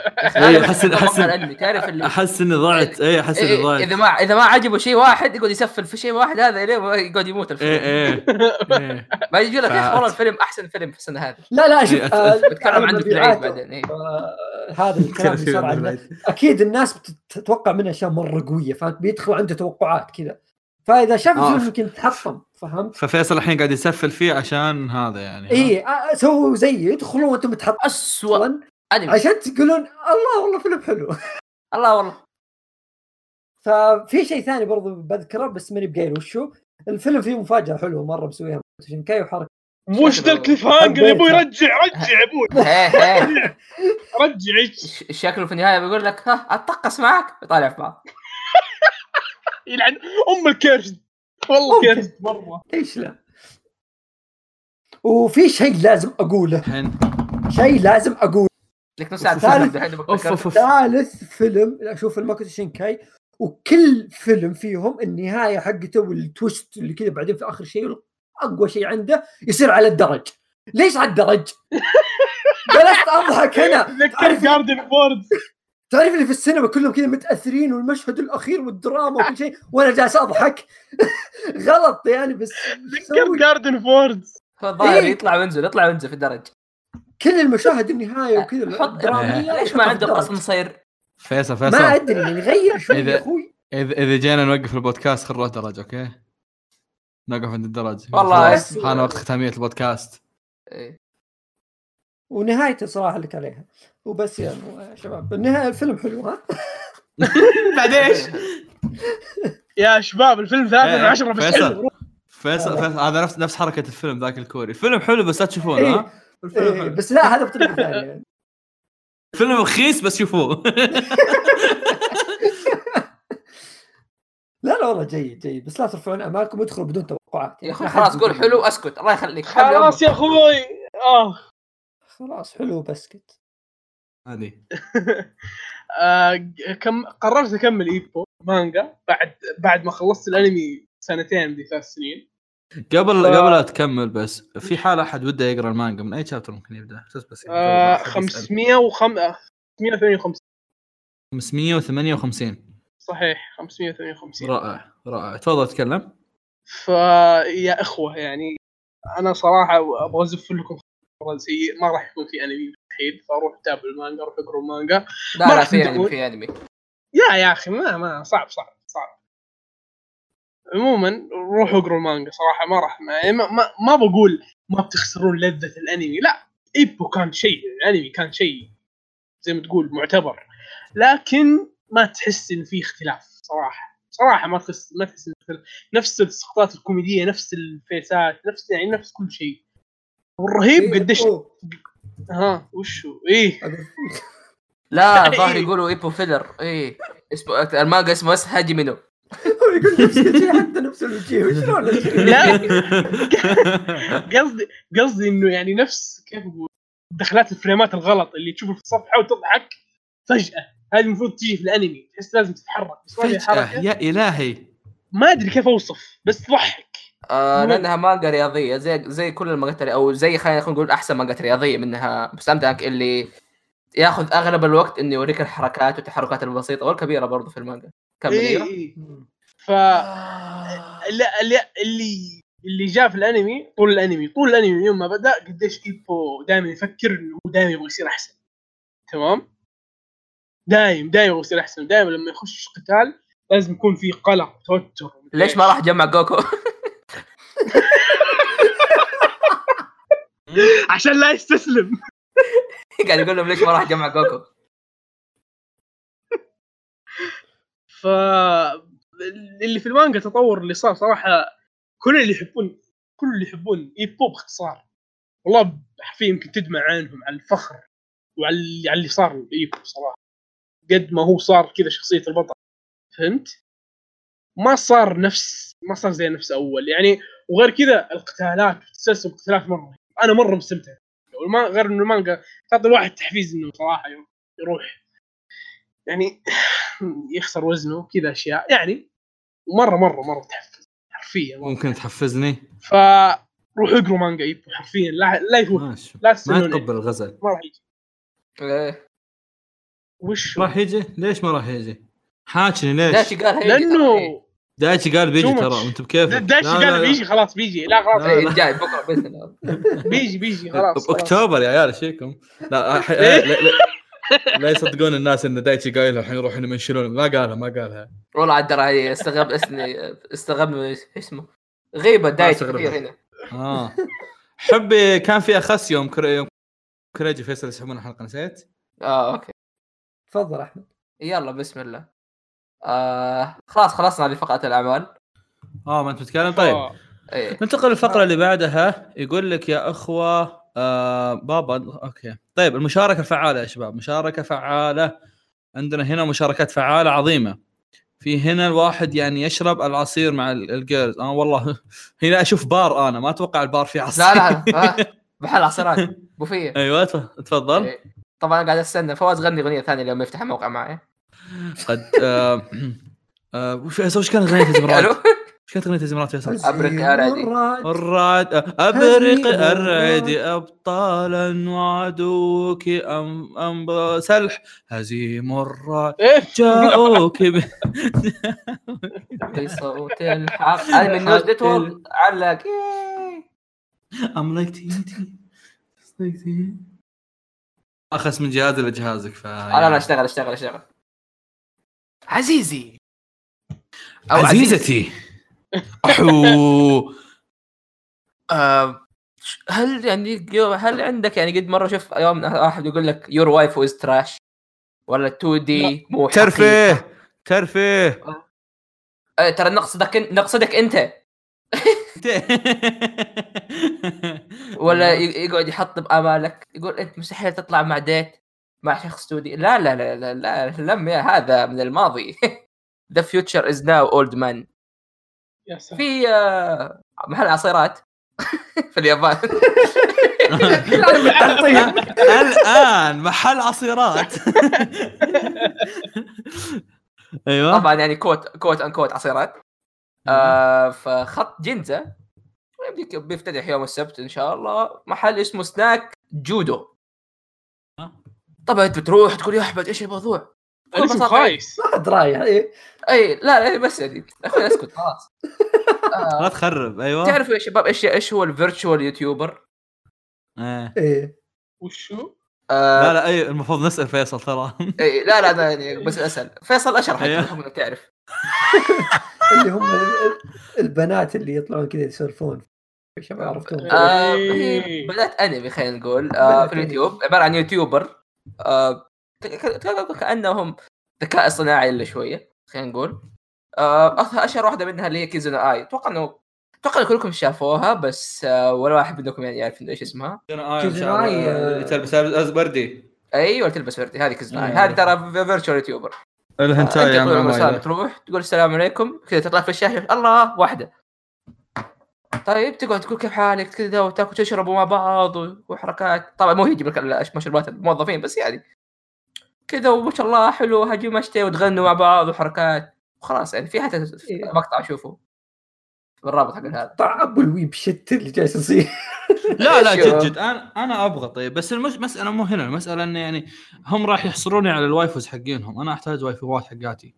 Speaker 4: إيه، أحس- أحس-
Speaker 1: الانمي تعرف اللي
Speaker 4: احس اني ضعت اي احس
Speaker 1: إيه،
Speaker 4: اني
Speaker 1: إيه،
Speaker 4: ضعت
Speaker 1: اذا ما اذا ما عجبه شيء واحد يقعد يسفل في شيء واحد هذا ليه ما يقعد يموت
Speaker 4: اي
Speaker 1: الفيلم
Speaker 4: اي إيه.
Speaker 1: ما يجي لك يا اخي
Speaker 4: فعاد.
Speaker 1: والله الفيلم احسن فيلم في السنه هذه
Speaker 2: لا لا شوف
Speaker 4: إيه،
Speaker 2: آه،
Speaker 1: بتكلم عنه في العيد
Speaker 2: مبيعاته،
Speaker 1: بعدين إيه.
Speaker 2: آه، هذا الكلام بسرعه إنه اكيد الناس بتتوقع منه اشياء مره قويه فهمت بيدخل عنده توقعات كذا فاذا شاف
Speaker 4: آه.
Speaker 2: الفيلم يمكن تحطم فهمت؟
Speaker 4: ففيصل الحين قاعد يسفل فيه عشان هذا يعني
Speaker 2: اي آه، سووا زي يدخلون وانتم متحطمون
Speaker 1: اسوء انمي
Speaker 2: عشان تقولون الله والله فيلم حلو [LAUGHS]
Speaker 1: الله والله
Speaker 2: ففي شيء ثاني برضو بذكره بس ماني بقايل وشو الفيلم فيه مفاجاه حلوه مره مسويها شنكاي وحركه
Speaker 3: وش ذا الكليف هانجر يا ابوي رجع رجع يا ابوي
Speaker 1: هي هي
Speaker 3: رجع إيش؟
Speaker 1: ش- شكله في النهايه بيقول لك ها اتطقس معك يطالع في بعض
Speaker 3: يلعن ام الكيرفد والله
Speaker 2: ممكن.
Speaker 3: كيرفد مره
Speaker 2: ليش لا؟ وفي شيء لازم اقوله
Speaker 4: الحين
Speaker 2: شيء لازم اقوله
Speaker 1: لك نص ساعه
Speaker 2: ثالث.
Speaker 1: الحين دوبك
Speaker 4: اوف
Speaker 1: ذكرت.
Speaker 4: اوف اوف
Speaker 2: ثالث فيلم اشوف الماكوتو شينكاي وكل فيلم فيهم النهايه حقته والتويست اللي كذا بعدين في اخر شيء اقوى شيء عنده يصير على الدرج ليش على الدرج؟ جلست اضحك هنا
Speaker 3: ذكرت جاردن بورد
Speaker 2: تعرف اللي في السينما كلهم كذا متاثرين والمشهد الاخير والدراما وكل شيء وانا جالس اضحك [LAUGHS] غلط يعني بس
Speaker 3: ذكرت جاردن بورد
Speaker 1: هو الظاهر
Speaker 2: إيه.
Speaker 1: يطلع وينزل يطلع وينزل في الدرج
Speaker 2: كل المشاهد النهايه وكذا إيه.
Speaker 1: حط-
Speaker 2: الدراميه
Speaker 1: ليش ما عنده
Speaker 2: يحطها في
Speaker 1: قصد صير؟
Speaker 4: فيصل
Speaker 2: الدرج. ما
Speaker 4: فيصل
Speaker 2: ادري يعني غير شوي
Speaker 4: إذا-
Speaker 2: يا اخوي
Speaker 4: اذا اذا جينا نوقف البودكاست خل نروح درج اوكي؟ نوقف عند الدرج
Speaker 1: والله
Speaker 4: خلاص،
Speaker 2: يس.
Speaker 4: حان وقت ختاميه البودكاست
Speaker 1: إيه.
Speaker 2: ونهايته صراحه لك عليها وبس يا مو- يا شباب النهايه الفيلم حلو ها
Speaker 3: بعد ايش؟ يا شباب الفيلم ثلاثة من
Speaker 4: إيه،
Speaker 3: عشرة بس
Speaker 4: فيصل.
Speaker 3: حلو.
Speaker 4: فيصل فيصل هذا نفس نفس حركه الفيلم ذاك الكوري الفيلم حلو بس لا تشوفونه
Speaker 2: إيه.
Speaker 4: ها؟ الفيلم
Speaker 2: إيه
Speaker 4: حلو.
Speaker 2: بس لا هذا بطريقه ثانيه
Speaker 4: فيلم رخيص بس شوفوه [LAUGHS]
Speaker 2: لا لا والله جيد جيد بس لا ترفعون امالكم وادخلوا بدون توقعات
Speaker 1: يا اخوي خلاص قول حلو اسكت الله يخليك
Speaker 3: خلاص يا اخوي اه
Speaker 2: خلاص حلو بسكت
Speaker 4: هذه
Speaker 3: آه، كم قررت اكمل ايبو مانجا بعد بعد ما خلصت الانمي سنتين دي ثلاث سنين
Speaker 4: قبل
Speaker 3: آه.
Speaker 4: قبل لا تكمل بس في حال احد وده يقرا المانجا من اي شابتر ممكن يبدا بس بس يعني
Speaker 3: آه 558
Speaker 4: 558
Speaker 3: صحيح 558
Speaker 4: رائع رائع تفضل تكلم
Speaker 3: فيا اخوه يعني انا صراحه ابغى ازف لكم خبر سيء ما راح يكون في انمي مستحيل فاروح اتابع المانجا اروح اقرا المانجا
Speaker 1: لا
Speaker 3: ما
Speaker 1: لا
Speaker 3: راح
Speaker 1: في
Speaker 3: تدور.
Speaker 1: انمي في انمي
Speaker 3: يا يا اخي ما ما صعب صعب صعب عموما روحوا اقروا المانجا صراحه ما راح ما يعني ما, ما, ما بقول ما بتخسرون لذه الانمي لا ايبو كان شيء الانمي كان شيء زي ما تقول معتبر لكن ما تحس ان في اختلاف صراحه صراحه ما تحس ما تحس إن في اختلاف. نفس السقطات الكوميديه نفس الفيسات نفس يعني نفس كل شيء والرهيب
Speaker 2: إيه،
Speaker 3: طيب، قديش
Speaker 2: أوه،
Speaker 3: ها وشو ايه
Speaker 2: أقول- [LAUGHS]
Speaker 1: لا الظاهر
Speaker 3: إيه.
Speaker 1: يقولوا ايبو فيلر ايه اسمه المانجا اسمه بس هاجي منه
Speaker 2: هو يقول نفس كل شيء حتى نفس الوجيه شلون
Speaker 4: [LAUGHS]
Speaker 3: لا قصدي قصدي انه يعني نفس كيف اقول دخلات الفريمات الغلط اللي تشوفه في الصفحه وتضحك فجاه هذه المفروض تجي في الانمي تحس لازم تتحرك بس ما في
Speaker 4: فجاه
Speaker 3: حركه
Speaker 4: أه، يا الهي
Speaker 3: ما ادري كيف اوصف بس تضحك
Speaker 1: آه
Speaker 3: مم.
Speaker 1: لانها مانجا رياضيه زي زي كل المانجات الري- او زي خلينا خلينا نقول احسن مانجات رياضيه منها مستمتعك اللي ياخذ اغلب الوقت انه يوريك الحركات والتحركات البسيطه والكبيره برضو في المانجا كمل
Speaker 3: إيه،
Speaker 1: إيه.
Speaker 3: إيه. ف اللي اللي اللي جاء في الانمي طول الانمي طول الانمي من يوم ما بدا قديش ايبو دائما يفكر انه هو دائما يبغى يصير احسن تمام دايم دايم يبغى يصير احسن دايما لما يخش قتال لازم يكون في قلق توتر
Speaker 1: ليش ما راح جمع جوكو؟ [LAUGHS]
Speaker 3: عشان لا يستسلم
Speaker 1: قاعد يقول لهم ليش ما راح جمع جوكو؟
Speaker 3: ف اللي في المانجا التطور اللي صار صراحه كل اللي يحبون كل اللي يحبون ايبو باختصار والله حرفيا يمكن تدمع عينهم على الفخر وعلى اللي- على اللي صار لايكو صراحه قد ما هو صار كذا شخصيه البطل فهمت؟ ما صار نفس ما صار زي نفس اول يعني وغير كذا القتالات تسلسل القتالات مره انا مره مستمتع والما غير انه المانجا تعطي الواحد تحفيز انه صراحه يروح- يروح يعني [SIGHS] يخسر وزنه كذا اشياء يعني مره مره مره تحفز حرفيا مرة.
Speaker 4: ممكن تحفزني
Speaker 3: فروحوا اقروا مانجا ايبو حرفيا لا لا يفوت
Speaker 4: ماشي
Speaker 3: لا
Speaker 4: ما
Speaker 3: تستنون
Speaker 4: يتقبل الغزل
Speaker 3: ما راح يجي
Speaker 1: إيه.
Speaker 3: وش هو؟
Speaker 4: راح يجي ليش ما راح يجي حاشني
Speaker 1: داشي
Speaker 4: ليش
Speaker 1: قال هي إيه،
Speaker 3: لانه
Speaker 4: دايتشي قال بيجي
Speaker 3: Too much.
Speaker 4: ترى انت بكيفك
Speaker 3: داش
Speaker 4: لا، لا،
Speaker 3: قال
Speaker 4: لا.
Speaker 3: بيجي خلاص بيجي لا خلاص
Speaker 4: لا، لا.
Speaker 1: إيه، جاي بكره باذن الله
Speaker 3: بيجي بيجي خلاص إيه. خلاص.
Speaker 4: باكتوبر يا عيال ايش فيكم؟ لا ح- لا, لا,
Speaker 3: [LAUGHS]
Speaker 4: لا, لا يصدقون الناس ان دايتشي قايلها الحين يروحون يمنشلون ما قالها ما قالها
Speaker 1: والله عاد ترى استغرب استغرب اسمه
Speaker 3: آه،
Speaker 1: غيبه دايت
Speaker 4: استغرب.
Speaker 1: كثير هنا
Speaker 4: اه حبي كان في اخس يوم كري يوم كريجي فيصل يسحبون الحلقه نسيت؟
Speaker 1: اه اوكي
Speaker 2: تفضل احمد
Speaker 1: يلا بسم الله آه خلاص خلصنا لفقره الاعمال
Speaker 4: اه ما انت بتتكلم طيب
Speaker 3: آه.
Speaker 1: ايه
Speaker 4: ننتقل للفقره اللي بعدها يقول لك يا اخوه آه بابا اوكي طيب المشاركه فعاله يا شباب مشاركه فعاله عندنا هنا مشاركات فعاله عظيمه في هنا الواحد يعني يشرب العصير مع ال- الجيرز انا والله [LAUGHS] هنا اشوف بار انا ما اتوقع البار فيه عصير [LAUGHS]
Speaker 1: لا لا [LAUGHS] آه، محل عصيرات بوفيه
Speaker 4: ايوه تف- تفضل
Speaker 1: إيه. طبعا قاعد استنى فواز غني اغنيه ثانيه لما يفتح موقع معي
Speaker 4: قد آه [CLEARS THROAT] آه، وش وش
Speaker 1: [LAUGHS]
Speaker 4: كانت اغنيه الزمرات؟
Speaker 1: الو
Speaker 4: وش كانت اغنيه الزمرات فيصل؟
Speaker 1: أبرك أرعدي.
Speaker 2: مرات.
Speaker 4: الرعد أبرق الرعد أبطالا وعدوك أم أم سلح هزيم الرعد
Speaker 3: ايه
Speaker 4: جاءوك ب...
Speaker 1: بصوت الحق هذه من نيوز نتورك علق ياي.
Speaker 4: I'm like TNT It's like TNT. أخس من جهازي لجهازك ف
Speaker 1: آه، لا لا اشتغل اشتغل اشتغل عزيزي او عزيزتي
Speaker 4: عزيزتي
Speaker 1: [LAUGHS]
Speaker 4: أحو
Speaker 1: آه، ش- هل يعني هل عندك يعني قد مره شوف يوم احد يقول لك يور وايف از تراش ولا 2 دي مو حقيقي.
Speaker 4: ترفيه ترفيه
Speaker 1: آه، ترى نقصدك نقصدك انت ولا ي- يقعد يحطم امالك يقول انت مستحيل تطلع مع ديت مع شخص تودي لا لا لا لا, لا لم يا هذا من الماضي [LAUGHS] ذا فيوتشر از ناو اولد مان
Speaker 3: يا سلام
Speaker 1: في آه، محل عصيرات [LAUGHS] في اليابان
Speaker 2: [LAUGHS] طيب.
Speaker 4: الان محل
Speaker 1: [LAUGHS]
Speaker 4: عصيرات ايوه
Speaker 1: طبعا يعني كوت كوت ان كوت عصيرات آه فخط جينزا يمديك بيفتتح يوم السبت ان شاء الله محل اسمه سناك جودو طبعا انت بتروح تقول يا احمد ايش الموضوع؟ بكل
Speaker 3: الاسم
Speaker 1: بساطة
Speaker 3: خايس
Speaker 2: ما حد رايح إيه.
Speaker 1: اي لا لا بس يعني اخوي اسكت
Speaker 4: [LAUGHS]
Speaker 1: خلاص آه،
Speaker 4: لا تخرب ايوه
Speaker 1: تعرفوا يا شباب ايش ايش هو الفيرتشوال يوتيوبر؟
Speaker 4: إيه.
Speaker 2: ايه
Speaker 3: وشو؟
Speaker 1: آه
Speaker 4: لا لا اي المفروض نسال فيصل ترى
Speaker 1: إيه، لا لا انا يعني بس اسال فيصل اشرح
Speaker 4: أيوه.
Speaker 1: لك بحكم انك تعرف
Speaker 2: اللي هم ال- البنات اللي يطلعون كذا يسولفون شباب عرفتهم
Speaker 1: آه
Speaker 3: إيه.
Speaker 1: هي بدات انمي خلينا نقول آه
Speaker 2: بدأت
Speaker 1: في اليوتيوب عباره عن يوتيوبر آه ك- ك- كانهم ذكاء اصطناعي الا شويه خلينا نقول آه أث- اشهر واحده منها اللي هي كيزونا اي اتوقع انه اتوقع إن كلكم شافوها بس آه ولا واحد منكم يعني يعرف إنه ايش اسمها
Speaker 2: جزراي، آه.
Speaker 4: تلبس ازبردي
Speaker 1: ايوه اللي تلبس وردي هذه كزنا
Speaker 4: أيوه.
Speaker 1: هذه ترى فيرتشوال يوتيوبر انت
Speaker 4: الهنتاي يا
Speaker 1: تطلع
Speaker 4: عم
Speaker 1: المساء
Speaker 4: عمايلة.
Speaker 1: تروح تقول السلام عليكم كذا تطلع في الشاشه الله واحده طيب تقعد تقول كيف حالك كذا وتاكل تشربوا مع بعض و- وحركات طبعا مو هي تجيب لك الأش- مشروبات الموظفين بس يعني كذا وما شاء الله حلو هاجي مشتي وتغنوا مع بعض وحركات وخلاص يعني في حتى
Speaker 2: إيه.
Speaker 1: مقطع اشوفه بالرابط حق هذا
Speaker 2: طع ابو طيب، الويب شت اللي جالس يصير
Speaker 4: لا لا
Speaker 1: شو؟
Speaker 4: جد جد انا انا ابغى طيب بس المش... مساله مو هنا المساله انه يعني هم راح يحصروني على الوايفوز حقينهم انا احتاج وايفوات
Speaker 1: [LAUGHS]
Speaker 4: حقاتي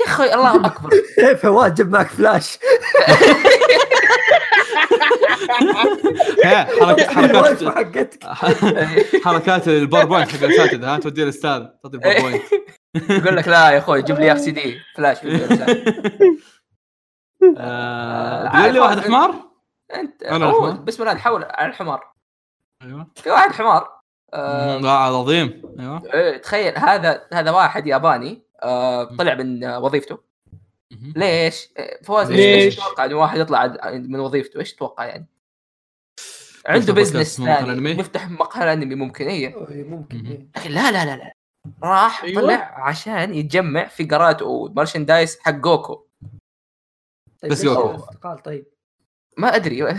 Speaker 1: يا اخي الله
Speaker 4: [LAUGHS]
Speaker 1: اكبر
Speaker 2: فواز جاب معك فلاش [LAUGHS]
Speaker 4: ها، حركة حركات
Speaker 2: الوايفو حقتك
Speaker 4: [LAUGHS] حركات الباور بوينت حق الاساتذه ها تودي الاستاذ تعطي
Speaker 1: [LAUGHS]
Speaker 4: الباور بوينت
Speaker 1: يقول لك لا يا اخوي جيب لي اف سي دي فلاش
Speaker 4: [LAUGHS]
Speaker 1: فيديو رسالة.
Speaker 4: آه،
Speaker 1: عارف
Speaker 4: قال لي واحد
Speaker 1: واحد-
Speaker 4: حمار
Speaker 1: انت
Speaker 4: أنا
Speaker 1: أوه،
Speaker 4: الحمار.
Speaker 1: بسم الله نحول على الحمار
Speaker 4: ايوه
Speaker 1: في واحد حمار آه،
Speaker 4: أيوة. لا عظيم ايوه
Speaker 1: إيه، تخيل هذا هذا واحد ياباني آه، طلع من آه، وظيفته ليش؟ آه، فواز إيش-
Speaker 3: ليش؟
Speaker 1: ايش تتوقع انه واحد يطلع عن- عن- من وظيفته ايش تتوقع يعني؟ عنده
Speaker 4: بودكاست
Speaker 1: بزنس
Speaker 4: مقهى
Speaker 1: ثاني
Speaker 4: الأنمي؟
Speaker 1: يفتح مقهى انمي ممكن ايه
Speaker 2: إيه، ممكن
Speaker 4: مهم.
Speaker 2: إيه.
Speaker 1: لكن لا لا لا لا راح
Speaker 3: أيوة.
Speaker 1: طلع عشان يجمع فقرات ومارشندايز حق جوكو
Speaker 2: طيب ليش
Speaker 4: بس
Speaker 1: يوكو.
Speaker 2: الاستقال طيب
Speaker 1: ما ادري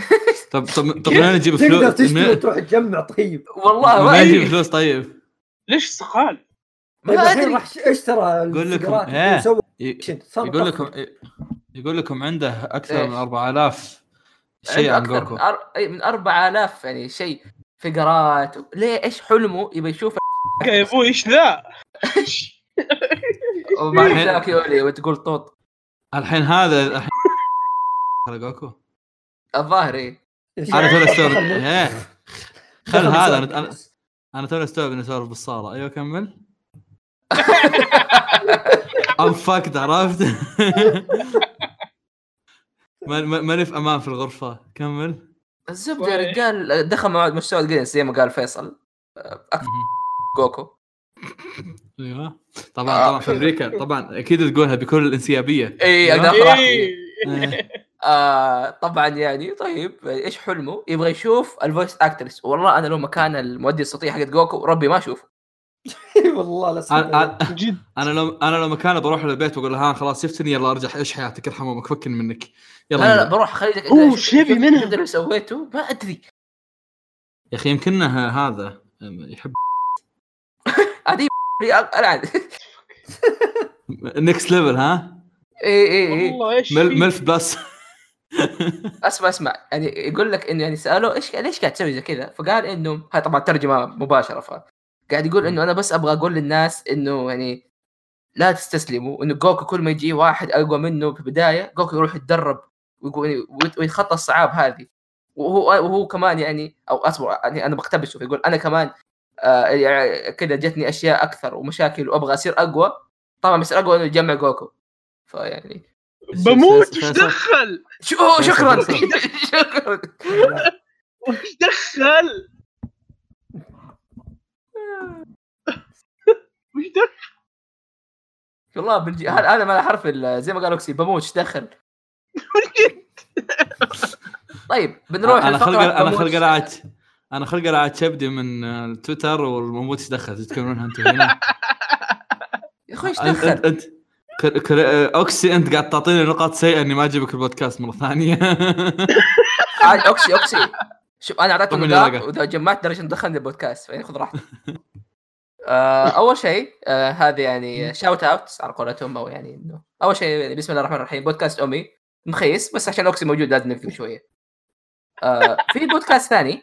Speaker 4: طب طب طب من وين نجيب
Speaker 2: تقدر
Speaker 4: فلوس؟
Speaker 2: تشتري
Speaker 4: من
Speaker 2: وتروح تجمع طيب
Speaker 1: [LAUGHS] والله
Speaker 4: من
Speaker 1: ما
Speaker 4: وين نجيب
Speaker 1: ادري
Speaker 4: فلوس طيب؟
Speaker 3: ليش استقال؟
Speaker 1: ما
Speaker 2: طيب الحين
Speaker 1: ادري
Speaker 2: راح ش- اشترى
Speaker 4: أقول لكم،
Speaker 2: الفقرات
Speaker 4: إيه.
Speaker 2: وسوى
Speaker 4: ي-
Speaker 2: أكشن. صار [LAUGHS]
Speaker 4: يقول
Speaker 2: طفل.
Speaker 4: لكم يقول لكم عنده اكثر
Speaker 1: إيش؟
Speaker 4: من 4000 شيء
Speaker 1: عنده
Speaker 4: عن
Speaker 1: أكثر
Speaker 4: جوكو
Speaker 1: من, أر... أي- من 4000 يعني شيء فقرات و... ليه ايش حلمه يبي يشوف
Speaker 3: يا ابوي ايش ذا؟
Speaker 1: وبعد
Speaker 4: الحين-
Speaker 1: ذاك يولي وتقول طوط
Speaker 4: الحين هذا الحين [LAUGHS] على جوكو
Speaker 1: الظاهر ايه
Speaker 4: انا توني استوعب
Speaker 1: [LAUGHS]
Speaker 4: إيه. خل
Speaker 2: دخل
Speaker 4: هذا
Speaker 2: مسوي.
Speaker 4: أنا- انا
Speaker 2: [LAUGHS]
Speaker 4: انا توني استوعب اني سولف بالصاله ايوه
Speaker 1: [LAUGHS]
Speaker 4: كمل ام فاكت عرفت [LAUGHS] ما- ما- ماني في امان في الغرفه كمل
Speaker 1: الزبده يا
Speaker 3: وإيه؟
Speaker 1: رجال دخل موعد مستوى الجنس زي ما قال فيصل جوكو
Speaker 4: ايوه طبعا
Speaker 1: آه.
Speaker 4: طبعا في امريكا طبعا اكيد تقولها بكل الانسيابيه
Speaker 1: اي
Speaker 4: أيوة.
Speaker 1: اقدر
Speaker 3: إيه.
Speaker 1: راحتي إيه. آه طبعا يعني طيب ايش حلمه؟ يبغى يشوف الفويس اكترس والله انا لو مكان المؤدي الصوتيه حقت جوكو ربي ما اشوفه
Speaker 2: إيه والله لا
Speaker 4: أنا-
Speaker 2: صدق.
Speaker 4: أنا-
Speaker 3: جد
Speaker 4: انا لو انا لو مكانه بروح للبيت واقول له ها خلاص شفتني يلا ارجع ايش حياتك ارحم امك فكني منك
Speaker 1: لا
Speaker 4: يلا
Speaker 1: لا, لا
Speaker 4: نقلع.
Speaker 1: بروح خليك
Speaker 3: أوه، شبي منها.
Speaker 1: اللي سويته ما ادري
Speaker 4: يا اخي يمكن هذا يحب
Speaker 1: العن
Speaker 4: نكست ليفل ها
Speaker 1: اي اي اي
Speaker 3: والله ايش
Speaker 4: إيه. مل-
Speaker 1: [LAUGHS]
Speaker 3: فيه؟
Speaker 4: ملف بس
Speaker 1: اسمع اسمع يعني يقول لك انه يعني سالوه ايش ليش قاعد تسوي زي كذا؟ فقال انه هاي طبعا ترجمه مباشره ف قاعد يقول انه انا بس ابغى اقول للناس انه يعني لا تستسلموا انه جوكو كل ما يجي واحد اقوى منه في البدايه جوكو يروح يتدرب ويقول- ويت- ويتخطى الصعاب هذه وهو وهو كمان يعني او اصبر يعني انا بقتبسه يقول انا كمان آه يعني كذا جتني اشياء اكثر ومشاكل وابغى اصير اقوى طبعا بس الاقوى انه يجمع جوكو فيعني
Speaker 3: بموت ايش
Speaker 4: فيصل-
Speaker 3: دخل؟
Speaker 1: شو شكرا [LAUGHS]
Speaker 4: فيصل.
Speaker 1: شكرا
Speaker 3: ايش دخل؟ [LAUGHS] وش دخل؟
Speaker 1: والله بالجي هذا هذا ما حرف ال- زي ما قال اوكسي بموت إيش دخل طيب بنروح
Speaker 4: انا خلق
Speaker 1: لفقرة
Speaker 4: انا
Speaker 1: بموت.
Speaker 4: خلق لعت انا خلق لعت شبدي من آه، تويتر والمموت ايش دخل تتكلمونها انتم
Speaker 1: [LAUGHS]
Speaker 4: هنا
Speaker 1: يا اخوي ايش
Speaker 4: انت
Speaker 1: دخل؟
Speaker 4: انت أنت- كر- كر- آه، اوكسي انت قاعد تعطيني نقاط سيئه اني ما اجيبك البودكاست مره
Speaker 1: [LAUGHS]
Speaker 4: ثانيه
Speaker 1: عاد اوكسي اوكسي آه، شوف انا اعطيته
Speaker 4: طب من
Speaker 1: نقاط
Speaker 4: يلاقى.
Speaker 1: واذا جمعت درجه دخلني البودكاست يعني خذ راحتك آه، اول شيء آه، هذا يعني شاوت اوت على قولتهم او يعني انه اول شيء يعني بسم الله الرحمن الرحيم بودكاست امي مخيس بس عشان اوكسي موجود لازم نكذب شويه آه، في بودكاست ثاني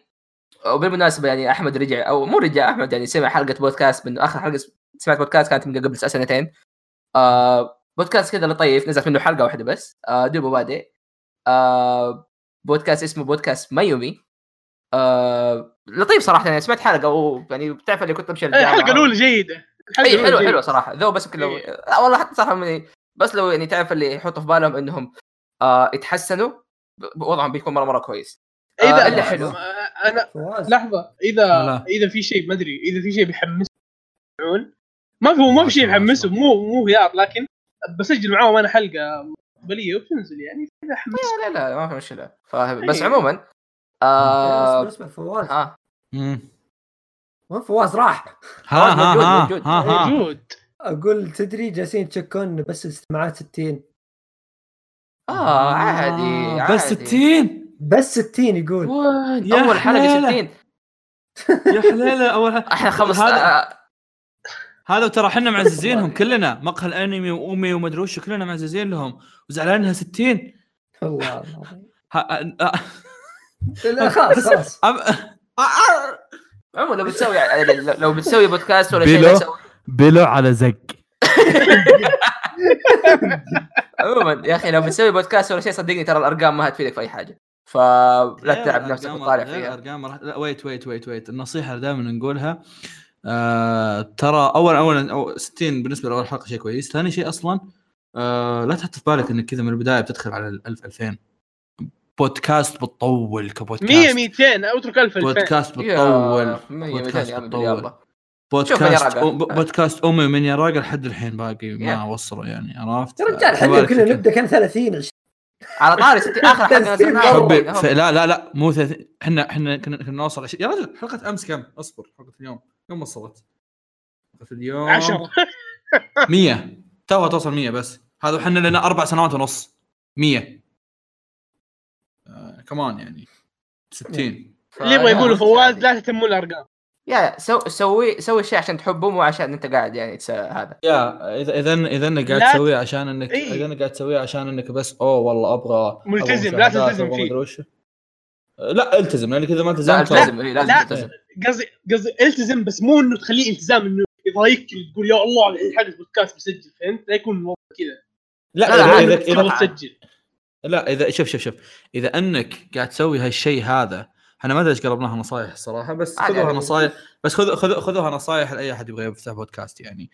Speaker 1: وبالمناسبه يعني احمد رجع او مو رجع احمد يعني سمع حلقه بودكاست من اخر حلقه سمعت بودكاست كانت من قبل سنتين آه بودكاست كذا لطيف نزلت منه حلقه واحده بس آه دوبه بادئ آه بودكاست اسمه بودكاست مايومي آه لطيف صراحه يعني سمعت حلقه ويعني بتعرف اللي كنت
Speaker 3: إيه،
Speaker 1: امشي الجامعة.
Speaker 3: الحلقه الاولى جيده الحلقة
Speaker 1: اي إيه،
Speaker 3: الأولى
Speaker 1: حلو
Speaker 3: جيدة.
Speaker 1: حلو صراحه ذو بس يمكن لو
Speaker 3: إيه.
Speaker 1: لا والله حتى صراحه من... بس لو يعني تعرف اللي يحطوا في بالهم انهم آه يتحسنوا ب- وضعهم بيكون مره مره كويس آه،
Speaker 3: اذا
Speaker 1: إلا
Speaker 2: حلو.
Speaker 3: انا
Speaker 2: فواز
Speaker 3: لحظه اذا
Speaker 4: لا.
Speaker 3: اذا في شيء ما ادري اذا في شيء بيحمسه يسمعون ما في ما في شيء يحمسه مو مو هيار لكن بسجل معاهم انا حلقه مستقبليه وبتنزل يعني اذا حمست
Speaker 1: لا لا لا ما في مشكله فاهم بس
Speaker 3: إيه.
Speaker 1: عموما
Speaker 2: اسمع
Speaker 1: آه
Speaker 2: اسمع فواز
Speaker 1: ها
Speaker 4: مم.
Speaker 2: وين فواز راح
Speaker 4: ها ها
Speaker 1: موجود،
Speaker 4: ها
Speaker 1: آه، موجود.
Speaker 4: ها ها
Speaker 3: موجود
Speaker 2: اقول تدري جالسين تشكون بس الاستماعات 60
Speaker 1: اه عادي, عادي.
Speaker 4: بس 60
Speaker 2: بس 60 يقول
Speaker 1: وين
Speaker 4: يا
Speaker 1: اول حلقه
Speaker 4: حلالة.
Speaker 1: 60
Speaker 4: يا حليله اول ح-
Speaker 1: احنا خمس
Speaker 4: هذا
Speaker 1: آه،
Speaker 4: هذا ترى احنا معززينهم كلنا مقهى الانمي وامي ومدري وش كلنا معززين لهم وزعلانها 60
Speaker 2: والله
Speaker 4: [LAUGHS]
Speaker 2: العظيم.
Speaker 4: ها- أ-
Speaker 2: لا، خلاص خلاص
Speaker 4: أ- أ-
Speaker 1: عموما لو بتسوي يعني لو- لو بتسوي بودكاست ولا شيء
Speaker 4: بيلو.
Speaker 1: لا تسوي
Speaker 4: بلو على زق
Speaker 1: عموما يا اخي لو بتسوي بودكاست ولا شيء صدقني ترى الارقام ما هتفيدك في اي حاجه فلا تتعب نفسك وتطالع فيها
Speaker 4: ارقام راح- لا ويت ويت ويت ويت النصيحه اللي دائما نقولها آه ترى اول اولا أو 60 بالنسبه لاول حلقه شيء كويس ثاني شيء اصلا آه لا تحط في بالك انك كذا من البدايه بتدخل على ال 1000 2000 بودكاست بتطول
Speaker 3: 100
Speaker 4: كبودكاست
Speaker 3: 200 اترك 1000 2000
Speaker 4: بودكاست
Speaker 1: يا
Speaker 4: بتطول
Speaker 1: مية ميتين
Speaker 4: بودكاست
Speaker 1: يا عبد
Speaker 4: بتطول
Speaker 1: الله. شوف من
Speaker 4: بودكاست
Speaker 1: يراقع.
Speaker 4: أم- بودكاست امي من يراقع لحد الحين باقي ما
Speaker 1: يا.
Speaker 4: وصلوا يعني عرفت
Speaker 2: يا رجال
Speaker 4: فبالك
Speaker 2: حنا كنا
Speaker 4: أنت. آه.
Speaker 2: نبدا كان 30 20
Speaker 1: على طاري ستي اخر حلقه نزلناها
Speaker 4: حبي
Speaker 1: هم- هم-
Speaker 4: ف... لا لا لا مو ثلاثين احنا احنا كنا كنا نوصل عش... يا رجل حلقه امس كم اصبر حلقه اليوم يوم وصلت حلقه اليوم [LAUGHS]
Speaker 3: 10
Speaker 4: 100 توها توصل 100 بس هذا احنا لنا اربع سنوات ونص 100 آه كمان يعني 60
Speaker 1: ف-
Speaker 3: اللي يبغى
Speaker 1: يا
Speaker 3: يقولوا
Speaker 1: أنت-
Speaker 3: فواز لا تهتمون الارقام
Speaker 1: يا يا، سو سوي سوي شيء عشان تحبه مو عشان انت قاعد يعني تس... هذا
Speaker 4: يا اذا اذا اذا انك قاعد
Speaker 3: لا-
Speaker 4: تسويه عشان انك
Speaker 3: إيه.
Speaker 4: اذا انك قاعد تسويه عشان انك بس اوه والله ابغى أبغى
Speaker 3: ملتزم، لا
Speaker 4: مشاهدات،
Speaker 3: تلتزم
Speaker 4: أبغى
Speaker 3: فيه.
Speaker 4: مدري وش. آه، لا التزم لانك اذا ما
Speaker 1: لا
Speaker 4: التزمت
Speaker 1: لازم إيه، لازم
Speaker 3: لا.
Speaker 1: تلتزم
Speaker 3: قصدي قصدي التزم بس مو انه تخليه التزام انه يضايقك تقول يا الله الحين حق البودكاست بسجل فهمت لا يكون الموضوع كذا
Speaker 4: لا
Speaker 1: لا،
Speaker 4: إذا-
Speaker 1: عادي،
Speaker 4: اذا اذا
Speaker 1: تفضل.
Speaker 3: تبغى تسجل
Speaker 4: لا اذا شوف شوف شوف اذا انك قاعد تسوي هالشيء هذا احنا ما ادري ايش قلبناها نصايح الصراحه بس
Speaker 1: عادي،
Speaker 4: خذوها
Speaker 1: عادي.
Speaker 4: نصايح بس خذ خذ خذوها نصايح لاي احد يبغى يفتح بودكاست يعني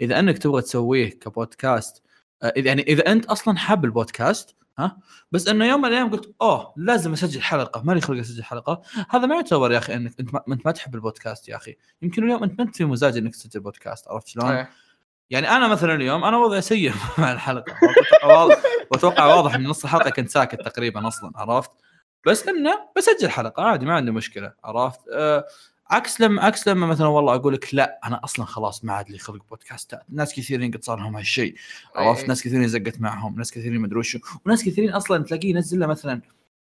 Speaker 4: اذا انك تبغى تسويه كبودكاست آه، إذا يعني اذا انت اصلا حاب البودكاست ها بس انه يوم من الايام قلت اوه لازم اسجل حلقه مالي خلق اسجل حلقه هذا ما يعتبر يا اخي انك انت ما, انت ما تحب البودكاست يا اخي يمكن اليوم انت ما انت في مزاج انك تسجل بودكاست عرفت شلون؟
Speaker 1: إيه.
Speaker 4: يعني انا مثلا اليوم انا وضعي سيء [LAUGHS] مع الحلقه وأتوقع واضح- واتوقع واضح ان نص الحلقه كنت ساكت تقريبا اصلا عرفت بس انه بسجل حلقه عادي ما عندي مشكله عرفت آه عكس لما عكس لما مثلا والله اقول لك لا انا اصلا خلاص ما عاد لي خلق بودكاستات ناس كثيرين قد صار لهم هالشيء عرفت
Speaker 1: إيه.
Speaker 4: ناس كثيرين زقت معهم ناس كثيرين مدري وشو وناس كثيرين اصلا تلاقيه ينزل له مثلا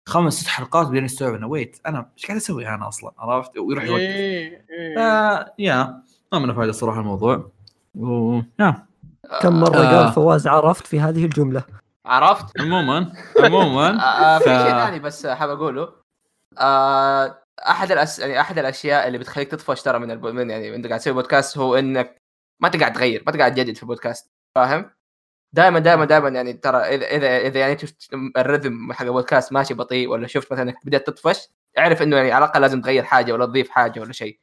Speaker 4: خمس ست حلقات بعدين يستوعب انه ويت انا ايش قاعد اسوي انا اصلا عرفت ويروح يوقف
Speaker 3: إيه، إيه.
Speaker 4: آه يا ما منه فايده صراحه الموضوع و... يا
Speaker 2: كم مره
Speaker 4: آه.
Speaker 2: قال فواز عرفت في هذه الجمله
Speaker 1: عرفت
Speaker 4: عموما
Speaker 1: [LAUGHS]
Speaker 4: عموما
Speaker 1: آه، آه، في
Speaker 4: ف-
Speaker 1: شيء ثاني بس حاب اقوله آه، احد الأس... يعني احد الاشياء اللي بتخليك تطفش ترى من, الب... من يعني انت قاعد تسوي بودكاست هو انك ما انت قاعد تغير ما انت قاعد تجدد في البودكاست فاهم؟ دائما دائما دائما يعني ترى اذا اذا اذا يعني شفت الرذم حق البودكاست ماشي بطيء ولا شفت مثلا انك بدات تطفش اعرف انه يعني على الاقل لازم تغير حاجه ولا تضيف حاجه ولا شيء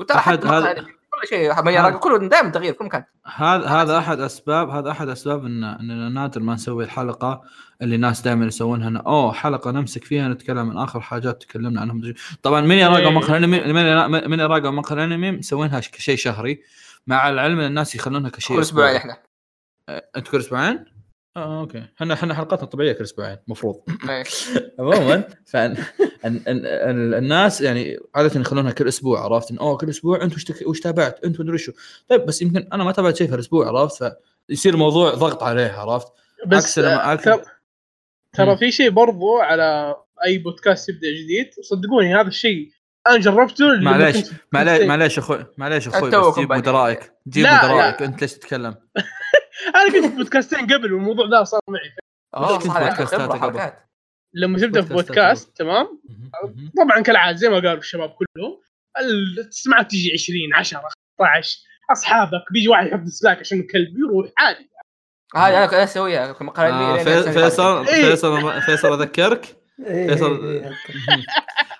Speaker 1: وترى
Speaker 4: أحد
Speaker 1: حتى مقطع
Speaker 4: هذا-
Speaker 1: يعني كل شيء من يراقب كله دائما تغيير في كل مكان
Speaker 4: هذا هذا احد اسباب هذا احد اسباب ان اننا نادر ما نسوي الحلقه اللي الناس دائما يسوونها انه اوه حلقه نمسك فيها نتكلم عن اخر حاجات تكلمنا عنها مدري شو. طبعا من يراقب
Speaker 3: إيه.
Speaker 4: مقهى انمي من يرا- من يراقب مقهى انمي مسوينها ش- كشيء شهري مع العلم ان الناس يخلونها كشيء
Speaker 1: كل اسبوعين
Speaker 4: أسبوعي.
Speaker 1: احنا
Speaker 4: انت كل اسبوعين؟ اه اوكي احنا احنا حلقاتنا طبيعيه كل اسبوعين المفروض
Speaker 1: إيه.
Speaker 4: عموما فان أن أن أن الناس يعني عاده يخلونها كل اسبوع عرفت ان اوه كل اسبوع انت وش تك- وش تابعت انت مدري شو طيب بس يمكن انا ما تابعت شيء في الاسبوع عرفت فيصير الموضوع ضغط عليه عرفت عكس
Speaker 3: بس
Speaker 4: لما
Speaker 3: آه،
Speaker 4: عكس-
Speaker 3: ترى-
Speaker 4: مم.
Speaker 3: ترى في شيء برضو على اي بودكاست يبدا جديد صدقوني هذا الشيء انا جربته لما
Speaker 4: معليش،
Speaker 3: كنت- كنت-
Speaker 4: معليش معليش اخوي معليش اخوي بس
Speaker 1: أتوقف
Speaker 4: جيب
Speaker 1: بعدين.
Speaker 4: مدرايك جيب
Speaker 3: لا،
Speaker 4: مدرايك انت ليش تتكلم
Speaker 3: انا كنت في بودكاستين قبل والموضوع ده صار معي
Speaker 1: اوه
Speaker 4: كنت
Speaker 1: صح عندك
Speaker 4: بودكاستات
Speaker 1: خبرة
Speaker 4: قبل.
Speaker 1: حركات.
Speaker 3: لما تبدا في
Speaker 4: بودكاستات
Speaker 3: بودكاست تمام أه، طبعا كالعاده زي ما قالوا الشباب كلهم ال- السماعات تجي 20 10 15 اصحابك بيجي واحد يحط ديسلايك عشان كلب يروح عادي
Speaker 1: هذه انا كنت اسويها كنت مقال
Speaker 4: آه،
Speaker 1: علمي، لين
Speaker 4: في-
Speaker 1: أسوي
Speaker 4: فيصل
Speaker 3: إيه.
Speaker 4: فيصل فيصل اذكرك
Speaker 2: إيه،
Speaker 4: فيصل-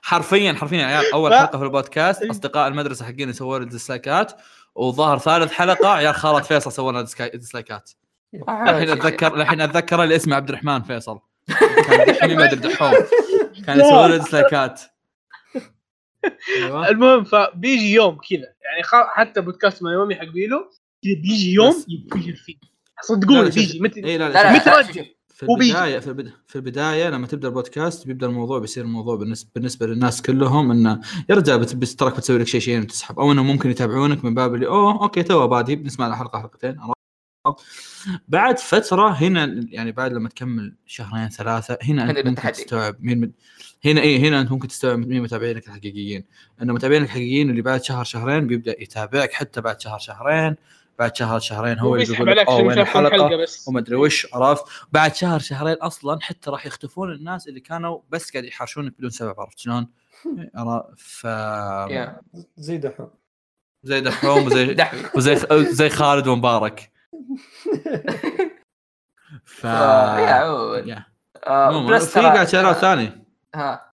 Speaker 4: حرفيا حرفيا يا عيال اول
Speaker 3: ف-
Speaker 4: حلقه يعني في
Speaker 3: إيه.
Speaker 4: البودكاست اصدقاء المدرسه حقين سووا لي ديسلايكات وظهر ثالث حلقه عيال خالد فيصل سووا لنا ديسكا- ديسلايكات
Speaker 1: حركات.
Speaker 4: الحين اتذكر الحين اتذكر اللي اسمه عبد الرحمن فيصل كان دحمي ما ادري دحوم كان يسوي له ديسلايكات ايوه
Speaker 3: المهم فبيجي يوم كذا يعني خا- حتى بودكاست ما يومي حق بيلو كذا بيجي
Speaker 4: بس.
Speaker 3: يوم ينفجر فيه
Speaker 4: لا،
Speaker 3: صدقوني
Speaker 4: لا، شوف- إيه،
Speaker 3: بيجي متى
Speaker 4: اي لا
Speaker 1: لا لا
Speaker 4: لا
Speaker 3: متى
Speaker 1: لا،
Speaker 3: واجه؟
Speaker 1: شوف،
Speaker 4: في
Speaker 3: هو بيجي.
Speaker 4: البدايه في, البد... في البدايه لما تبدا البودكاست بيبدا الموضوع بيصير الموضوع بالنسبه بالنسبه للناس كلهم انه يا رجال بت... بس تراك بتسوي لك شيء شيئين وتسحب او انه ممكن يتابعونك من باب اللي اوه اوكي تو بادي بنسمع له حلقه حلقتين عرفت؟ بعد فتره هنا يعني بعد لما تكمل شهرين ثلاثه هنا
Speaker 1: هنا
Speaker 4: انت ممكن
Speaker 1: التحدي.
Speaker 4: تستوعب مين مد... هنا ايه هنا انت ممكن تستوعب مين متابعينك الحقيقيين انه متابعينك الحقيقيين اللي بعد شهر شهرين بيبدا يتابعك حتى بعد شهر شهرين بعد شهر شهرين هو اللي
Speaker 3: بيسحب
Speaker 4: بيقول لك
Speaker 3: عليك
Speaker 4: اوه
Speaker 3: عشان
Speaker 4: وين
Speaker 3: يشوفون
Speaker 4: الحلقه
Speaker 3: حلقه بس
Speaker 4: وما ادري وش عرفت بعد شهر شهرين اصلا حتى راح يختفون الناس اللي كانوا بس قاعد يحاشونك بدون سبب عرفت شلون؟
Speaker 3: [LAUGHS]
Speaker 4: عرفت؟ ف آه.
Speaker 1: يا.
Speaker 2: زي دحوم
Speaker 4: زي
Speaker 1: [LAUGHS]
Speaker 4: دحوم وزي
Speaker 1: دحوي
Speaker 4: وزي زي خالد
Speaker 3: [LAUGHS]
Speaker 4: ومبارك ف
Speaker 1: آه، يا عود.
Speaker 4: يا.
Speaker 1: آه،
Speaker 4: عموماً،
Speaker 1: بلس
Speaker 4: في
Speaker 1: ترى-
Speaker 4: قاعد شهر ثاني
Speaker 1: ها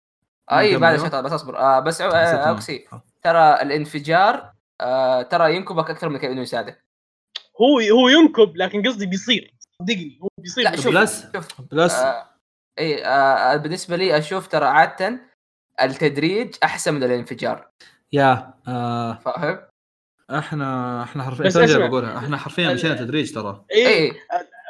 Speaker 1: اي
Speaker 4: نكمل.
Speaker 1: معلش أطلع، بس اصبر آه، بس آه، اوكسي ترى الانفجار آه، ترى ينكبك اكثر من انه يساعدك
Speaker 3: هو هو ينكب لكن قصدي بيصير صدقني هو بيصير
Speaker 1: لا شوف
Speaker 4: بلس
Speaker 1: شوف
Speaker 4: بلس
Speaker 1: آه، اي آه، بالنسبه لي اشوف ترى عاده التدريج احسن من الانفجار
Speaker 4: يا آه،
Speaker 1: فاهم؟
Speaker 4: احنا احنا حرفيا
Speaker 3: بس
Speaker 4: ترى
Speaker 3: اسمع.
Speaker 4: اللي بقولها احنا حرفيا
Speaker 1: Uh, إيه.
Speaker 3: ال-
Speaker 4: مشينا تدريج ترى
Speaker 3: ايه
Speaker 1: اي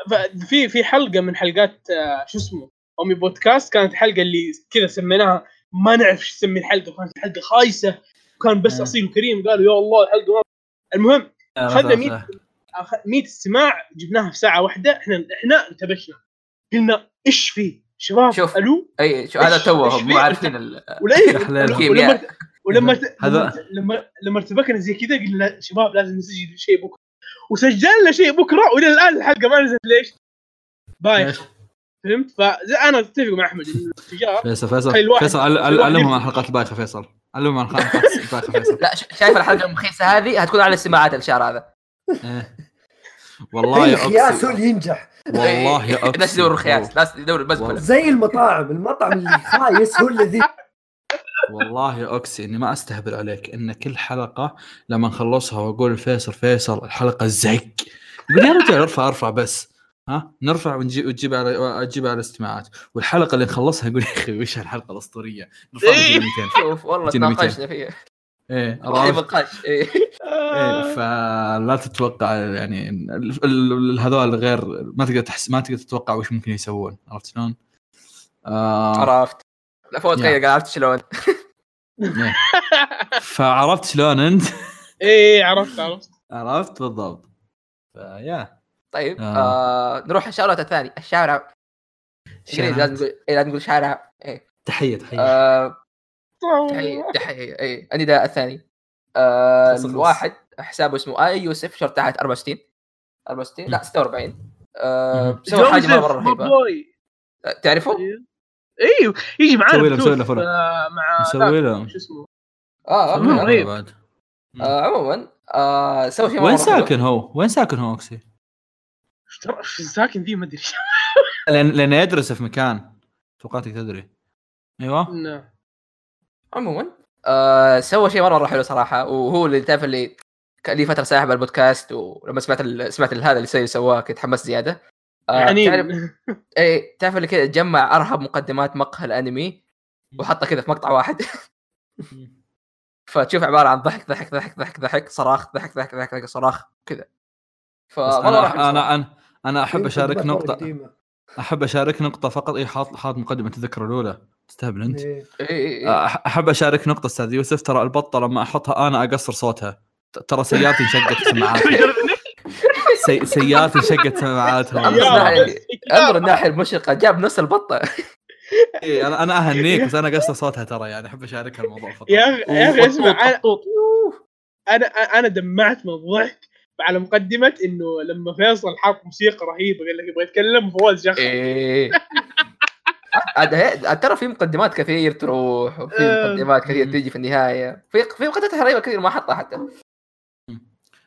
Speaker 3: ف- في في حلقه من حلقات آه، شو اسمه امي بودكاست كانت الحلقه اللي كذا سميناها ما نعرف ايش نسمي الحلقه كانت الحلقه خايسه وكان بس
Speaker 1: إيه.
Speaker 4: آه.
Speaker 3: اصيل وكريم قالوا يا الله الحلقه ما المهم خذنا 100 100 استماع جبناها في ساعه واحده احنا احنا انتبشنا قلنا ايش في شباب
Speaker 1: شوف. آه،
Speaker 3: الو
Speaker 1: اي شو هذا
Speaker 3: إيش- إيش
Speaker 1: توهم
Speaker 3: في؟
Speaker 1: مو عارفين ال-
Speaker 3: ولا
Speaker 4: حليلهم.
Speaker 3: ولما ولما
Speaker 4: هذا-
Speaker 3: لما لما ارتبكنا زي كذا قلنا شباب لازم نسجل شيء بكره وسجلنا شيء بكره والى الان الحلقه ما نزلت ليش؟ بايخ فهمت؟ فانا اتفق مع احمد إن التجار
Speaker 4: فيصل فيصل
Speaker 3: خلي الواحد-
Speaker 4: فيصل عل- عل-
Speaker 3: الواحد
Speaker 4: علمهم عن
Speaker 3: يبكي.
Speaker 4: حلقات بايخه فيصل علمهم عن حلقات بايخه
Speaker 1: [LAUGHS]
Speaker 4: فيصل
Speaker 1: لا ش- شايف الحلقه المخيسه هذه هتكون على السماعات الشهر هذا
Speaker 4: إيه. والله
Speaker 2: اي
Speaker 4: إيه، يا
Speaker 2: خياس هو
Speaker 4: أقسم-
Speaker 2: اللي ينجح
Speaker 4: والله يا
Speaker 1: الناس
Speaker 4: أقسم.
Speaker 1: يدور الخياس ناس يدور
Speaker 4: والله.
Speaker 1: البزبله
Speaker 2: زي المطاعم المطعم اللي خايس هو الذي
Speaker 4: والله يا اوكسي اني ما استهبل عليك ان كل حلقه لما نخلصها واقول لفيصل فيصل الحلقه زق يقول يا رجال ارفع ارفع بس ها نرفع ونجيب وتجيب على تجيب على الاستماعات والحلقه اللي نخلصها يقول يا اخي وش هالحلقه الاسطوريه نرفع ونجيب 200
Speaker 1: شوف والله
Speaker 4: جينا ميتين.
Speaker 1: تناقشنا فيها
Speaker 4: ايه
Speaker 1: رهيب
Speaker 4: عرفت؟
Speaker 1: القش إيه.
Speaker 4: إيه، فلا تتوقع يعني إن ال- ال- هذول غير ما تقدر تحس ما تقدر تتوقع وش ممكن يسوون عرفت شلون؟ آه
Speaker 1: عرفت لا فوت
Speaker 4: يا.
Speaker 1: قال عرفت شلون
Speaker 4: إيه. فعرفت شلون انت؟
Speaker 3: ايه عرفت عرفت
Speaker 4: [LAUGHS] عرفت بالضبط فيا
Speaker 1: طيب
Speaker 4: آه.
Speaker 1: آه. نروح الشارع الثاني الشارع الانجليزي لازم نقول إيه، لازم نقول شارع إيه.
Speaker 4: تحيه تحيه
Speaker 1: آه، تحيه تحيه اي النداء الثاني آه،
Speaker 4: خلص، خلص.
Speaker 1: الواحد حسابه اسمه اي يوسف شرط تحت 64 64 لا 46 آه،
Speaker 4: مهم.
Speaker 1: سوى حاجه مره
Speaker 3: جوزيف،
Speaker 1: رهيبه
Speaker 3: بوي.
Speaker 1: تعرفه؟
Speaker 3: ايوه يجي معانا
Speaker 4: مسوي له- مسوي له
Speaker 3: بثوث،
Speaker 4: فرق.
Speaker 3: آه، مع
Speaker 4: مسوي له.
Speaker 3: ذاك، شو اسمه
Speaker 1: اه
Speaker 3: سوى له
Speaker 1: اوكي
Speaker 3: رهيب.
Speaker 4: بعد.
Speaker 1: آه، عموما آه، سوى شيء مرة
Speaker 4: وين
Speaker 1: رهيب.
Speaker 4: ساكن هو؟ وين ساكن هو اوكسي؟
Speaker 3: إيش ترى- إيش ساكن ذي ما ادري إيش.
Speaker 4: لان لانه يدرس في مكان توقعتك تدري
Speaker 1: آه،
Speaker 4: ايوه
Speaker 3: إنه-
Speaker 1: عموما آه سوى شيء مره مره حلو صراحه وهو اللي تعرف اللي كان لي فتره ساحب على البودكاست ولما سمعت ال... سمعت ال- هذا اللي سوي سواه كنت حمست زياده آه تعرف
Speaker 3: حنين [LAUGHS]
Speaker 1: اي تعرف اللي كذا جمع ارهب مقدمات مقهى الانمي وحطه كذا في مقطع واحد [LAUGHS] فتشوف عباره عن ضحك ضحك ضحك ضحك ضحك صراخ ضحك ضحك ضحك, ضحك صراخ كذا
Speaker 4: بس
Speaker 1: فمره راح
Speaker 4: انا انا انا انا احب
Speaker 2: يمكن
Speaker 4: اشارك
Speaker 2: مرة
Speaker 4: نقطه
Speaker 2: قديمة. ايه.
Speaker 4: احب اشارك نقطه فقط اي حاط حاط مقدمه تذكر الاولى تستهبل انت
Speaker 2: إيه،
Speaker 1: إي إي
Speaker 3: إيه.
Speaker 1: إي.
Speaker 4: أح- احب اشارك نقطه استاذ يوسف ترى البطه لما احطها انا اقصر صوتها ت- ترى سيارتي انشقت سماعات
Speaker 3: [LAUGHS]
Speaker 4: سي... سيارتي انشقت سماعاتها
Speaker 1: أمس
Speaker 3: [LAUGHS] يا
Speaker 1: ناحية-
Speaker 3: بس.
Speaker 1: انظر الناحيه المشرقه جاب نفس البطه
Speaker 4: إيه، انا انا اهنيك بس انا قصة صوتها ترى يعني احب اشارك الموضوع فقط
Speaker 3: يا اخي يا اخي اسمع انا
Speaker 1: طوط.
Speaker 3: انا انا دمعت من الضحك على مقدمه انه لما فيصل حاط موسيقى رهيبه قال لك يبغى يتكلم فواز
Speaker 4: إيه.
Speaker 3: شخص
Speaker 1: ايه عاد هي- عاد ترى في مقدمات كثير تروح وفي
Speaker 3: آه.
Speaker 1: مقدمات كثير
Speaker 4: مم.
Speaker 1: تيجي في النهايه في في مقدمات رهيبه كثير ما حطها حتى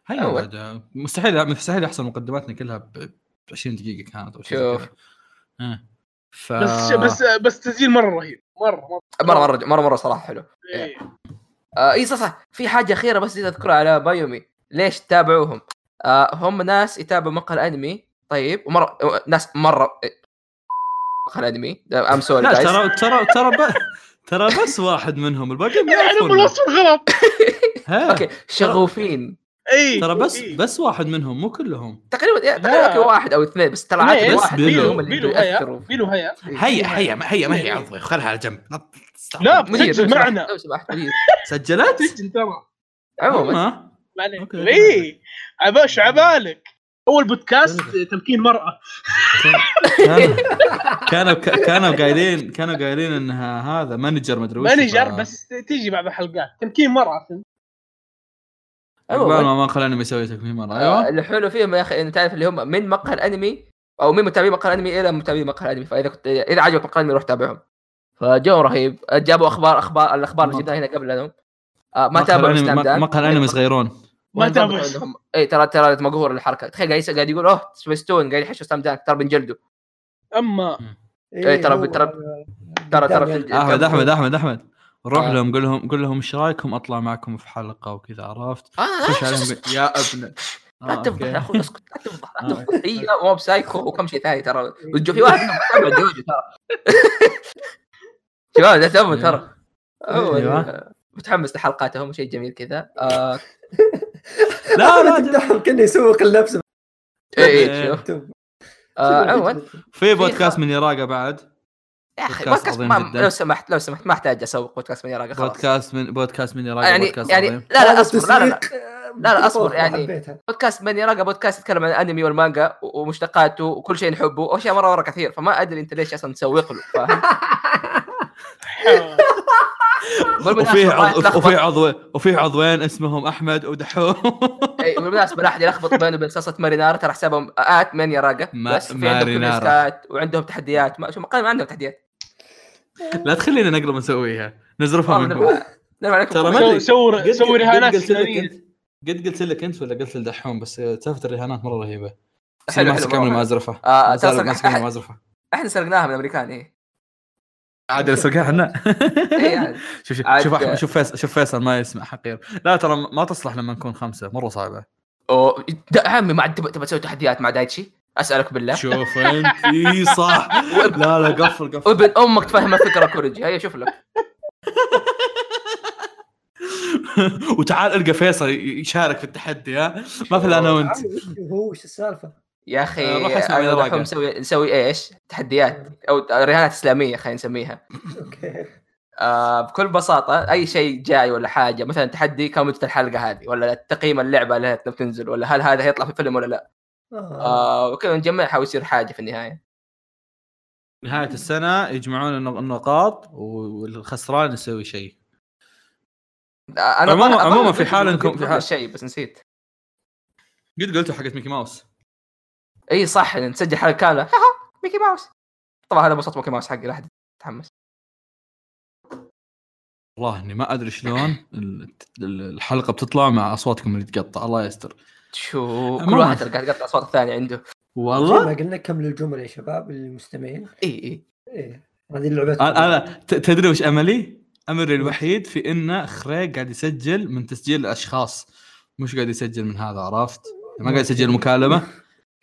Speaker 4: هيا
Speaker 1: أول.
Speaker 4: بعد مستحيل مستحيل احصل مقدماتنا كلها ب 20 دقيقه كانت او شيء زي
Speaker 1: شوف.
Speaker 4: كذا. إيه. ف
Speaker 3: بس بس بس تسجيل مره رهيب مره مره
Speaker 1: مره مره مره مره صراحه حلو
Speaker 3: إيه.
Speaker 1: آه اي صح صح في حاجه اخيره بس نسيت اذكرها على بايومي ليش تتابعوهم؟ آه هم ناس يتابعوا مقهى الانمي طيب ومره ناس مره مقهى الانمي ام سوري
Speaker 4: لا
Speaker 1: جايز
Speaker 4: ترى ترى ترى ب... ترى بس واحد منهم الباقي
Speaker 3: [LAUGHS]
Speaker 4: ما
Speaker 3: يعلم
Speaker 4: يعرفون
Speaker 3: الوصف غلط إيه،
Speaker 4: ها،
Speaker 1: اوكي شغوفين
Speaker 3: اي
Speaker 4: ترى بس
Speaker 3: إي.
Speaker 4: بس واحد منهم مو كلهم
Speaker 1: تقريبا إيه،
Speaker 3: لا.
Speaker 1: تقريبا أوكي واحد او اثنين بس ترى عاد
Speaker 3: اثنين.
Speaker 4: بس أيوة.
Speaker 1: واحد
Speaker 4: بيلو-
Speaker 1: منهم اللي
Speaker 3: بيلو هيا.
Speaker 1: يأثروا
Speaker 3: بيلو هيا
Speaker 4: هيا هيا ما هي ما هي عضوي خلها على جنب
Speaker 3: لا
Speaker 1: مدير
Speaker 3: بتسجل
Speaker 1: لو سمحت-
Speaker 3: معنا
Speaker 1: لو سمحت مدير
Speaker 4: سجلت؟
Speaker 3: تسجل ترى
Speaker 1: عموما
Speaker 4: [LAUGHS]
Speaker 3: آه.
Speaker 4: ها؟
Speaker 3: معليش
Speaker 4: أوكي.
Speaker 3: اي عباش عبالك اول بودكاست
Speaker 4: جميل.
Speaker 3: تمكين مرأة
Speaker 4: كان- كانوا كانوا قايلين كانوا قايلين انها هذا مانجر مدري وش
Speaker 3: مانجر
Speaker 4: ف-
Speaker 3: بس تيجي بعض الحلقات تمكين مرأة فهمت؟
Speaker 4: عقبال
Speaker 1: عموما
Speaker 4: ما ما خلاني مسوي تكميم مره
Speaker 1: آه،
Speaker 4: ايوه
Speaker 1: الحلو فيهم يا اخي انه تعرف اللي هم من مقهى الانمي او من متابعين مقهى الانمي الى متابعين مقهى الانمي فاذا كنت اذا عجبك مقهى الانمي روح تابعهم فجو رهيب جابوا اخبار اخبار الاخبار اللي جبناها هنا قبل لهم آه ما
Speaker 4: مقهى
Speaker 1: تابعوا
Speaker 4: الأنمي-
Speaker 1: سلام دانك.
Speaker 4: مقهى الانمي صغيرون
Speaker 3: ما
Speaker 1: والضبط
Speaker 3: تابعوا.
Speaker 1: عندهم. اي ترى ترى مقهور الحركه تخيل قاعد يس- قاعد يقول اوه سبيستون قاعد يحشوا سلام دانك ترى بنجلده
Speaker 3: اما
Speaker 1: إيه، ترى-
Speaker 2: هو- يعني.
Speaker 1: ترى- ترى ترى في
Speaker 4: احمد احمد احمد احمد روح
Speaker 1: آه.
Speaker 4: لهم قول لهم قول لهم ايش رايكم اطلع معكم في حلقه وكذا عرفت؟
Speaker 1: [LAUGHS]
Speaker 4: خش عليهم
Speaker 1: احمد
Speaker 4: ب- يا ابن
Speaker 1: لا
Speaker 4: آه،
Speaker 1: تفضح يا
Speaker 4: أوكي.
Speaker 1: اخوي اسكت لا تفضح لا
Speaker 4: آه،
Speaker 1: [LAUGHS] تفضح هي موب سايكو وكم شيء ثاني [LAUGHS] ترى وجو في واحد منهم تابع جوجو ترى [LAUGHS] شباب لا تفهم ترى
Speaker 2: أه،
Speaker 1: ايوه
Speaker 4: أيوة.
Speaker 1: متحمس لحلقاتهم شيء جميل كذا آه
Speaker 4: لا لا
Speaker 1: [LAUGHS]
Speaker 2: أحمد يمدحهم كانه يسوق اللبس
Speaker 1: اي شوف
Speaker 4: إيه،
Speaker 2: مكتوب.
Speaker 1: آه عموما
Speaker 4: في بودكاست من يراقه بعد
Speaker 1: يا اخي
Speaker 4: بودكاست
Speaker 1: بودكاست
Speaker 4: عظيم
Speaker 1: ما
Speaker 4: جداً.
Speaker 1: لو سمحت لو سمحت ما احتاج اسوق بودكاست من يراقي خلاص
Speaker 4: بودكاست من بودكاست من يراقب
Speaker 1: يعني
Speaker 4: بودكاست
Speaker 1: يعني
Speaker 4: عظيم.
Speaker 1: لا لا اصبر لا لا, لا. لا، لا،
Speaker 2: لا
Speaker 1: أصبر، يعني-
Speaker 2: حبيتها
Speaker 1: بودكاست من يراقب بودكاست يتكلم عن الانمي والمانجا و- ومشتقاته وكل شيء نحبه واشياء مره مره كثير فما ادري انت ليش اصلا تسوق له فاهم؟ بالمناسبة
Speaker 4: وفيه
Speaker 1: واحد
Speaker 4: عضو
Speaker 1: لخبط-
Speaker 4: وفيه عضو وفيه عضوين اسمهم احمد
Speaker 1: [LAUGHS]
Speaker 4: ودحوم
Speaker 1: اي بالمناسبه لا احد يلخبط بينه وبين صلصه مارينارا ترى حسابهم ات من يراقه
Speaker 4: ما-
Speaker 1: بس في عندهم
Speaker 4: مارينارا.
Speaker 1: كوميكسات وعندهم تحديات ما شو ما عندهم
Speaker 4: [LAUGHS]
Speaker 1: تحديات
Speaker 4: لا تخلينا نقلب نسويها نزرفها
Speaker 1: والله
Speaker 4: منكم
Speaker 1: نبغى- نبغى عليكم
Speaker 4: ترى ما
Speaker 1: كوميكس.
Speaker 4: أدري.
Speaker 3: سوي سوي رهانات
Speaker 4: قلت لك
Speaker 3: إسلامية.
Speaker 4: أنت- قد قلت لك انت ولا قلت لدحوم بس سالفه الرهانات مره رهيبه بس
Speaker 1: حلو،
Speaker 4: أنا ما
Speaker 1: حلو،
Speaker 4: استكمل
Speaker 1: مرة.
Speaker 4: مع ازرفه
Speaker 1: آه،
Speaker 4: ما
Speaker 1: ترى
Speaker 4: زال- ما
Speaker 1: صدق،
Speaker 4: استكمل
Speaker 1: أحد-
Speaker 4: مع ازرفه
Speaker 1: احنا سرقناها من الامريكان ايه
Speaker 4: عاد سرقها احنا
Speaker 1: [LAUGHS] إيه عاد.
Speaker 4: [LAUGHS] شوف شوف
Speaker 1: عاد-
Speaker 4: شوف أحمد- شوف فيصل شوف فيصل ما يسمع حقير لا ترى ما تصلح لما نكون خمسه مره صعبه
Speaker 1: أوه، ده يا عمي ما عاد تبى تبى تسوي تحديات مع دايتشي اسالك بالله
Speaker 4: شوف انت اي صح
Speaker 1: [LAUGHS]
Speaker 4: لا لا قفل قفل
Speaker 1: وابن امك تفهم الفكره كوريجي هيا شوف لك
Speaker 4: [LAUGHS] وتعال القى فيصل يشارك في التحدي ها ما في الا انا وانت
Speaker 2: آه، هو وش السالفه؟ [LAUGHS]
Speaker 1: يا
Speaker 4: آه،
Speaker 1: اخي
Speaker 4: روح اسمع
Speaker 1: أنا
Speaker 4: من
Speaker 1: ودحوم
Speaker 4: الراقة.
Speaker 1: نسوي نسوي ايش؟ تحديات او رهانات اسلاميه خلينا نسميها
Speaker 2: اوكي
Speaker 1: آه بكل بساطه اي شيء جاي ولا حاجه مثلا تحدي كم مده الحلقه هذه ولا تقييم اللعبه اللي بتنزل ولا هل هذا هيطلع في فيلم ولا لا
Speaker 2: آه.
Speaker 1: آه وكذا نجمعها ويصير حاجه في النهايه
Speaker 4: نهايه السنه يجمعون النق- النقاط والخسران يسوي شيء
Speaker 1: آه، انا
Speaker 4: عموماً-
Speaker 1: أظن- أظن
Speaker 4: عموماً في
Speaker 1: كنت
Speaker 4: حال
Speaker 1: قلت
Speaker 4: إنكم- في حال-
Speaker 1: شيء بس نسيت
Speaker 4: قد قلتوا حقت ميكي ماوس
Speaker 1: اي صح نسجل حلقه كامله [LAUGHS] هاها، ميكي ماوس طبعا هذا بسط ميكي ماوس حقي لا احد يتحمس
Speaker 4: والله اني ما ادري شلون ال- ال- الحلقه بتطلع مع اصواتكم اللي تقطع الله يستر
Speaker 1: شو كل
Speaker 4: عموماً.
Speaker 1: واحد قاعد يقطع اصوات الثاني عنده
Speaker 2: زي
Speaker 4: والله
Speaker 2: ما قلنا كملوا الجمله يا شباب للمستمعين
Speaker 1: اي اي
Speaker 2: ايه هذه اللعبه
Speaker 4: انا أنا ت- تدري وش املي؟ امري الوحيد في ان خريج قاعد يسجل من تسجيل الاشخاص مش قاعد يسجل من هذا عرفت؟ ما قاعد يسجل مكالمه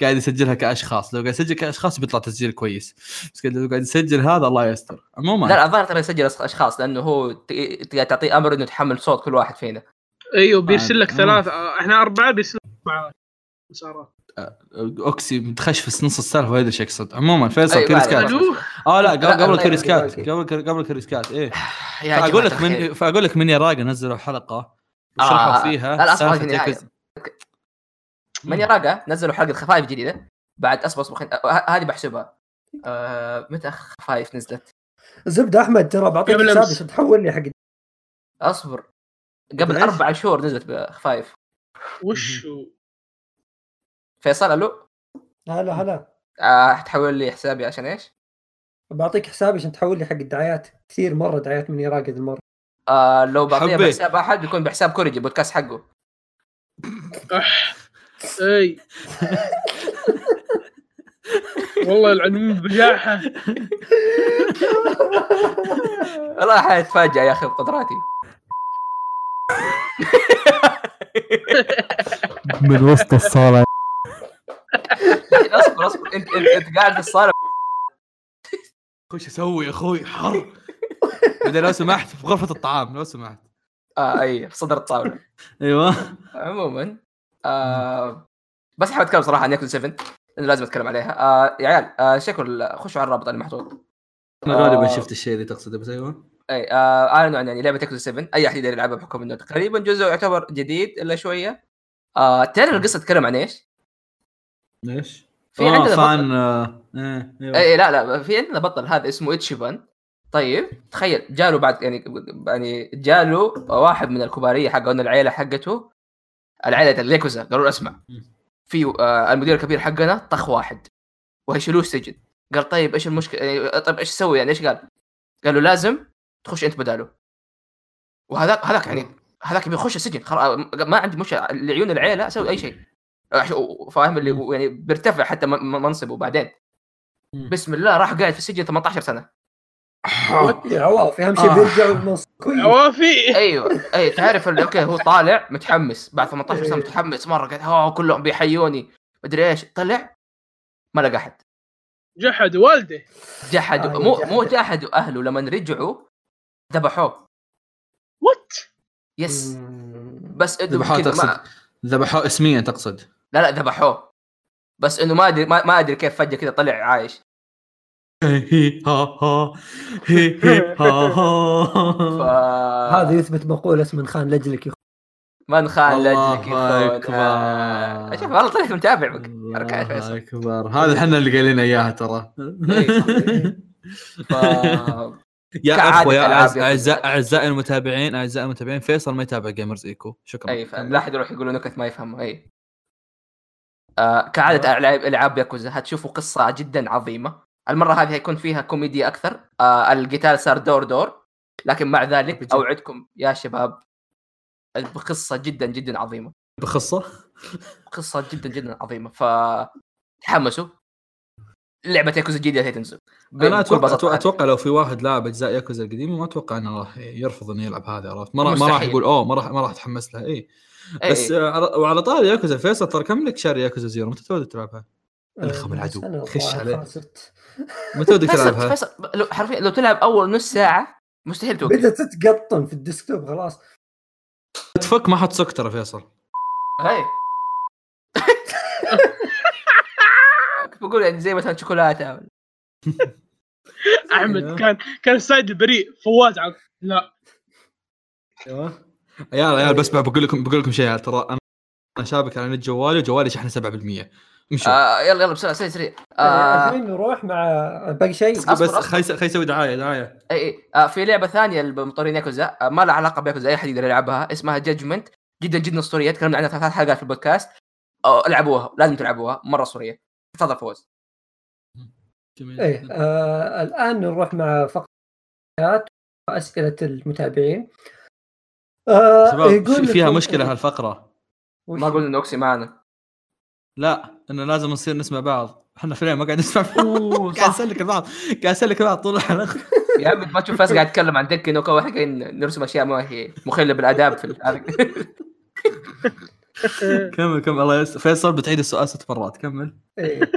Speaker 4: قاعد يسجلها كاشخاص لو قاعد يسجل كاشخاص بيطلع تسجيل كويس بس قاعد- لو قاعد يسجل هذا الله يستر عموما
Speaker 1: لا لا الظاهر ترى يسجل أص- اشخاص لانه هو ت- ت- تعطيه امر انه تحمل صوت كل واحد فينا
Speaker 3: ايوه بيرسل لك
Speaker 4: آه.
Speaker 3: ثلاثة آه، احنا اربعة بيرسل لك أربعة مسارات
Speaker 4: اوكسي متخشفس نص السالفه وهذا ايش يقصد عموما فيصل
Speaker 1: أي،
Speaker 4: كريس
Speaker 1: بعد-
Speaker 4: كات
Speaker 3: الو
Speaker 4: اه لا قبل
Speaker 1: لا،
Speaker 4: قبل
Speaker 1: الله
Speaker 4: الكريس
Speaker 2: يرحمه.
Speaker 4: كات قبل قبل الكريس كات ايه
Speaker 1: يا
Speaker 4: فاقول
Speaker 1: جماعة
Speaker 4: لك من
Speaker 1: الخير.
Speaker 4: فاقول لك من يراقه نزلوا حلقه وشرحوا
Speaker 1: آه،
Speaker 4: فيها
Speaker 1: لا، لا، أصبر،
Speaker 4: سالفة
Speaker 1: هذه نهاية.
Speaker 4: تكز-
Speaker 1: من يراقه نزلوا حلقه خفايف جديده بعد اصبر اصبر خليني- آه، ه- هذه بحسبها آه متى خفايف نزلت
Speaker 2: الزبده احمد ترى بعطيك
Speaker 3: قبل
Speaker 2: حسابي
Speaker 3: أمس.
Speaker 2: عشان تحول لي حق
Speaker 1: اصبر قبل
Speaker 4: إيش؟
Speaker 1: اربع شهور نزلت خفايف
Speaker 3: وش هو؟
Speaker 1: فيصل الو
Speaker 2: هلا هلا
Speaker 1: آه تحول لي حسابي عشان ايش؟
Speaker 2: بعطيك حسابي عشان تحول لي حق الدعايات كثير مره دعايات من يراقد المره
Speaker 1: آه لو بعطيها
Speaker 4: حبيت.
Speaker 1: بحساب احد بيكون بحساب كوريجي بودكاست حقه
Speaker 3: اي والله العنم بجاحة
Speaker 1: والله حيتفاجئ يا اخي بقدراتي
Speaker 4: من وسط الصاله
Speaker 1: اصبر اصبر انت انت, انت قاعد في الصاله
Speaker 4: خش اسوي يا اخوي حر بدي لو سمحت في غرفه الطعام لو سمحت
Speaker 1: اه اي في صدر الطاوله
Speaker 4: ايوه
Speaker 1: عموما آه بس حابب اتكلم صراحه عن ياكل 7 لانه لازم اتكلم عليها آه يا عيال آه شكل خشوا على الرابط اللي محطوط
Speaker 4: انا غالبا
Speaker 1: آه.
Speaker 4: شفت الشيء اللي تقصده بس ايوه
Speaker 1: اي آه اعلنوا عن يعني لعبه ياكل 7 اي احد يقدر يلعبها بحكم انه تقريبا جزء يعتبر جديد الا شويه آه تعرف القصه تتكلم عن ايش؟
Speaker 4: ليش؟
Speaker 1: في عندنا بطل.
Speaker 4: فان آه، إيه، ايوه
Speaker 1: اي لا لا في عندنا بطل هذا اسمه اتشيبان طيب تخيل جاله بعد يعني يعني جاله واحد من الكباريه حقهم العيله حقته العيله اليكوزا قالوا له اسمع في آه المدير الكبير حقنا طخ واحد وهيشيلوه السجن قال طيب ايش المشكله يعني طيب ايش اسوي يعني ايش قال؟ قالوا لازم تخش انت بداله وهذاك هذاك يعني هذاك بيخش السجن خلاص آه، ما عندي مشكله لعيون العيله اسوي اي شيء آه، فاهم اللي يعني بيرتفع حتى من- من- منصبه بعدين بسم الله راح قاعد في السجن 18 سنه
Speaker 2: يا عواف اهم شيء
Speaker 4: آه.
Speaker 2: بيرجع بالنص كويس
Speaker 3: عوافي
Speaker 1: ايوه اي تعرف اللي- اوكي هو طالع متحمس بعد 18 سنه
Speaker 2: إيه.
Speaker 1: متحمس مره قاعد "أوه، كلهم بيحيوني مدري ايش طلع ما لقى احد
Speaker 3: جحد والده
Speaker 1: جحدوا
Speaker 2: أيوة،
Speaker 1: مو مو
Speaker 2: جحدوا.
Speaker 1: جحدوا اهله لما رجعوا ذبحوه
Speaker 3: وات
Speaker 1: يس
Speaker 2: مم.
Speaker 1: بس انه
Speaker 4: ذبحوه
Speaker 1: كذا ما-
Speaker 4: تقصد ذبحوه اسميا تقصد
Speaker 1: لا لا ذبحوه بس انه ما ادري ما ما ادري كيف فجاه كذا طلع عايش
Speaker 4: هي ها ها هي هي ها
Speaker 1: ف...
Speaker 4: ها
Speaker 2: هذا يثبت مقولة اسم من خان لاجلك يا أخوي.
Speaker 1: من خان
Speaker 4: الله
Speaker 1: لجلك يخون.
Speaker 4: أكبر.
Speaker 1: آه. اشوف والله طلعت متابع بك حركات
Speaker 4: الله
Speaker 1: فيصل.
Speaker 4: اكبر هذا احنا اللي قايلين اياها ترى
Speaker 1: إيه. ف...
Speaker 4: يا
Speaker 1: كعادة
Speaker 4: اخوة يا
Speaker 1: ألعاب
Speaker 4: أعز-
Speaker 1: يا
Speaker 4: اعزاء
Speaker 1: أخوي.
Speaker 4: اعزائي المتابعين اعزائي المتابعين فيصل ما يتابع جيمرز ايكو شكرا
Speaker 1: اي فاهم لا احد يروح يقول نكت ما يفهمها اي آه
Speaker 4: أيوة.
Speaker 1: كعاده العاب العاب ياكوزا هتشوفوا قصه جدا عظيمه المره هذه هيكون فيها كوميديا اكثر آه القتال صار دور دور لكن مع ذلك
Speaker 4: RPG.
Speaker 1: اوعدكم يا شباب بقصه جدا جدا عظيمه
Speaker 4: بخصه
Speaker 1: قصه جدا جدا عظيمه ف تحمسوا لعبه ياكوزا الجديده هي تنزل
Speaker 4: انا
Speaker 1: بكل
Speaker 4: اتوقع
Speaker 1: بساطة.
Speaker 4: أتوقع, اتوقع لو في واحد لاعب اجزاء ياكوزا القديمه ما اتوقع انه راح يرفض انه يلعب هذا عرفت ما راح ما راح
Speaker 1: مستحيل. إيه،
Speaker 4: يقول اوه ما راح ما راح اتحمس لها اي
Speaker 1: إي،
Speaker 4: بس
Speaker 1: إي.
Speaker 4: آه، على- وعلى طاري ياكوزا فيصل ترى كم لك شهر ياكوزا زيرو متى تود تلعبها؟ الخم العدو.
Speaker 2: سنة
Speaker 4: خش
Speaker 2: طبعاً
Speaker 4: عليه.
Speaker 2: خلصت.
Speaker 4: متى ودك
Speaker 1: فيصل
Speaker 4: تلعبها؟
Speaker 1: فيصل لو حرفيا لو تلعب اول نص ساعه مستحيل توقف
Speaker 2: بدأت تتقطن في الديسكتوب خلاص
Speaker 4: تفك ما حتسك ترى فيصل
Speaker 1: هاي كنت [LAUGHS] بقول يعني زي مثلا شوكولاته ولا-
Speaker 4: أيوه.
Speaker 3: احمد كان كان سايد بريء فواز عن لا
Speaker 4: ايوه عيال
Speaker 1: أيوة.
Speaker 4: عيال بس بقول لكم بقول لكم شيء عيال، ترى انا انا شابك على نت جوالي وجوالي شحنه 7% مشوا
Speaker 1: آه يلا يلا بسرعه سريع سريع آه
Speaker 2: الحين نروح مع باقي شيء
Speaker 1: أصبر،
Speaker 4: بس
Speaker 1: أصبر.
Speaker 4: خلي خلي يسوي دعايه دعايه
Speaker 1: اي اي آه في لعبه ثانيه للمطورين ياكوزا آه ما لها علاقه بياكوزا اي احد يقدر يلعبها اسمها جادجمنت جدا جدا اسطوريه تكلمنا عنها في ثلاث حلقات في البودكاست آه العبوها لازم تلعبوها مره اسطوريه تفضل فوز
Speaker 4: جميل
Speaker 2: ايه آه الان نروح مع فقرات واسئله المتابعين آه
Speaker 4: شباب
Speaker 2: يقول
Speaker 4: في- فيها
Speaker 2: لكم-
Speaker 4: مشكله هالفقره
Speaker 2: وش-
Speaker 1: ما قلنا انه اوكسي معنا
Speaker 4: لا انه لازم نصير نسمع بعض احنا في اليوم ما قاعد نسمع
Speaker 1: [LAUGHS]
Speaker 4: بعض
Speaker 3: اوه
Speaker 4: قاعد
Speaker 3: صح
Speaker 4: اسلك بعض قاعد اسلك بعض طول الحلقه
Speaker 1: يا عمي ما تشوف فاز قاعد يتكلم عن دكي نوكا واحنا قاعدين نرسم اشياء ما هي مخله بالاداب في الحلقة. [LAUGHS]
Speaker 3: أه،
Speaker 4: كمل كمل الله يس... فيصل بتعيد السؤال ست مرات كمل
Speaker 2: إيه.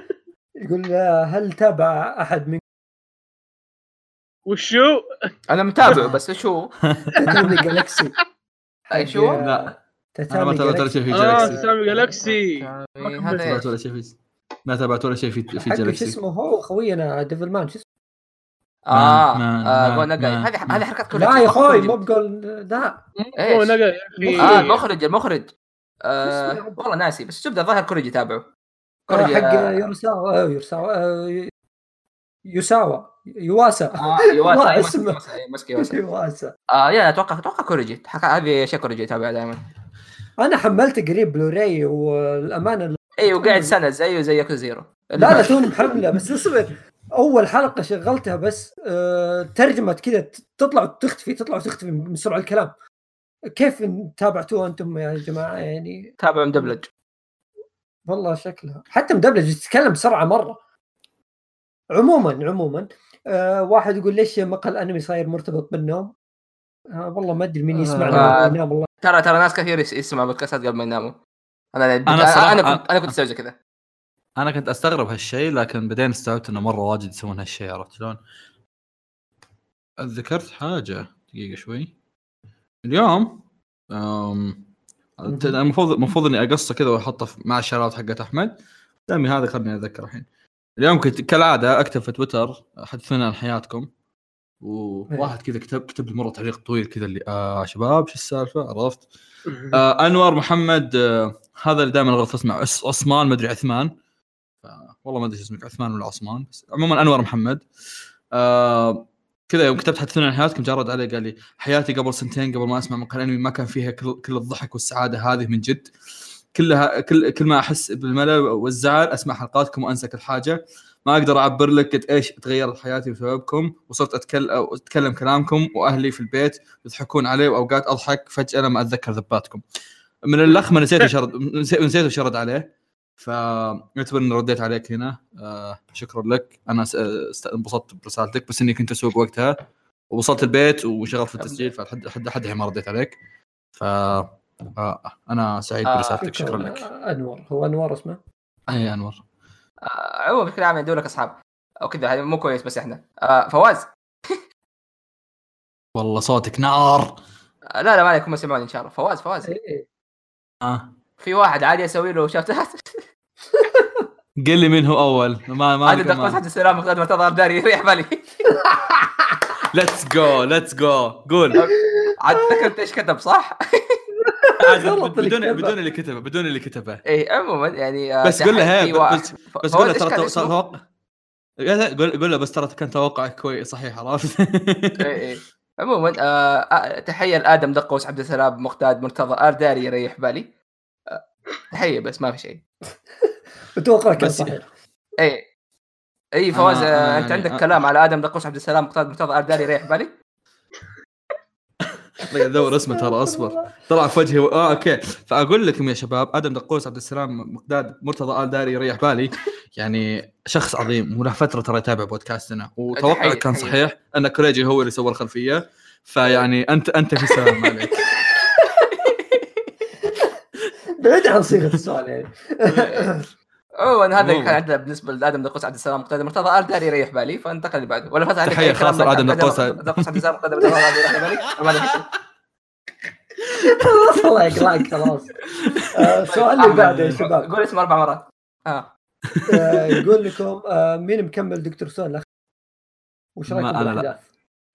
Speaker 2: يقول آه، هل تابع احد من
Speaker 3: وشو
Speaker 1: انا متابعه بس شو
Speaker 2: تتامي جالكسي
Speaker 1: أي شو؟
Speaker 4: لا. انا ما
Speaker 2: تتامي
Speaker 4: تابعت ولا
Speaker 2: جالكسي
Speaker 1: آه،
Speaker 4: شيء في
Speaker 3: اه
Speaker 4: جالكسي
Speaker 3: سامي جالكسي
Speaker 1: يعني
Speaker 4: ما
Speaker 1: هذا
Speaker 4: تابعت
Speaker 1: إيش؟
Speaker 4: ولا شيء في ما تابعت ولا شيء في في
Speaker 2: حق شو
Speaker 4: جالكسي
Speaker 2: اسمه هو خوينا ديفل مان شو اسمه
Speaker 1: اه
Speaker 4: مان،
Speaker 1: آه،
Speaker 4: مان،
Speaker 1: جونا جاي
Speaker 4: مان،
Speaker 1: هذه
Speaker 4: مان.
Speaker 1: هذه حركات كلها
Speaker 2: لا يا اخوي مو بقول لا
Speaker 3: مو نقا يا اخي
Speaker 1: اه
Speaker 3: [LAUGHS]
Speaker 1: المخرج المخرج آه،
Speaker 2: اسمه يا رب؟
Speaker 1: والله ناسي بس تبدا ظاهر كوريجي تابعه
Speaker 2: آه،
Speaker 1: كوريجي
Speaker 2: حق
Speaker 1: آه،
Speaker 2: يورساوا آه، يورساوا آه، يوساوا [LAUGHS] يواسا
Speaker 1: آه، يواسا،
Speaker 2: والله
Speaker 1: أي مسك-
Speaker 2: اسمه.
Speaker 1: مسك- أي مسك يواسا.
Speaker 2: يواسا
Speaker 1: اه يا اتوقع اتوقع كوريجي حق- هذه اشياء كوريجي يتابعها دائما
Speaker 2: انا حملت قريب بلوراي والامانه
Speaker 1: اي إيه، وقاعد سنه زيه زي ياكو زيرو
Speaker 2: لا لا توني محمله بس اصبر اول حلقه شغلتها بس آه، ترجمت كذا ت- تطلع وتختفي تطلع وتختفي من سرعه الكلام كيف إن تابعتوها انتم يا جماعه يعني
Speaker 1: تابع مدبلج
Speaker 2: والله شكلها حتى مدبلج يتكلم بسرعه مره عموما عموما آه واحد يقول ليش مقهى الانمي صاير مرتبط بالنوم آه والله ما ادري مين يسمعنا
Speaker 1: آه.
Speaker 2: ينام والله
Speaker 1: ترى ترى ناس كثير يس- يسمعوا بودكاستات قبل ما يناموا انا انا
Speaker 4: صراحة-
Speaker 1: انا كنت انا كنت اسوي زي كذا
Speaker 4: انا كنت استغرب هالشيء لكن بعدين استوعبت انه مره واجد يسوون هالشيء عرفت شلون؟ ذكرت حاجه دقيقه شوي اليوم أم...
Speaker 2: مهم.
Speaker 4: ت- المفروض المفروض اني اقصه كذا واحطه في- مع الشغلات حقت احمد دامي هذا خلني اتذكر الحين اليوم كنت كالعاده اكتب في تويتر حدثونا عن حياتكم وواحد كذا كتب كتب لي مره تعليق طويل كذا اللي آه شباب شو السالفه عرفت آه انور محمد آه هذا اللي دائما غلط اسمه عس- عثمان مدري عثمان آه والله ما ادري شو اسمك عثمان ولا عثمان بس عموما انور محمد آه كذا يوم كتبت حدثنا عن حياتكم جرد علي قال لي حياتي قبل سنتين قبل ما اسمع مقال انمي ما كان فيها كل, كل الضحك والسعاده هذه من جد كلها كل كل ما احس بالملل والزعل اسمع حلقاتكم وانسى كل حاجه ما اقدر اعبر لك قد ايش تغيرت حياتي بسببكم وصرت اتكلم اتكلم كلامكم واهلي في البيت يضحكون علي واوقات اضحك فجاه لما اتذكر ذباتكم من اللخمه نسيت وش رد- نسيت نسيت وش ارد عليه فاعتبر اني رديت عليك هنا آه شكرا لك انا س- است- انبسطت برسالتك بس اني كنت اسوق وقتها ووصلت البيت وشغلت في التسجيل فلحد لحد لحد الحين ما رديت عليك ف آه، انا سعيد
Speaker 1: آه،
Speaker 4: برسالتك شكرا لك
Speaker 2: آه، انور هو انور اسمه
Speaker 4: اي انور
Speaker 1: آه، عموما بشكل عام يدوا لك اصحاب او كذا هذا مو كويس بس احنا آه، فواز
Speaker 4: والله صوتك نار
Speaker 1: آه، لا لا ما عليكم يسمعوني ان شاء الله فواز فواز
Speaker 2: إيه، إيه.
Speaker 4: آه. [LAUGHS]
Speaker 1: في واحد عادي اسوي له شوتات
Speaker 4: قل لي مين هو اول ما ما
Speaker 1: هذه الدقات حتى السلام قد ما تظهر داري يريح بالي
Speaker 4: ليتس جو ليتس جو قول
Speaker 1: عاد ذكرت ايش كتب صح؟
Speaker 4: عاد
Speaker 2: غلط اللي
Speaker 4: بدون
Speaker 2: كتبه.
Speaker 4: بدون اللي كتبه بدون اللي كتبه
Speaker 1: اي عموما يعني آه،
Speaker 4: بس قول له
Speaker 1: تحدي
Speaker 4: هي،
Speaker 1: و-
Speaker 4: بس- بس
Speaker 1: فواز
Speaker 4: قول له
Speaker 1: إيش
Speaker 4: ترى
Speaker 1: كان
Speaker 4: تو-
Speaker 1: اسمه؟
Speaker 4: توقع لا، لا، قول قول له بس ترى كان توقعك كويس صحيح عرفت [LAUGHS]
Speaker 1: إي إي. عموما إيه، آه، آه، تحيه لادم دقوس عبد السلام مقتاد مرتضى ارداري يريح بالي آه، تحيه بس ما في شيء
Speaker 2: اتوقع كان
Speaker 4: بس-
Speaker 2: صحيح
Speaker 1: اي اي فواز
Speaker 4: أنا-
Speaker 1: آه،
Speaker 4: أنا
Speaker 1: انت
Speaker 4: يعني-
Speaker 1: عندك
Speaker 4: أنا-
Speaker 1: كلام على ادم دقوس عبد السلام مقتاد مرتضى ارداري يريح بالي
Speaker 4: قاعد ادور اسمه ترى اصبر طلع في وجهي و... اه اوكي فاقول لكم يا شباب ادم دقوس عبد السلام مقداد مرتضى ال داري يريح بالي يعني شخص عظيم وله فتره ترى يتابع بودكاستنا وتوقعي
Speaker 1: تحية،
Speaker 4: كان
Speaker 1: تحية.
Speaker 4: صحيح ان كريجي هو اللي سوى الخلفيه فيعني انت انت في سلام ما عليك
Speaker 2: بعيد عن صيغه السؤال
Speaker 4: [LAUGHS]
Speaker 2: يعني
Speaker 1: عموما هذا اللي
Speaker 4: عموماً.
Speaker 1: كان عندنا بالنسبه لادم دقوس عبد السلام مقتدى مرتضى ارداري يريح بالي فانتقل اللي بعده ولا فات عليك
Speaker 4: تحية
Speaker 1: أي كلام
Speaker 4: خاصة
Speaker 1: بعد
Speaker 4: لآدم
Speaker 1: عبد-
Speaker 4: دقوس.
Speaker 1: دقوس عبد السلام مقتدى مرتضى ارداري يريح
Speaker 2: [LAUGHS]
Speaker 1: بالي ما عندك شيء.
Speaker 2: خلاص الله يقلعك
Speaker 4: [LAUGHS]
Speaker 2: خلاص آه، السؤال اللي
Speaker 1: أحمد،
Speaker 2: بعده يا شباب
Speaker 1: قول اسمه اربع مرات اه
Speaker 2: آه، يقول لكم آه، مين مكمل دكتور سون الأخ- وش
Speaker 4: ما-
Speaker 2: رايكم
Speaker 4: أنا لا.
Speaker 2: بالاحداث؟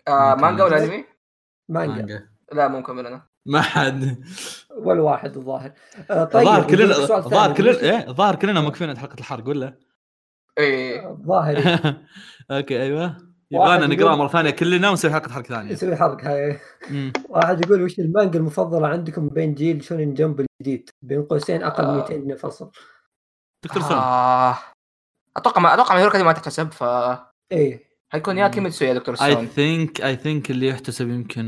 Speaker 1: آه،
Speaker 4: ممكن.
Speaker 1: مانجا ولا انمي؟
Speaker 2: مانجا
Speaker 4: مانجا.
Speaker 1: لا مو مكمل انا
Speaker 4: ما حد
Speaker 2: ولا واحد الظاهر آه، طيب
Speaker 4: الظاهر كلنا
Speaker 2: السؤال الثاني.
Speaker 4: الظاهر كلنا ايه الظاهر كلنا موقفين عند حلقه الحرق [LAUGHS] ولا
Speaker 1: اي
Speaker 2: الظاهر
Speaker 4: [LAUGHS] اوكي ايوه
Speaker 2: واحد
Speaker 4: يبغانا نقراه
Speaker 2: يقول-
Speaker 4: مره ثانيه كلنا ونسوي حلقه حرق ثانيه
Speaker 2: يسوي حرق هاي
Speaker 4: مم.
Speaker 2: واحد يقول وش المانجا المفضله عندكم بين جيل شونين جمب الجديد بين قوسين اقل
Speaker 1: آه.
Speaker 2: 200 فصل
Speaker 4: دكتور سون
Speaker 1: آه، اتوقع ما اتوقع ماهيروكا دي ما تحتسب ف
Speaker 2: ايه
Speaker 1: حيكون يا
Speaker 4: مم.
Speaker 1: كيميتسو يا دكتور
Speaker 4: اي
Speaker 1: سون
Speaker 4: ثينك اي ثينك اللي يحتسب يمكن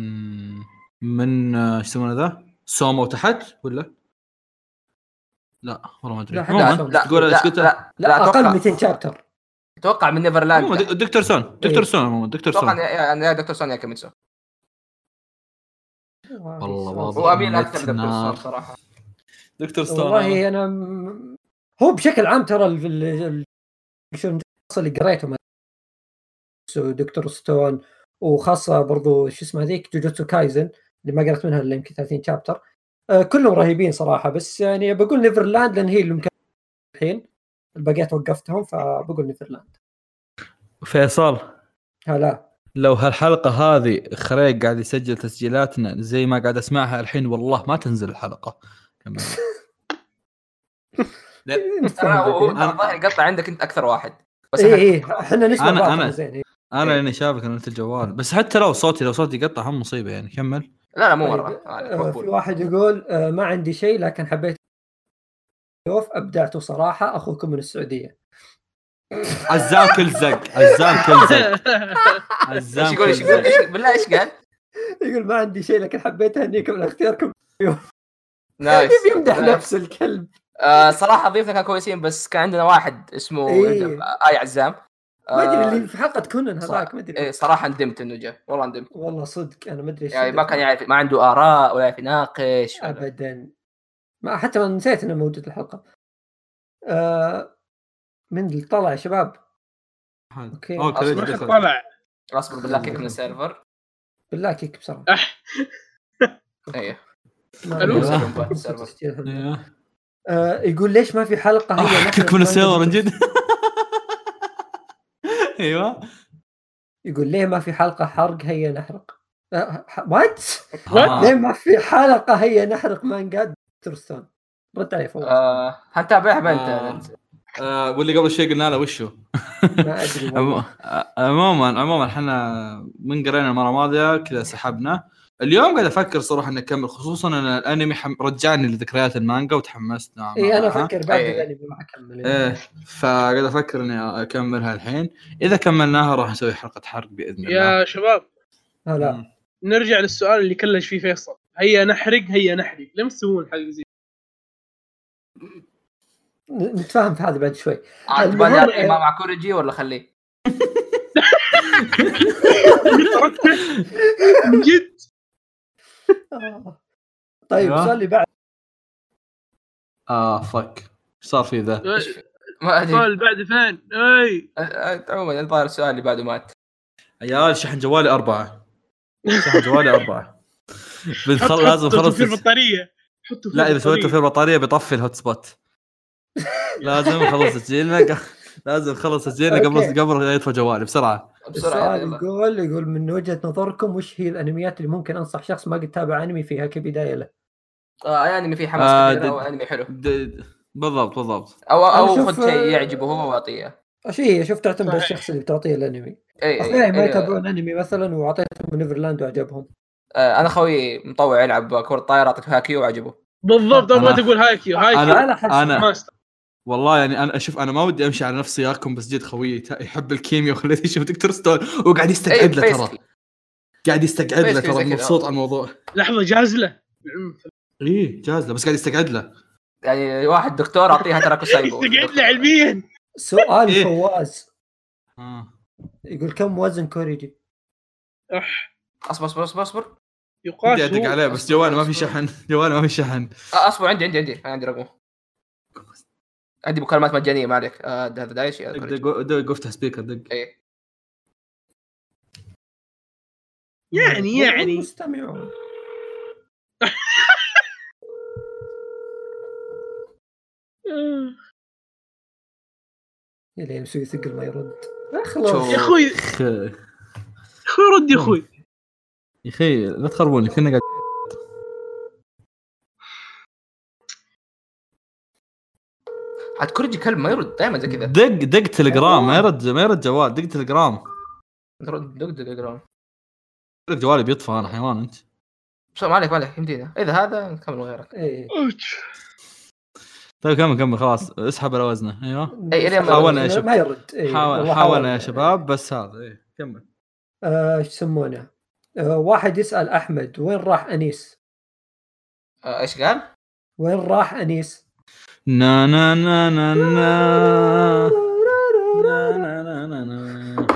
Speaker 4: من آه، ايش يسمونه ذا؟ سوما وتحت ولا؟ لا والله ما ادري
Speaker 2: لا، حتى
Speaker 4: عموماً،
Speaker 2: عشان
Speaker 1: لا
Speaker 4: تقول
Speaker 1: لا
Speaker 4: إيش قلت؟
Speaker 1: لا لا
Speaker 2: لا اقل
Speaker 1: اتوقع
Speaker 2: 200 شابتر
Speaker 1: اتوقع من
Speaker 4: عموماً،
Speaker 1: نيفرلاند
Speaker 4: دك- دكتور سون دكتور سون عموما دكتور
Speaker 1: اتوقع إن-
Speaker 4: سون
Speaker 1: إن- يا دكتور سون يا كيميتسو
Speaker 4: والله
Speaker 1: هو
Speaker 4: واضح.
Speaker 1: اميل اكثر لدكتور سون
Speaker 4: نار.
Speaker 1: صراحه
Speaker 4: دكتور سون
Speaker 2: والله انا م- هو بشكل عام ترى ال- ال- ال- شو القصة اللي قريته ما- سو- دكتور ستون وخاصه برضو شو اسمه هذيك جوجوتسو كايزن اللي ما قرأت منها الا يمكن 30 شابتر آه كلهم رهيبين صراحه بس يعني بقول نيفرلاند لان هي اللي مكملة الحين الباقيات وقفتهم فبقول نيفرلاند
Speaker 4: فيصل
Speaker 2: هلا
Speaker 4: لو هالحلقه هذه خريج قاعد يسجل تسجيلاتنا زي ما قاعد اسمعها الحين والله ما تنزل الحلقه [LAUGHS] كمل. آه،
Speaker 1: انا هو هو
Speaker 2: اي
Speaker 1: ترى الظاهر يقطع عندك انت اكثر واحد بس إحنا-
Speaker 2: اي احنا نسمع
Speaker 4: أنا-
Speaker 2: بعض
Speaker 4: أنا-
Speaker 2: زين إيه.
Speaker 4: انا لاني شافك انا قلت الجوال بس حتى لو صوتي لو صوتي يقطع هم مصيبه يعني كمل
Speaker 1: لا لا مو
Speaker 2: طيب،
Speaker 1: مره عادي،
Speaker 2: آه، في
Speaker 1: مقبول.
Speaker 2: واحد يقول آه، ما عندي شيء لكن حبيت يوف ابدعتوا صراحه اخوكم من السعوديه
Speaker 4: عزام كل زق عزام كل زق
Speaker 1: ايش
Speaker 4: [LAUGHS] عزام
Speaker 1: يقول ايش يقول إيش- بالله ايش
Speaker 2: [LAUGHS]
Speaker 1: قال؟
Speaker 2: يقول ما عندي شيء لكن حبيت اهنيكم على اختياركم
Speaker 1: نايس [LAUGHS]
Speaker 2: يمدح
Speaker 1: نايس.
Speaker 2: نفس الكلب
Speaker 1: آه، صراحه ضيفنا كانوا كويسين بس كان عندنا واحد اسمه
Speaker 2: إيه.
Speaker 1: اي عزام
Speaker 2: ما
Speaker 1: آه،
Speaker 2: ادري اللي في حلقه كونن هذاك ما ادري
Speaker 1: إيه صراحه ندمت انه جاء والله ندمت
Speaker 2: والله صدق انا ما ادري إيش
Speaker 1: يعني ما
Speaker 2: صدق.
Speaker 1: كان يعرف ما عنده اراء ولا يعرف يناقش ولا-
Speaker 2: ابدا ما حتى ما نسيت انه موجود الحلقه آه من اللي طلع يا شباب أوكي.
Speaker 4: اوكي
Speaker 1: أصبر.
Speaker 4: دخل.
Speaker 3: طلع
Speaker 1: اصبر بالله كيك من السيرفر
Speaker 2: بالله كيك بسرعه
Speaker 3: أح.
Speaker 1: ايوه
Speaker 2: ما-
Speaker 3: ألو.
Speaker 2: ما-
Speaker 4: إيه.
Speaker 2: آه، يقول ليش ما في حلقه هي
Speaker 4: آه،
Speaker 2: نحن
Speaker 4: كيك من السيارة
Speaker 2: فاندوم.
Speaker 4: من [LAUGHS] جد ايوه
Speaker 2: يقول ليه ما في حلقه حرق هيا نحرق أه، ح- وات
Speaker 4: آه.
Speaker 2: ليه ما في حلقه هيا نحرق مانجا ترستون رد علي فوز
Speaker 1: آه، هنتابعها ما
Speaker 4: آه.
Speaker 1: انت أنت.
Speaker 4: آه، واللي قبل شوي قلنا له وشو
Speaker 2: ما ادري والله.
Speaker 4: عموما عموما احنا من قرينا المره الماضيه كذا سحبنا اليوم قاعد افكر صراحه اني اكمل خصوصا ان الانمي حم... رجعني لذكريات المانجا وتحمست نعم
Speaker 2: اي انا افكر بعد
Speaker 1: إيه.
Speaker 2: الانمي ما اكمل
Speaker 4: ايه فقاعد افكر اني اكملها الحين اذا كملناها راح نسوي حلقه حرق باذن الله
Speaker 3: يا شباب
Speaker 2: هلا
Speaker 4: مم.
Speaker 3: نرجع للسؤال اللي كلش فيه فيصل هيا نحرق هيا نحرق ليه ما تسوون حلقه زي
Speaker 2: ن- نتفاهم في هذا بعد شوي
Speaker 1: عاد
Speaker 2: المهم،
Speaker 1: تبغى نعطيه
Speaker 2: آه.
Speaker 1: ما مع كوريجي ولا خليه
Speaker 3: من جد
Speaker 2: آه. طيب
Speaker 4: أيوة.
Speaker 2: السؤال اللي بعد
Speaker 4: اه فك ايش صار في ذا؟
Speaker 1: ما ادري
Speaker 3: السؤال بعد فين اي
Speaker 1: آه، آه، عموما الظاهر السؤال اللي بعده مات
Speaker 4: عيال شحن جوالي أربعة شحن جوالي
Speaker 3: [LAUGHS]
Speaker 4: أربعة
Speaker 3: حط-
Speaker 4: بنخل
Speaker 3: حط-
Speaker 4: لازم
Speaker 3: حطوا
Speaker 4: خلص
Speaker 3: في البطاريه حطوا في
Speaker 4: لا إذا
Speaker 3: البطارية.
Speaker 1: [LAUGHS]
Speaker 4: سويته في البطارية بيطفي الهوت سبوت لازم اخلص تسجيلنا لازم اخلص تسجيلنا قبل
Speaker 2: أوكي.
Speaker 4: قبل لا يطفى جوالي بسرعه
Speaker 1: بسرعه
Speaker 2: السؤال
Speaker 1: يلا.
Speaker 2: يقول يقول من وجهه نظركم وش هي الانميات اللي ممكن انصح شخص ما قد تابع انمي فيها كبدايه له؟
Speaker 1: آه يعني انمي فيه حماس
Speaker 4: آه،
Speaker 1: كبير او
Speaker 4: دد-
Speaker 1: انمي حلو
Speaker 4: د- بالضبط بالضبط
Speaker 1: او
Speaker 2: أنا
Speaker 1: او
Speaker 2: أشوف-
Speaker 1: خذ شيء يعجبه هو واعطيه
Speaker 2: ايش هي شوف تعتمد على
Speaker 3: صحيح.
Speaker 2: الشخص اللي بتعطيه الانمي
Speaker 1: اي
Speaker 2: اخوياي ما
Speaker 1: اي آه،
Speaker 2: يتابعون انمي مثلا واعطيتهم نيفرلاند وعجبهم
Speaker 1: آه، انا خوي مطوع يلعب كره طايره اعطيته هاكيو وعجبه
Speaker 3: بالضبط
Speaker 4: أنا-
Speaker 3: ما تقول هايكيو هايكيو
Speaker 4: انا
Speaker 2: لا، حسن.
Speaker 4: انا
Speaker 3: ماستر
Speaker 4: والله يعني انا اشوف انا ما ودي امشي على نفس سياقكم بس جد خويي تا- يحب الكيمياء وخليته يشوف دكتور ستون وقاعد
Speaker 1: اي
Speaker 4: يستقعد له ترى
Speaker 1: إيه، basically.
Speaker 4: قاعد يستقعد له
Speaker 1: basically زي
Speaker 4: ترى
Speaker 1: كذا.
Speaker 4: مبسوط على الموضوع
Speaker 3: لحظه جازله العنف.
Speaker 4: ايه جاز له بس قاعد يستقعد له
Speaker 1: يعني واحد دكتور اعطيها تراكو
Speaker 4: [LAUGHS]
Speaker 1: سايبو
Speaker 3: يستقعد له علميا
Speaker 2: سؤال
Speaker 4: إيه.
Speaker 2: فواز
Speaker 4: آه.
Speaker 2: يقول كم وزن كوريجي؟
Speaker 1: اصبر اصبر اصبر اصبر
Speaker 3: يقال
Speaker 4: بدي ادق
Speaker 3: هو-
Speaker 4: عليه بس جواله ما في شحن [LAUGHS] جواله ما في شحن
Speaker 1: آه، اصبر عندي عندي عندي عندي رقمه عندي مكالمات مجانيه ما عليك آه، هذا دايشي هذا كوريجي.
Speaker 4: دق دق افتح سبيكر دق
Speaker 1: اي
Speaker 3: يعني يعني
Speaker 2: مستمعون
Speaker 3: آه.
Speaker 2: يا ليل مسوي ثقل ما يرد
Speaker 1: شوف.
Speaker 2: خلاص
Speaker 3: يا اخوي يا اخوي رد يا اخوي
Speaker 4: يا اخي لا تخربوني كنا قاعد
Speaker 1: عاد كوريجي كلب ما يرد دائما زي كذا
Speaker 4: دق دق تليجرام ما يرد ما يرد جوال دق تليجرام
Speaker 1: يرد دق دق اقرا
Speaker 4: لك جوالي بيطفى انا حيوان انت
Speaker 1: بس ما عليك ما عليك يمدينا اذا هذا نكمل غيرك
Speaker 2: ايه
Speaker 3: أوتش.
Speaker 4: طيب كمل كمل خلاص اسحب على وزنه ايوه
Speaker 1: إيه، إلين ما
Speaker 4: حاولنا يا شباب.
Speaker 2: ما يرد إيه،
Speaker 4: حاول
Speaker 2: والله
Speaker 4: حاولنا يا شباب بس هذا ايه كمل
Speaker 2: آه، ايش يسمونه؟ آه، واحد يسال احمد وين راح انيس؟
Speaker 1: آه، ايش قال؟
Speaker 2: وين راح انيس؟
Speaker 4: نا نا نا نا نا نا نا نا نا نا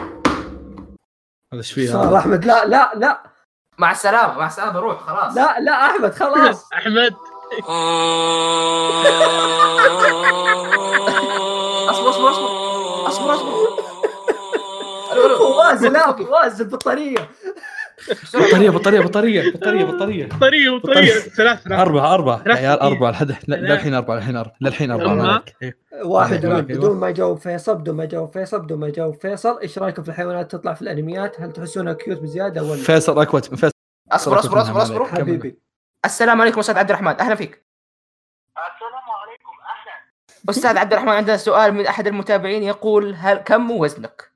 Speaker 4: هذا ايش فيه
Speaker 2: صار
Speaker 4: هذا؟
Speaker 2: احمد لا لا لا
Speaker 1: مع السلامه مع السلامه بروح خلاص
Speaker 2: لا لا احمد
Speaker 4: [LAUGHS]
Speaker 2: خلاص
Speaker 3: احمد
Speaker 1: اصبر اصبر اصبر اصبر اصبر الو
Speaker 2: فواز
Speaker 1: الو
Speaker 2: لا فواز البطاريه
Speaker 4: بطاريه بطاريه بطاريه بطاريه بطاريه
Speaker 3: طريقه وطريقه ثلاث ثلاث
Speaker 4: أربعة أربعة يا
Speaker 3: لا
Speaker 4: عيال
Speaker 3: كثير.
Speaker 4: أربعة لحد لا- للحين أربعة للحين أربعة للحين أربعة ما
Speaker 3: أما-
Speaker 4: عليك. إيه.
Speaker 2: واحد
Speaker 4: أيوة.
Speaker 2: يقول بدون ما يجاوب فيصل بدون ما يجاوب فيصل بدون ما يجاوب فيصل ايش رايكم في الحيوانات تطلع في الانميات؟ هل تحسونها كيوت بزياده ولا؟
Speaker 4: فيصل أكوت فيصل
Speaker 1: اصبر اصبر اصبر اصبر
Speaker 4: كمل.
Speaker 2: حبيبي
Speaker 1: السلام عليكم استاذ عبد الرحمن اهلا فيك السلام عليكم اهلا استاذ عبد الرحمن عندنا سؤال من احد المتابعين يقول هل كم وزنك؟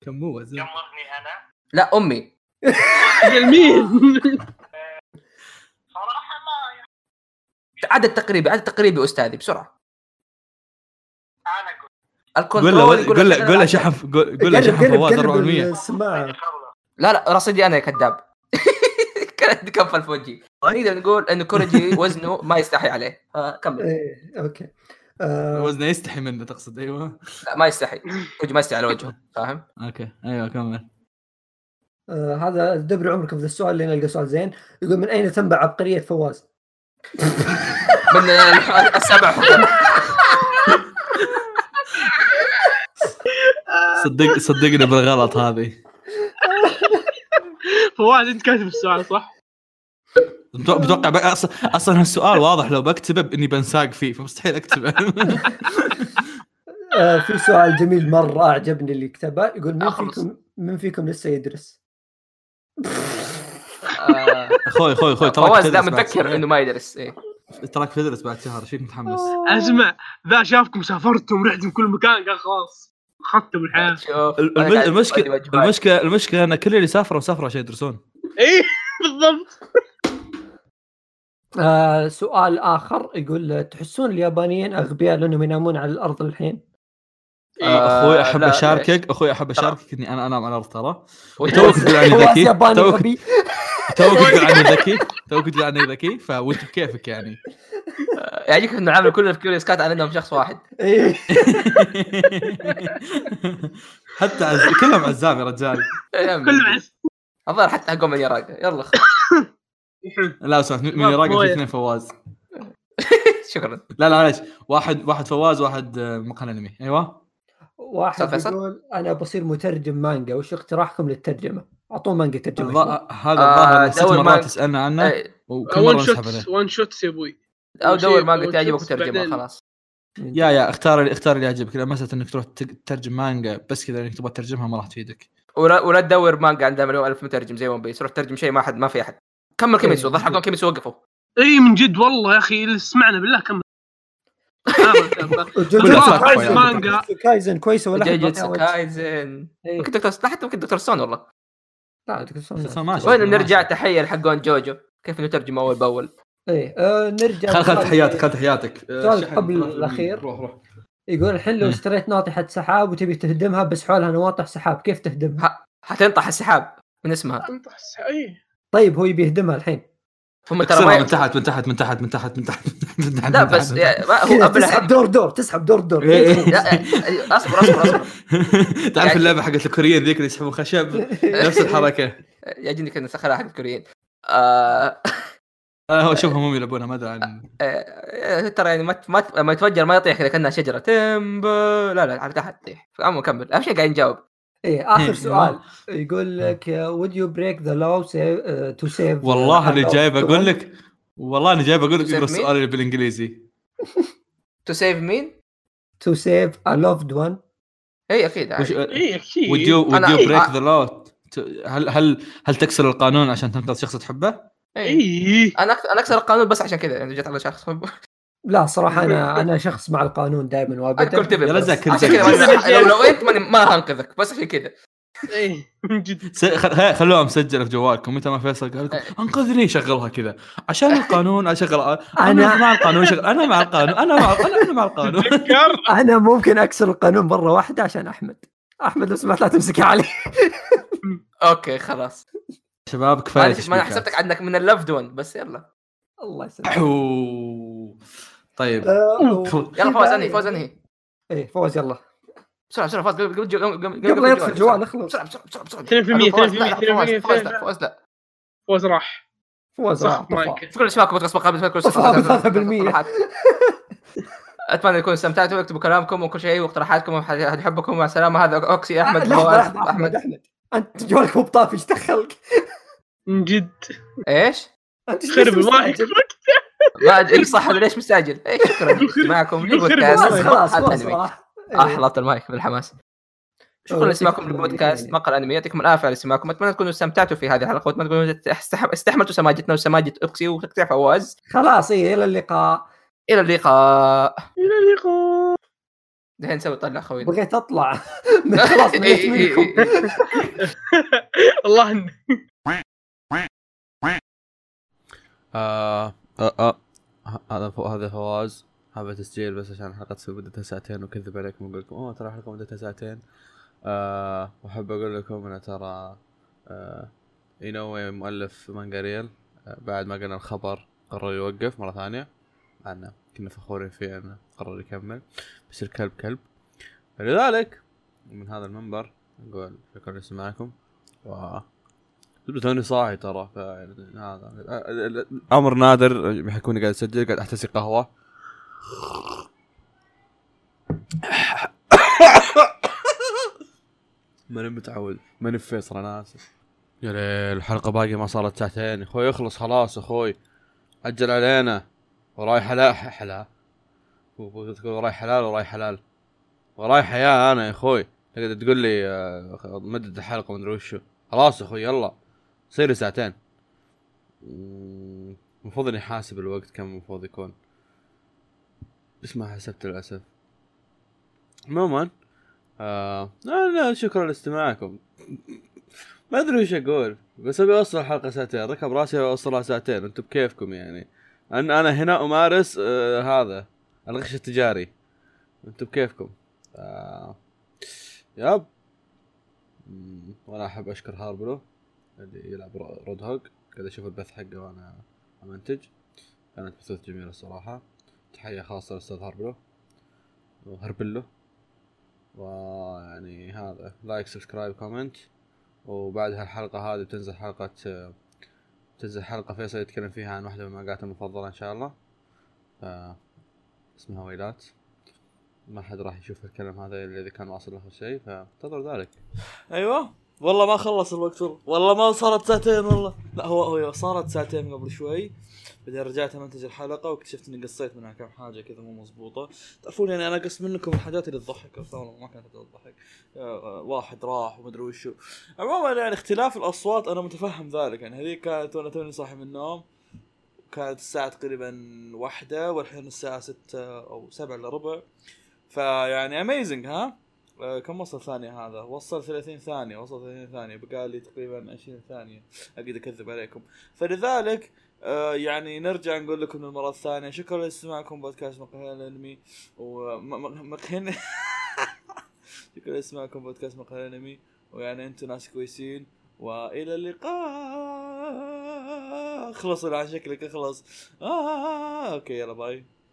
Speaker 4: كم هو زين
Speaker 5: يمرني انا
Speaker 1: لا امي
Speaker 3: جميل
Speaker 5: صراحه ما
Speaker 1: عدد تقريبي عدد تقريبي استاذي بسرعه
Speaker 5: انا قلت
Speaker 4: قول له
Speaker 1: الكنترول يقول
Speaker 4: قول له
Speaker 1: لك
Speaker 4: قول له
Speaker 1: عدد.
Speaker 4: شحن قول قول له
Speaker 2: قرب-
Speaker 4: شحن
Speaker 2: قرب-
Speaker 4: فواز
Speaker 2: قرب
Speaker 4: 400
Speaker 2: السماعه
Speaker 5: خلص
Speaker 1: لا لا رصيدي انا يا كذاب [LAUGHS] كانت كفل في وجهي نقدر نقول انه كوريجي وزنه ما يستحي عليه آه، كمل
Speaker 2: ايه اوكي آه
Speaker 4: وزنه يستحي منه تقصد ايوه
Speaker 1: لا ما يستحي وجه ما يستحي على وجهه فاهم؟
Speaker 4: اوكي ايوه كمل
Speaker 2: آه هذا دبر عمركم في ذا السؤال اللي نلقى سؤال زين يقول من اين تنبع عبقريه فواز؟
Speaker 1: من ال- السبع حروف
Speaker 4: صدق صدقني بالغلط هذه
Speaker 3: [LAUGHS] فواز انت كاتب السؤال صح؟
Speaker 4: متو- متوقع بق- اصلا اصلا هالسؤال واضح لو بكتبه اني بنساق فيه فمستحيل [LAUGHS] اكتبه
Speaker 2: آه في سؤال جميل مره اعجبني اللي كتبه يقول من
Speaker 1: أخلص.
Speaker 2: فيكم من فيكم لسه يدرس؟
Speaker 1: آه،
Speaker 4: اخوي اخوي اخوي تراك
Speaker 1: فواز لا
Speaker 4: تدرس بعد
Speaker 1: متذكر
Speaker 4: شهر.
Speaker 1: انه ما يدرس ايه
Speaker 3: آه.
Speaker 4: تراك تدرس بعد شهر شيك متحمس
Speaker 3: اسمع ذا شافكم سافرتم رحتم كل مكان قال خلاص خدتم الحياه
Speaker 1: يعني شوف،
Speaker 4: الم-
Speaker 1: أنا قاعد
Speaker 4: المشكلة-
Speaker 1: بودي مجموعة.
Speaker 4: المشكله المشكله ان كل اللي سافروا سافروا عشان يدرسون
Speaker 3: اي
Speaker 4: إيه،
Speaker 3: بالضبط
Speaker 2: آه سؤال اخر يقول تحسون اليابانيين اغبياء لانهم ينامون على الارض
Speaker 4: [LAUGHS]
Speaker 2: الحين؟
Speaker 3: إيه.
Speaker 1: آه،
Speaker 4: اخوي احب
Speaker 1: لا،
Speaker 4: اشاركك اخوي احب اشاركك اني انا انام على الارض
Speaker 1: [LAUGHS]
Speaker 4: ترى توك
Speaker 1: وتوز-
Speaker 4: تقول
Speaker 2: [LAUGHS]
Speaker 4: عني
Speaker 2: فواز
Speaker 4: ذكي
Speaker 2: ياباني
Speaker 4: توك
Speaker 2: غبي
Speaker 4: توك تقول عني ذكي توك تقول عني ذكي فوانت بكيفك يعني [LAUGHS]
Speaker 1: يعجبك انه يعني عامل كل الكيوريوس كات على انهم شخص واحد
Speaker 2: إيه.
Speaker 4: [LAUGHS] حتى عز... كلهم عزام يا رجال
Speaker 3: [LAUGHS] كل معس
Speaker 1: الظاهر حتى حقهم من يراقه يلا خ-
Speaker 4: [LAUGHS] لا سمعت من من يراقب في اثنين فواز
Speaker 1: شكرا
Speaker 4: لا لا معلش واحد واحد فواز واحد آه، مقال انمي ايوه
Speaker 1: أستاذ
Speaker 2: واحد
Speaker 1: فيصل؟
Speaker 2: يقول انا بصير مترجم مانجا وش اقتراحكم للترجمه؟ اعطوه مانجا ترجمه
Speaker 4: الظ-
Speaker 2: شوي.
Speaker 4: هذا
Speaker 1: آه،
Speaker 4: الظاهر ست
Speaker 1: دور
Speaker 4: مرات
Speaker 1: مانج-
Speaker 4: تسالنا عنه
Speaker 1: إيه،
Speaker 4: وكل مره
Speaker 3: ون
Speaker 4: نسحب عليه
Speaker 3: شوتس ون شوتس يا ابوي
Speaker 1: او دور
Speaker 3: شيء
Speaker 1: مانجا
Speaker 3: وتوز
Speaker 1: تعجبك وترجمها
Speaker 3: بعدين.
Speaker 1: خلاص
Speaker 4: يا يا اختار اللي اختار اللي يعجبك لان مساله انك تروح تق- تترجم مانجا بس كذا انك تبغى تترجمها ما راح تفيدك
Speaker 1: ولا ولا تدور مانجا عندها مليون الف مترجم زي ون بيس روح ترجم شيء ما حد ما في احد كمل
Speaker 4: إيه.
Speaker 1: كيميتسو ضحك حقهم كيميتسو وقفوا
Speaker 3: اي من جد والله يا اخي اللي سمعنا بالله كم [LAUGHS] آه،
Speaker 4: كلها
Speaker 3: راح
Speaker 4: ساكوة
Speaker 3: أعز
Speaker 4: يعني.
Speaker 3: مانجا
Speaker 2: كايزن كويسه ولا
Speaker 1: جيجيتسو كايزن
Speaker 2: إيه.
Speaker 1: ممكن دكتور حتى ممكن دكتور سون والله
Speaker 4: ماشي.
Speaker 1: وين
Speaker 4: ما
Speaker 1: نرجع
Speaker 4: أعرف.
Speaker 1: تحيه لحقون جوجو كيف نترجم اول باول
Speaker 2: ايه آه، نرجع
Speaker 4: خل خل
Speaker 2: لسؤال-
Speaker 4: تحياتك خل تحياتك آه،
Speaker 2: سؤال
Speaker 4: شحن،
Speaker 2: قبل
Speaker 4: روح-
Speaker 2: الأخير.
Speaker 4: روح روح
Speaker 2: يقول الحين لو
Speaker 4: مم.
Speaker 2: اشتريت ناطحه سحاب وتبي تهدمها بس حولها نواطح سحاب كيف تهدمها؟
Speaker 1: ها. حتنطح السحاب من اسمها
Speaker 3: اي
Speaker 2: طيب هو يبي يهدمها الحين
Speaker 1: هم ترى ما
Speaker 4: اكسرها من
Speaker 1: ي-
Speaker 4: تحت من تحت من تحت من تحت من تحت من تحت
Speaker 1: لا
Speaker 4: من تحت،
Speaker 1: بس
Speaker 4: من تحت.
Speaker 1: يا- ما هو
Speaker 4: [LAUGHS]
Speaker 2: كذا
Speaker 1: ابلع
Speaker 2: إيه، تسحب دور دور تسحب دور دور
Speaker 4: إيه، إيه.
Speaker 1: لا، أي- اصبر اصبر اصبر
Speaker 4: تعرف اللعبه
Speaker 1: يعني
Speaker 4: حقت الكوريين ذيك اللي يسحبوا
Speaker 2: [LAUGHS]
Speaker 4: خشب نفس الحركه
Speaker 1: يعجبني كنا سخرها حق الكوريين آه،
Speaker 4: آه، هو شوفهم هم يلعبونها ما ادري عن
Speaker 1: [LAUGHS] آه، ترى يعني ما ت- ما ت- لما يتفجر ما يطيح كذا كانها شجره تمبو لا لا على تحت تطيح عمو كمل اهم شيء قاعد نجاوب
Speaker 4: [LAUGHS]
Speaker 2: ايه
Speaker 4: إيه،
Speaker 2: اخر سؤال يقول لك uh, would you break the law save, uh, to save
Speaker 4: والله اني جايب اقول لك والله اني جايب اقول لك
Speaker 1: تسأل
Speaker 4: اقرا
Speaker 1: مين؟
Speaker 4: السؤال اللي بالانجليزي
Speaker 1: تو سيف مين؟
Speaker 2: to save a loved one
Speaker 1: اي اكيد
Speaker 4: وش-
Speaker 1: عادي.
Speaker 3: اي اكيد
Speaker 4: would you would
Speaker 1: إيه. أنا-
Speaker 4: you break
Speaker 1: آه.
Speaker 4: the law ت- هل هل هل تكسر القانون عشان تنقذ شخص تحبه؟
Speaker 1: اي
Speaker 3: اي
Speaker 1: انا أكثر انا اكسر القانون بس عشان كذا يعني جت على شخص [LAUGHS]
Speaker 2: لا صراحه
Speaker 4: [LAUGHS]
Speaker 2: انا انا شخص مع القانون دائما وابدا
Speaker 1: اذكر تبي
Speaker 4: يا
Speaker 1: بس.
Speaker 4: رجال كنت
Speaker 1: عشان كذا
Speaker 3: زي-
Speaker 1: ما- لو- لو انت ماني- ما هنقذك بس عشان كذا
Speaker 3: اي من جد
Speaker 4: س- خل- هي- خلوها مسجله في جوالكم متى ما فيصل قال لكم
Speaker 1: إيه.
Speaker 4: انقذني شغلها كذا
Speaker 1: [LAUGHS]
Speaker 4: عشان القانون اشغل انا
Speaker 2: أنا-
Speaker 4: مع القانون شغل انا مع القانون انا مع انا أنا مع القانون
Speaker 1: [LAUGHS]
Speaker 3: تذكر
Speaker 2: انا ممكن اكسر القانون مره واحده عشان احمد احمد لو سمحت لا تمسك علي
Speaker 1: اوكي خلاص
Speaker 4: شباب كفايه
Speaker 1: معلش ما انا
Speaker 4: تشبيكات.
Speaker 1: حسبتك عندك من اللفد ون بس يلا
Speaker 2: [LAUGHS] الله يسلمك
Speaker 4: أحو. طيب
Speaker 2: آه، و-
Speaker 4: [LAUGHS]
Speaker 1: يلا فوز انهي فوز انهي
Speaker 2: ايه فوز يلا
Speaker 1: بسرعه بسرعه فوز قبل قبل جو- قبل قبل-
Speaker 2: قبل
Speaker 1: قبل
Speaker 2: لا يطفي الجوال اخلص
Speaker 1: بسرعه بسرعه بسرعه بسرعه
Speaker 3: 2%
Speaker 1: فوز لا، لا، فوز
Speaker 3: 2%
Speaker 1: لا، فوز لا
Speaker 3: فوز راح
Speaker 2: فوز راح
Speaker 3: صح
Speaker 2: طفى.
Speaker 3: مايك
Speaker 1: في كل اسمعكم بودكاست مقابل كل
Speaker 2: طفى ب 3%.
Speaker 1: اتمنى يكون استمتعتوا اكتبوا كلامكم وكل شيء واقتراحاتكم ونحبكم مع السلامه هذا اوكسي احمد
Speaker 2: لحظة،
Speaker 1: فواز،
Speaker 2: لحظة، احمد احمد انت جوالك مو بطافي ايش دخلك؟
Speaker 3: من جد
Speaker 1: ايش؟
Speaker 2: انت إيش
Speaker 3: خرب
Speaker 2: لسه
Speaker 3: المايك
Speaker 2: مستعجل؟
Speaker 1: ما ادري إيه صح أنا ليش مستعجل؟ اي شكرا معكم
Speaker 2: خلاص
Speaker 1: لبودكاست
Speaker 2: خلاص
Speaker 1: مقهى
Speaker 2: فوز
Speaker 1: الأنمي.
Speaker 2: راح إيه.
Speaker 1: احلط آه، المايك بالحماس شكرا
Speaker 2: أوه،
Speaker 1: لسماعكم
Speaker 2: شكراً إيه.
Speaker 1: للبودكاست
Speaker 2: لك.
Speaker 1: مقهى الانمي يعطيكم العافيه على استماعكم اتمنى تكونوا استمتعتوا في هذه الحلقه واتمنى تكونوا استح- استحملتوا سماجتنا وسماجه اكسي وتقطيع فواز
Speaker 2: خلاص ايه الى اللقاء
Speaker 1: الى اللقاء
Speaker 3: الى اللقاء
Speaker 1: دحين نسوي طلع خوينا
Speaker 2: بغيت اطلع من [LAUGHS]
Speaker 1: [LAUGHS]
Speaker 2: خلاص
Speaker 1: إي-
Speaker 2: مليت
Speaker 1: إي-
Speaker 2: منكم
Speaker 1: إي- إي.
Speaker 3: الله إن-
Speaker 4: آه آه آه هذا فو هذا فواز هذا تسجيل بس عشان الحلقه تصير مدتها ساعتين وكذب عليكم واقول لكم اوه ترى الحلقه مدتها ساعتين آه واحب اقول لكم انا ترى آه اينوي مؤلف مانجا ريل آه بعد ما قلنا الخبر قرر يوقف مره ثانيه معنا كنا فخورين فيه انه قرر يكمل بس الكلب كلب لذلك من هذا المنبر نقول شكرا لسماعكم و تبدو توني صاحي ترى ف هذا آه، امر نادر بيكون قاعد اسجل قاعد احتسي قهوه ماني متعود ماني بفيصل انا اسف يا ليل الحلقه باقي ما صارت ساعتين يا اخوي اخلص خلاص يا اخوي عجل علينا وراي حلال حلال تقول وراي حلال وراي حلال وراي حياه انا يا اخوي تقعد تقول لي آه، مدد الحلقه ومدري وشو خلاص يا اخوي يلا صير ساعتين مم، المفروض اني حاسب الوقت كم المفروض يكون بس ما حسبت للاسف عموما آه لا لا شكرا لاستماعكم ما ادري وش اقول بس ابي اوصل الحلقه ساعتين ركب راسي اوصلها ساعتين انتم بكيفكم يعني انا انا هنا امارس آه هذا الغش التجاري انتم بكيفكم آه يب مم، وانا احب اشكر هاربرو اللي يلعب رو- رود هوج قاعد اشوف البث حقه وانا امنتج كانت بثوث جميله الصراحه تحيه خاصه للاستاذ هربلو وهربلو ويعني هذا لايك سبسكرايب كومنت وبعدها الحلقه هذه بتنزل حلقه بتنزل حلقه فيصل يتكلم فيها عن واحده من مانجاته المفضله ان شاء الله ف- اسمها ويلات ما حد راح يشوف الكلام هذا الا اذا كان واصل له شيء فانتظر ذلك ايوه
Speaker 6: أيوة. والله ما خلص الوقت والله والله ما صارت ساعتين والله لا هو هو صارت ساعتين قبل شوي بعدين رجعت امنتج الحلقه واكتشفت اني قصيت منها كم حاجه كذا مو مضبوطه تعرفون يعني انا قص منكم الحاجات اللي تضحك بس والله ما كانت تضحك آه، واحد راح ومدري وشو عموما يعني اختلاف الاصوات انا متفهم ذلك يعني هذيك كانت وانا توني صاحي من النوم كانت الساعة تقريبا واحدة والحين الساعة ستة أو سبعة إلا ربع فيعني أميزنج ها آه، كم وصل ثانية هذا؟ وصل 30 ثانية وصل 30 ثانية بقى لي تقريبا 20 ثانية أقدر أكذب عليكم فلذلك آه، يعني نرجع نقول لكم المرة الثانية شكرا لاستماعكم بودكاست مقهى الأنمي ومقهى [LAUGHS] شكرا لاستماعكم بودكاست مقهى الأنمي ويعني انتم ناس كويسين والى اللقاء خلص على شكلك اخلص آه اوكي يلا باي